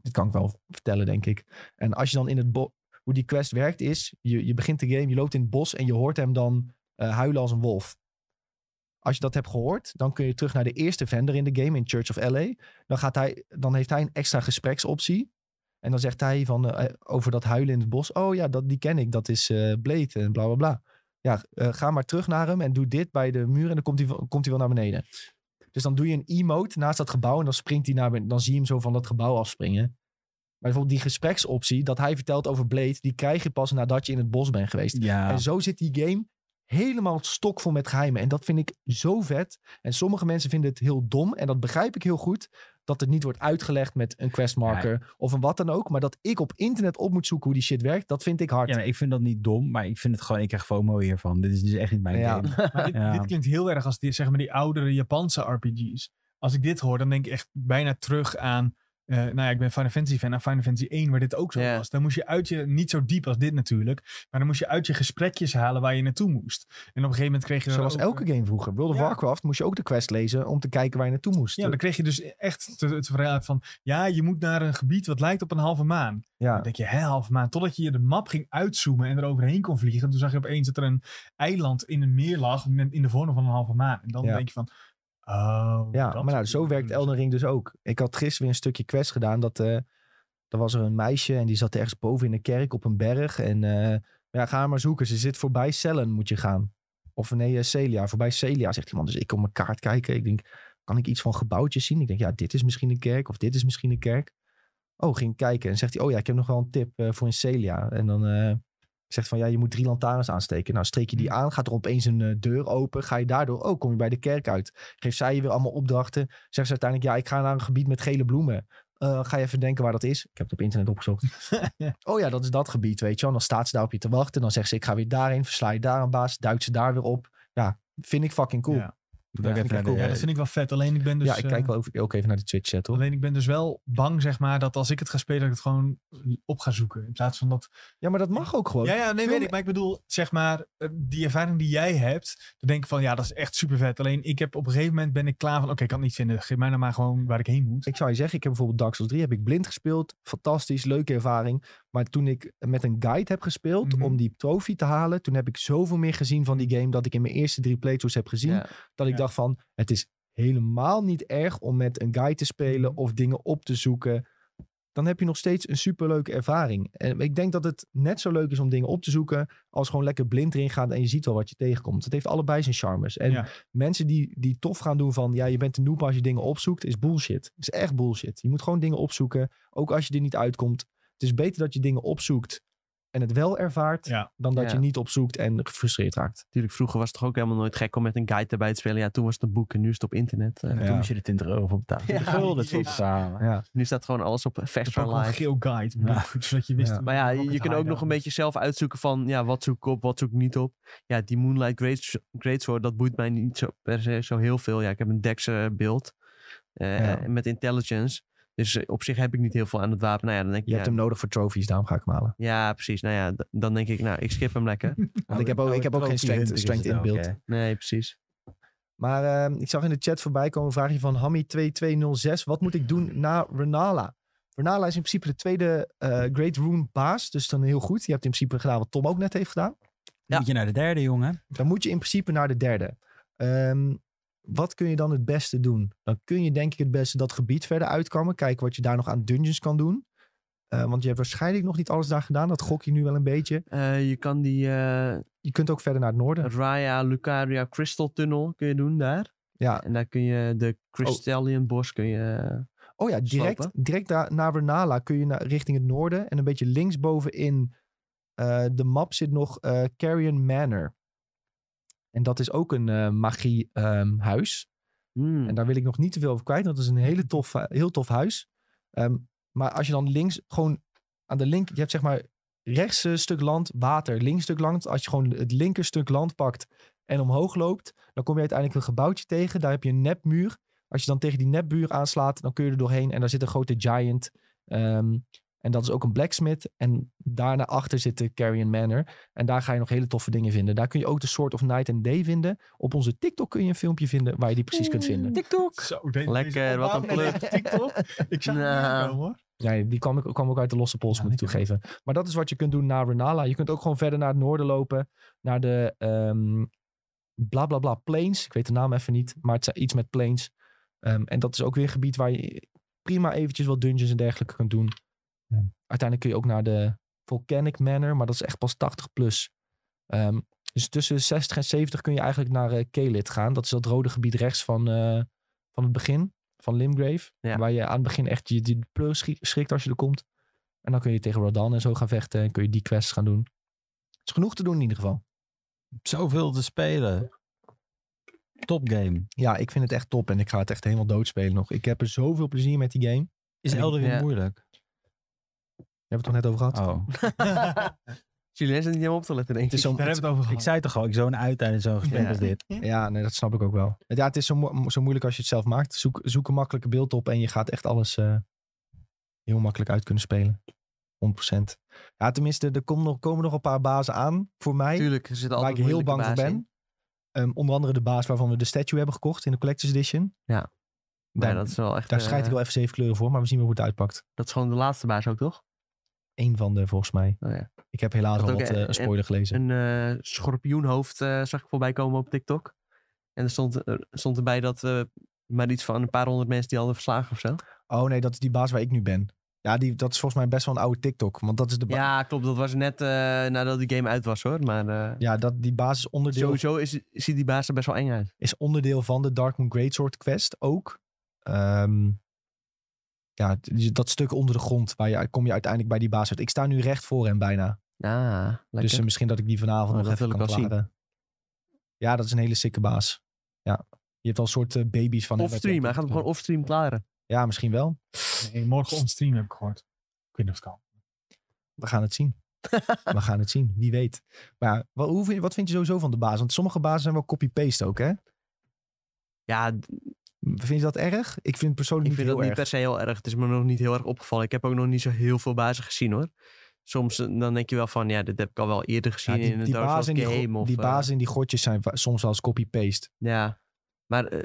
Dit kan ik wel vertellen, denk ik. En als je dan in het bos... Hoe die quest werkt is, je, je begint de game, je loopt in het bos en je hoort hem dan eh, huilen als een wolf. Als je dat hebt gehoord, dan kun je terug naar de eerste vendor in de game, in Church of LA. Dan, gaat hij, dan heeft hij een extra gespreksoptie. En dan zegt hij van, eh, eh, over dat huilen in het bos. Oh ja, dat, die ken ik, dat is eh Blade en bla bla bla. Ja, eh, ga maar terug naar hem en doe dit bij de muur en dan komt hij, wel- komt hij wel naar beneden. Dus dan doe je een emote naast dat gebouw en dan springt hij naar beneden. Dan zie je hem zo van dat gebouw afspringen. Maar bijvoorbeeld die gespreksoptie, dat hij vertelt over Blade, die krijg je pas nadat je in het bos bent geweest. Ja, En zo zit die game helemaal stokvol met geheimen. En dat vind ik zo vet. En sommige mensen vinden het heel dom. En dat begrijp ik heel goed. Dat het niet wordt uitgelegd met een questmarker of een wat dan ook. Maar dat ik op internet op moet zoeken hoe die shit werkt, dat vind ik hard. ja maar ik vind dat niet dom, maar ik vind het gewoon, ik krijg FOMO hiervan. Dit is dus echt niet mijn Ja. game. Maar dit, Ja. dit klinkt heel erg als die, zeg maar, die oudere Japanse RPG's. Als ik dit hoor, dan denk ik echt bijna terug aan... eh, nou ja, ik ben Final Fantasy fan. Aan Final Fantasy 1, waar dit ook zo Ja. was. Dan moest je uit je... Niet zo diep als dit natuurlijk. Maar dan moest je uit je gesprekjes halen waar je naartoe moest. En op een gegeven moment kreeg je... dan Zoals eh, ook, elke game vroeger. World of Ja. Warcraft moest je ook de quest lezen om te kijken waar je naartoe moest. Ja, dan kreeg je dus echt te- het verhaal van... Ja, je moet naar een gebied wat lijkt op een halve maan. Ja. Dan denk je, hè, halve maan. Totdat je de map ging uitzoomen en er overheen kon vliegen. Toen zag je opeens dat er een eiland in een meer lag met, in de vorm van een halve maan. En dan Ja. denk je van... Oh, Ja, dat maar nou, is- zo werkt Elden Ring dus ook. Ik had gisteren weer een stukje quest gedaan. Dat, eh er was er een meisje en die zat ergens boven in een kerk op een berg. En eh, ja, ga haar maar zoeken. Ze zit voorbij Cellen, moet je gaan. Of nee, eh, Celia. Voorbij Celia, zegt iemand. Dus ik op mijn kaart kijken. Ik denk, kan ik iets van gebouwtjes zien? Ik denk, ja, dit is misschien een kerk of dit is misschien een kerk. Oh, ging kijken en zegt hij, oh ja, ik heb nog wel een tip eh, voor een Celia. En dan eh, zegt van, ja, je moet drie lantaarns aansteken. Nou, steek je Hm. die aan, gaat er opeens een eh, deur open. Ga je daardoor, oh, kom je bij de kerk uit. Geeft zij je weer allemaal opdrachten. Zegt ze uiteindelijk, ja, ik ga naar een gebied met gele bloemen. Eh, ga je even denken waar dat is? Ik heb het op internet opgezocht. oh ja, dat is dat gebied, weet je wel. En Dan staat ze daar op je te wachten. Dan zegt ze, ik ga weer daarheen, versla je daar een baas, duikt ze daar weer op. Ja, vind ik fucking cool. Ja. Moet Ja, ook even naar de- cool. Ja, dat vind ik wel vet. Alleen ik ben dus, ja, ik eh, kijk wel over- ook even naar de Twitch chat, hoor. alleen ik ben dus wel bang, zeg maar, dat als ik het ga spelen, dat ik het gewoon op ga zoeken. In plaats van dat... Ja, maar dat mag ook gewoon. Ja, ja, nee, veel weet ik. Maar ik bedoel, zeg maar, eh, die ervaring die jij hebt, dan denk ik van, ja, dat is echt super vet. Alleen ik heb op een gegeven moment ben ik klaar van, oké, ik kan het niet vinden. Geef mij nou maar gewoon waar ik heen moet. Ik zou je zeggen, ik heb bijvoorbeeld Dark Souls 3 heb ik blind gespeeld. Fantastisch, leuke ervaring. Maar toen ik met een guide heb gespeeld Mhm. om die trofee te halen, toen heb ik zoveel meer gezien van die game dat ik in mijn eerste drie playthroughs heb gezien. Ja. Dat ik Ja. dacht van, het is helemaal niet erg om met een guide te spelen of dingen op te zoeken. Dan heb je nog steeds een superleuke ervaring. En ik denk dat het net zo leuk is om dingen op te zoeken als gewoon lekker blind erin gaan en je ziet wel wat je tegenkomt. Het heeft allebei zijn charmes. En Ja. mensen die, die tof gaan doen van, ja, je bent een noob als je dingen opzoekt, is bullshit. Is echt bullshit. Je moet gewoon dingen opzoeken, ook als je er niet uitkomt. Het is beter dat je dingen opzoekt en het wel ervaart, Ja. dan dat Ja. je niet opzoekt en gefrustreerd raakt. Natuurlijk, vroeger was het toch ook helemaal nooit gek om met een guide erbij te spelen. Ja, toen was het een boek en nu is het op internet. Eh, Ja. Toen moest je er 20 euro voor betalen. Ja, Ja, gulden tot precies. samen. Nu staat gewoon alles op vers Dat is ook een live. geel guide. bedoel, Zodat je wist. Ja. Maar ja, welke je kunt high ook nog dan een is. beetje zelf uitzoeken van ja, wat zoek ik op, wat zoek ik niet op. Ja, die Moonlight Greats- Greatsword, dat boeit mij niet zo, per se zo heel veel. Ja, ik heb een Dex eh, beeld eh, Ja. eh, met intelligence. Dus eh, op zich heb ik niet heel veel aan het wapen. Nou ja, dan denk Je ik, ja, hebt hem nodig voor trophies, daarom ga ik hem halen. ja, precies. Nou ja, d- dan denk ik, nou, ik skip hem lekker. Want ik heb ook, ik heb ook geen strength, strength in beeld. Nee, precies. Maar eh, ik zag in de chat voorbij komen een vraagje van Hammy2206. Wat moet ik doen na Renala? Renala is in principe de tweede eh, Great Rune baas. Dus dan heel goed. Je hebt in principe gedaan wat Tom ook net heeft gedaan. Ja. Moet je naar de derde, jongen. Dan moet je in principe naar de derde. Ehm, wat kun je dan het beste doen? Dan kun je denk ik het beste dat gebied verder uitkomen. Kijken wat je daar nog aan dungeons kan doen. Eh, want je hebt waarschijnlijk nog niet alles daar gedaan. Dat gok je nu wel een beetje. Eh, je kan die eh, Je kunt ook verder naar het noorden. Raya Lucaria Crystal Tunnel kun je doen daar. Ja. En daar kun je de Crystallian Bos kun je... Oh ja, direct, Slopen. direct daar, naar Renala kun je naar, richting het noorden. En een beetje linksboven in eh, de map zit nog eh Carrion Manor. En dat is ook een eh, ehm, magie-huis. Hmm. En daar wil ik nog niet te veel over kwijt. want Dat is een hele tof, heel tof huis. Ehm, maar als je dan links gewoon aan de link... Je hebt zeg maar rechts eh, stuk land, water, links stuk land. Als je gewoon het linker stuk land pakt en omhoog loopt... dan kom je uiteindelijk een gebouwtje tegen. Daar heb je een nepmuur. Als je dan tegen die nepmuur aanslaat, dan kun je er doorheen. En daar zit een grote giant. ehm, en dat is ook een blacksmith. En daarna achter zit de Carrion Manor. En daar ga je nog hele toffe dingen vinden. Daar kun je ook de Sword of Night and Day vinden. Op onze TikTok kun je een filmpje vinden waar je die precies kunt vinden. TikTok. Zo, ik weet niet, Lekker, deze wat een opname plug. met TikTok. Ik zag Nou. het niet komen hoor. Ja, die kwam, ik- kwam ook uit de losse pols, Ja, moet ik lekker. toegeven. Maar dat is wat je kunt doen na Renala. Je kunt ook gewoon verder naar het noorden lopen. Naar de ehm bla bla bla plains. Ik weet de naam even niet, maar het zijn iets met plains. Ehm, en dat is ook weer een gebied waar je prima eventjes wat dungeons en dergelijke kunt doen. Uiteindelijk kun je ook naar de Volcanic Manor, maar dat is echt pas 80 plus. Ehm, dus tussen 60 en 70 kun je eigenlijk naar eh Kelid gaan. Dat is dat rode gebied rechts van, eh, van het begin, van Limgrave. Ja. Waar je aan het begin echt je, die pleur schri- schrikt als je er komt. En dan kun je tegen Rodan en zo gaan vechten en kun je die quests gaan doen. Het is genoeg te doen in ieder geval. Zoveel te spelen. Top game. Ja, ik vind het echt top en ik ga het echt helemaal doodspelen nog. Ik heb er zoveel plezier met die game. Is En ik- Elden Ring ja. moeilijk? Je hebt het toch net over gehad? Oh. Jullie zijn niet helemaal op te letten, denk ik. Het is zo'n- Daar hebben we het over Ik gehad. zei toch al, ik zo'n uit in zo'n gesprek Ja. als dit. Ja, nee, dat snap ik ook wel. Ja, het is zo, mo- zo moeilijk als je het zelf maakt. Zoek, zoek een makkelijke beeld op en je gaat echt alles eh, heel makkelijk uit kunnen spelen. 100%. Ja, tenminste, er komen nog, komen nog een paar bazen aan voor mij. Tuurlijk, er zitten waar altijd ik heel moeilijke bang voor bazen ben. in. Ehm, onder andere de baas waarvan we de statue hebben gekocht in de Collector's Edition. Ja. Daar, ja, dat is wel echt... daar eh, schijt ik wel even zeven kleuren voor, maar we zien wel hoe het uitpakt. Dat is gewoon de laatste baas ook, toch? Eén van de, volgens mij. Oh ja. Ik heb helaas Dat al ook, wat eh, eh, een spoiler gelezen. Een eh, schorpioenhoofd eh, zag ik voorbij komen op TikTok. En er stond, er stond erbij dat eh, maar iets van een paar honderd mensen die hadden verslagen of zo. Oh nee, dat is die baas waar ik nu ben. Ja, die, dat is volgens mij best wel een oude TikTok. Want dat is de ba- Ja, klopt. Dat was net eh, nadat die game uit was, hoor. Maar eh, ja dat, die baas is onderdeel sowieso is, ziet die baas er best wel eng uit. is onderdeel van de Dark Moon Greatsword quest ook. Ehm, ja, die- dat stuk onder de grond, waar je, kom je uiteindelijk bij die baas uit. Ik sta nu recht voor hem bijna. Ah, lekker. Dus eh, misschien dat ik die vanavond Oh, nog dat even wil kan ik wel zien. klaren. Ja, dat is een hele sikke baas. Ja. Je hebt al een soort eh, baby's van hem. offstream. Hij gaat hem gewoon offstream klaren. Ja, misschien wel. Nee, morgen on stream heb ik gehoord. Ik weet niet of het kan. We gaan het zien. We gaan het zien. Wie weet. Maar ja, wat, hoe vind, wat vind je sowieso van de baas? Want sommige bazen zijn wel copy-paste ook, hè? Ja, d- Vind je dat erg? Ik vind het persoonlijk ik niet heel vind dat niet erg. per se heel erg. Het is me nog niet heel erg opgevallen. Ik heb ook nog niet zo heel veel bazen gezien, hoor. Soms eh, dan denk je wel van, ja, dit heb ik al wel eerder gezien Ja, die, in die een Dark Souls bazen in die, game. gro- of, die eh, bazen in die grotjes zijn va- soms wel eens copy-paste. Ja, maar eh,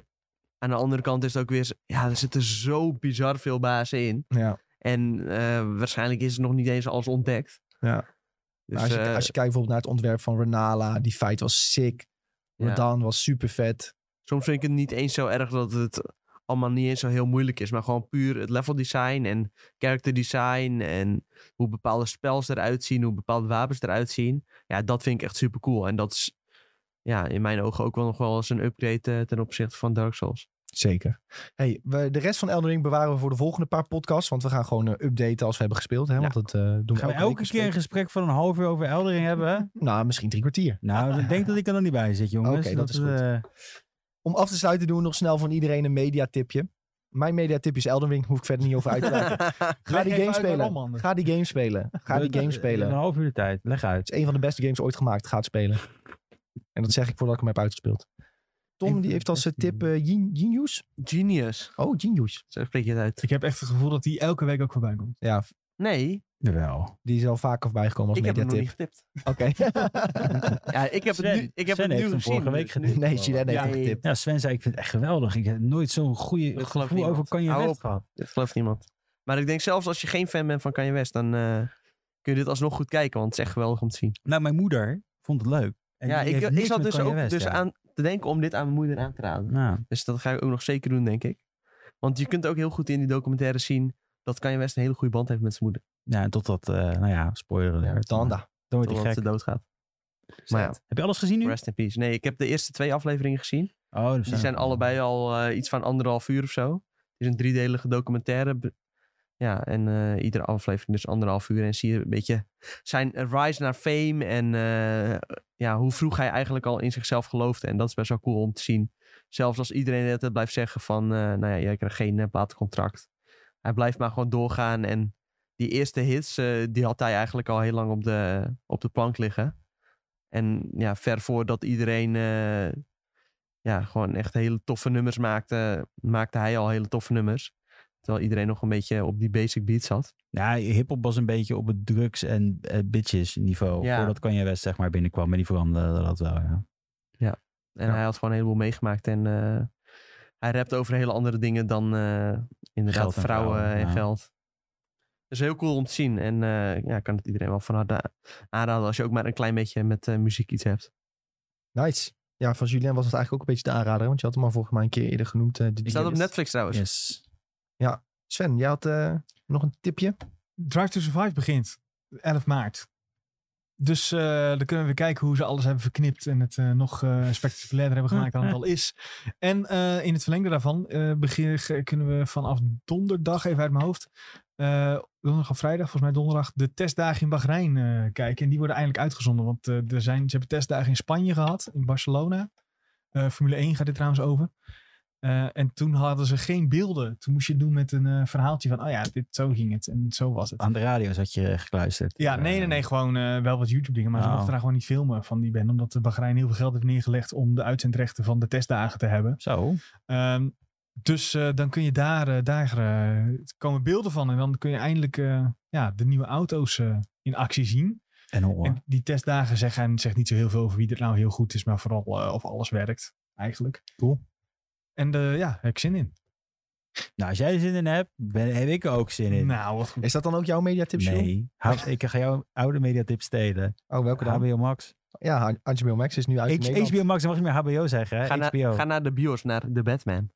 aan de andere kant is het ook weer... z- Ja, er zitten zo bizar veel bazen in. Ja. En eh, waarschijnlijk is het nog niet eens alles ontdekt. Ja. Nou, Dus, als, je, eh, als je kijkt bijvoorbeeld naar het ontwerp van Renala, die fight was sick. ja. Rodan was super vet. Soms vind ik het niet eens zo erg dat het allemaal niet eens zo heel moeilijk is. Maar gewoon puur het level design en character design en hoe bepaalde spels eruit zien, hoe bepaalde wapens eruit zien. Ja, dat vind ik echt super cool. En dat is ja, in mijn ogen ook wel nog wel eens een upgrade eh, ten opzichte van Dark Souls. Zeker. Hey, we, de rest van Elden Ring bewaren we voor de volgende paar podcasts. Want we gaan gewoon eh, updaten als we hebben gespeeld. Hè? Want dat eh, doen we Gaan we elke, elke week keer een gesprek van een half uur over Eldering hebben? hè? bespreken. Nou, misschien drie kwartier. Nou, ik denk dat ik er nog niet bij zit, jongens. Oké, dat is goed. eh, Om af te sluiten doen we nog snel van iedereen een mediatipje. Mijn mediatipje is Elden Ring. Hoef ik verder niet over uit te wijken. Ga Leg die even game uit waarom, spelen. Anders. Ga die game spelen. Ga die dat- game dat- Een spelen. half uur de tijd. Leg uit. Het is een van de beste games ooit gemaakt. Ga het spelen. En dat zeg ik voordat ik hem heb uitgespeeld. Tom Een die van heeft de als eh, beste tip eh, Gen- Genius. Genius. Oh, Genius. Zo spreek je het uit. Ik heb echt het gevoel dat die elke week ook voorbij komt. Ja, Nee, Jawel. die is al vaker voorbij gekomen als ik heb hem nog mediatip. niet getipt. Oké. Ja, ik heb het nu, ik heb het Sven nu heeft hem gezien. vorige week dus nu- getipt. Nee, Jiren heeft Ja, hem nee. getipt. Ja, Sven zei, ik vind het echt geweldig. Ik heb nooit zo'n goede Dat gelooft gevoel over niemand. kan je Hou West op. gehad. Dat gelooft niemand. Maar ik denk zelfs als je geen fan bent van Kanye West, dan eh, kun je dit alsnog goed kijken, want het is echt geweldig om te zien. Nou, mijn moeder vond het leuk. En ja, ik, die heeft ik niks zat met dus Kanye ook West, dus ja. aan te denken om dit aan mijn moeder aan te raden. Ja. Dus dat ga ik ook nog zeker doen, denk ik. Want je kunt ook heel goed in die documentaire zien dat Kanye West een hele goede band heeft met zijn moeder. Ja, en totdat, eh nou ja, spoiler alert. Tanda. Dan wordt hij Totdat gek. ze doodgaat. Maar ja, Heb je alles gezien nu? rest in peace. Nee, ik heb de eerste twee afleveringen gezien. Oh, Die zijn allebei al eh, iets van anderhalf uur of zo. Het is een driedelige documentaire. Be- Ja, en eh, iedere aflevering dus anderhalf uur. En zie je een beetje zijn rise naar fame. En eh, ja, hoe vroeg hij eigenlijk al in zichzelf geloofde. En dat is best wel cool om te zien. Zelfs als iedereen de hele tijd blijft zeggen van... eh, nou ja, jij krijgt geen eh, platencontract. Hij blijft maar gewoon doorgaan. En die eerste hits, eh, die had hij eigenlijk al heel lang op de, op de plank liggen. En ja, ver voordat iedereen... eh, ja, gewoon echt hele toffe nummers maakte, maakte hij al hele toffe nummers. Terwijl iedereen nog een beetje op die basic beat zat. Ja, hiphop was een beetje op het drugs- en eh, bitches niveau. Ja. Voordat Kanye West zeg maar binnenkwam. En die veranderde dat wel, ja. En Ja. hij had gewoon een heleboel meegemaakt. En eh, hij rapt over hele andere dingen dan eh, inderdaad Geld en vrouwen, vrouwen, en ja. geld. Dus heel cool om te zien. En eh, ja, ik kan het iedereen wel van harte a- aanraden als je ook maar een klein beetje met eh, muziek iets hebt. Nice. Ja, van Julien was het eigenlijk ook een beetje de aanrader. hè, Want je had hem al volgens mij een keer eerder genoemd. eh, de Is dat op Dearest. Netflix trouwens? Yes. Sven, jij had eh, nog een tipje? Drive to Survive begint 11 maart. Dus eh, dan kunnen we weer kijken hoe ze alles hebben verknipt en het eh, nog eh, spectaculairder hebben gemaakt dan het al is. En eh, in het verlengde daarvan eh, begin, ge- kunnen we vanaf donderdag, even uit mijn hoofd, eh, donderdag of vrijdag, volgens mij donderdag, de testdagen in Bahrein eh, kijken. En die worden eindelijk uitgezonden, want eh, er zijn, ze hebben testdagen in Spanje gehad, in Barcelona. Eh, Formule 1 gaat dit trouwens over. Eh, en toen hadden ze geen beelden. Toen moest je het doen met een eh, verhaaltje van, oh ja, dit, zo ging het en zo was het. Aan de radio zat je eh, gekluisterd. Ja, nee, nee, nee. Gewoon eh, wel wat YouTube-dingen. Maar ze Oh. mochten daar gewoon niet filmen van die band. Omdat de Bahrein heel veel geld heeft neergelegd om de uitzendrechten van de testdagen te hebben. Zo. Ehm, dus eh, dan kun je daar, eh, daar eh, komen beelden van. En dan kun je eindelijk eh, ja, de nieuwe auto's eh, in actie zien. En hoor. En die testdagen zeggen zegt niet zo heel veel over wie er nou heel goed is. Maar vooral eh, of alles werkt, eigenlijk. Cool. En eh, ja, heb ik zin in. Nou, als jij er zin in hebt, ben, heb ik er ook zin in. Nou, wat goed. Is dat dan ook jouw mediatip, Jules? nee. Hou- ik ga jouw oude mediatip stelen. Oh, welke dan? HBO Max. Ja, H- HBO Max is nu uit in H- Nederland. HBO Max, dan mag je niet meer HBO zeggen. Hè? Ga, naar- HBO. ga naar de bios, naar The Batman.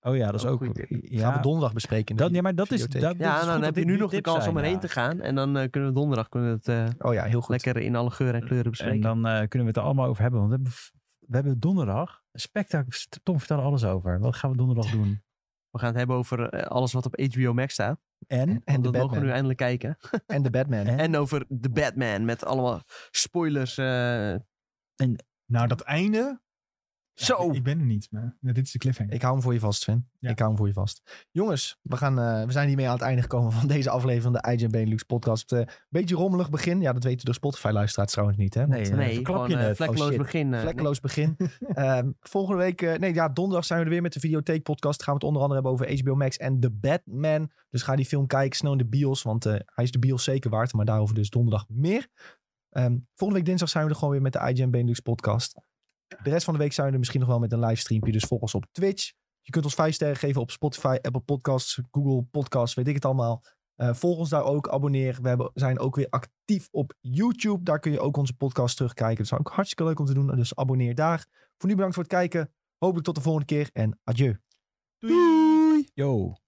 oh ja, dat is Ook ook... goed. Gaan ja, we donderdag bespreken. in de dat, ja, maar dat is... Dat, videotheek. dat is Ja, goed nou, dat dan heb dit je nu die nog de tips kans zijn, om erheen ja. te gaan. En dan eh, kunnen we donderdag kunnen we het eh, Oh ja, heel goed. lekker in alle geuren en kleuren En bespreken. dan eh, kunnen we het er allemaal over hebben. Want we hebben, we hebben donderdag... Spectac, Tom, vertel er alles over. Wat gaan we donderdag doen? We gaan het hebben over eh, alles wat op HBO Max staat. En? En de dat mogen we nu Batman. eindelijk kijken. En de Batman. En- En over de Batman met allemaal spoilers. eh, Nou, dat einde. ja, zo! ik ben er niet, maar ja, dit is de cliffhanger. Ik hou hem voor je vast, Sven. Ja. Ik hou hem voor je vast. Jongens, we, gaan, eh, we zijn hiermee aan het einde gekomen van deze aflevering van de IGN Benelux podcast. Eh, beetje rommelig begin. Ja, dat weten de Spotify-luisteraars trouwens niet, hè? Nee, Want, eh, eh, nee, verklap gewoon je eh, net. vlekkeloos Oh, shit. begin. eh, Vlekkeloos begin. Ehm, volgende week, eh, nee, ja, donderdag zijn we er weer met de Videotheek Podcast. Gaan we het onder andere hebben over HBO Max en The Batman. Dus ga die film kijken, snel in de bios, want eh, hij is de bios zeker waard. Maar daarover dus donderdag meer. Ehm, volgende week dinsdag zijn we er gewoon weer met de IGN Benelux Podcast. De rest van de week zijn we er misschien nog wel met een livestreampje, dus volg ons op Twitch. Je kunt ons vijf sterren geven op Spotify, Apple Podcasts, Google Podcasts, weet ik het allemaal. Eh, volg ons daar ook, abonneer. We hebben, zijn ook weer actief op YouTube. Daar kun je ook onze podcast terugkijken. Dat is ook hartstikke leuk om te doen, dus abonneer daar. Voor nu bedankt voor het kijken. Hopelijk tot de volgende keer en adieu. Yo.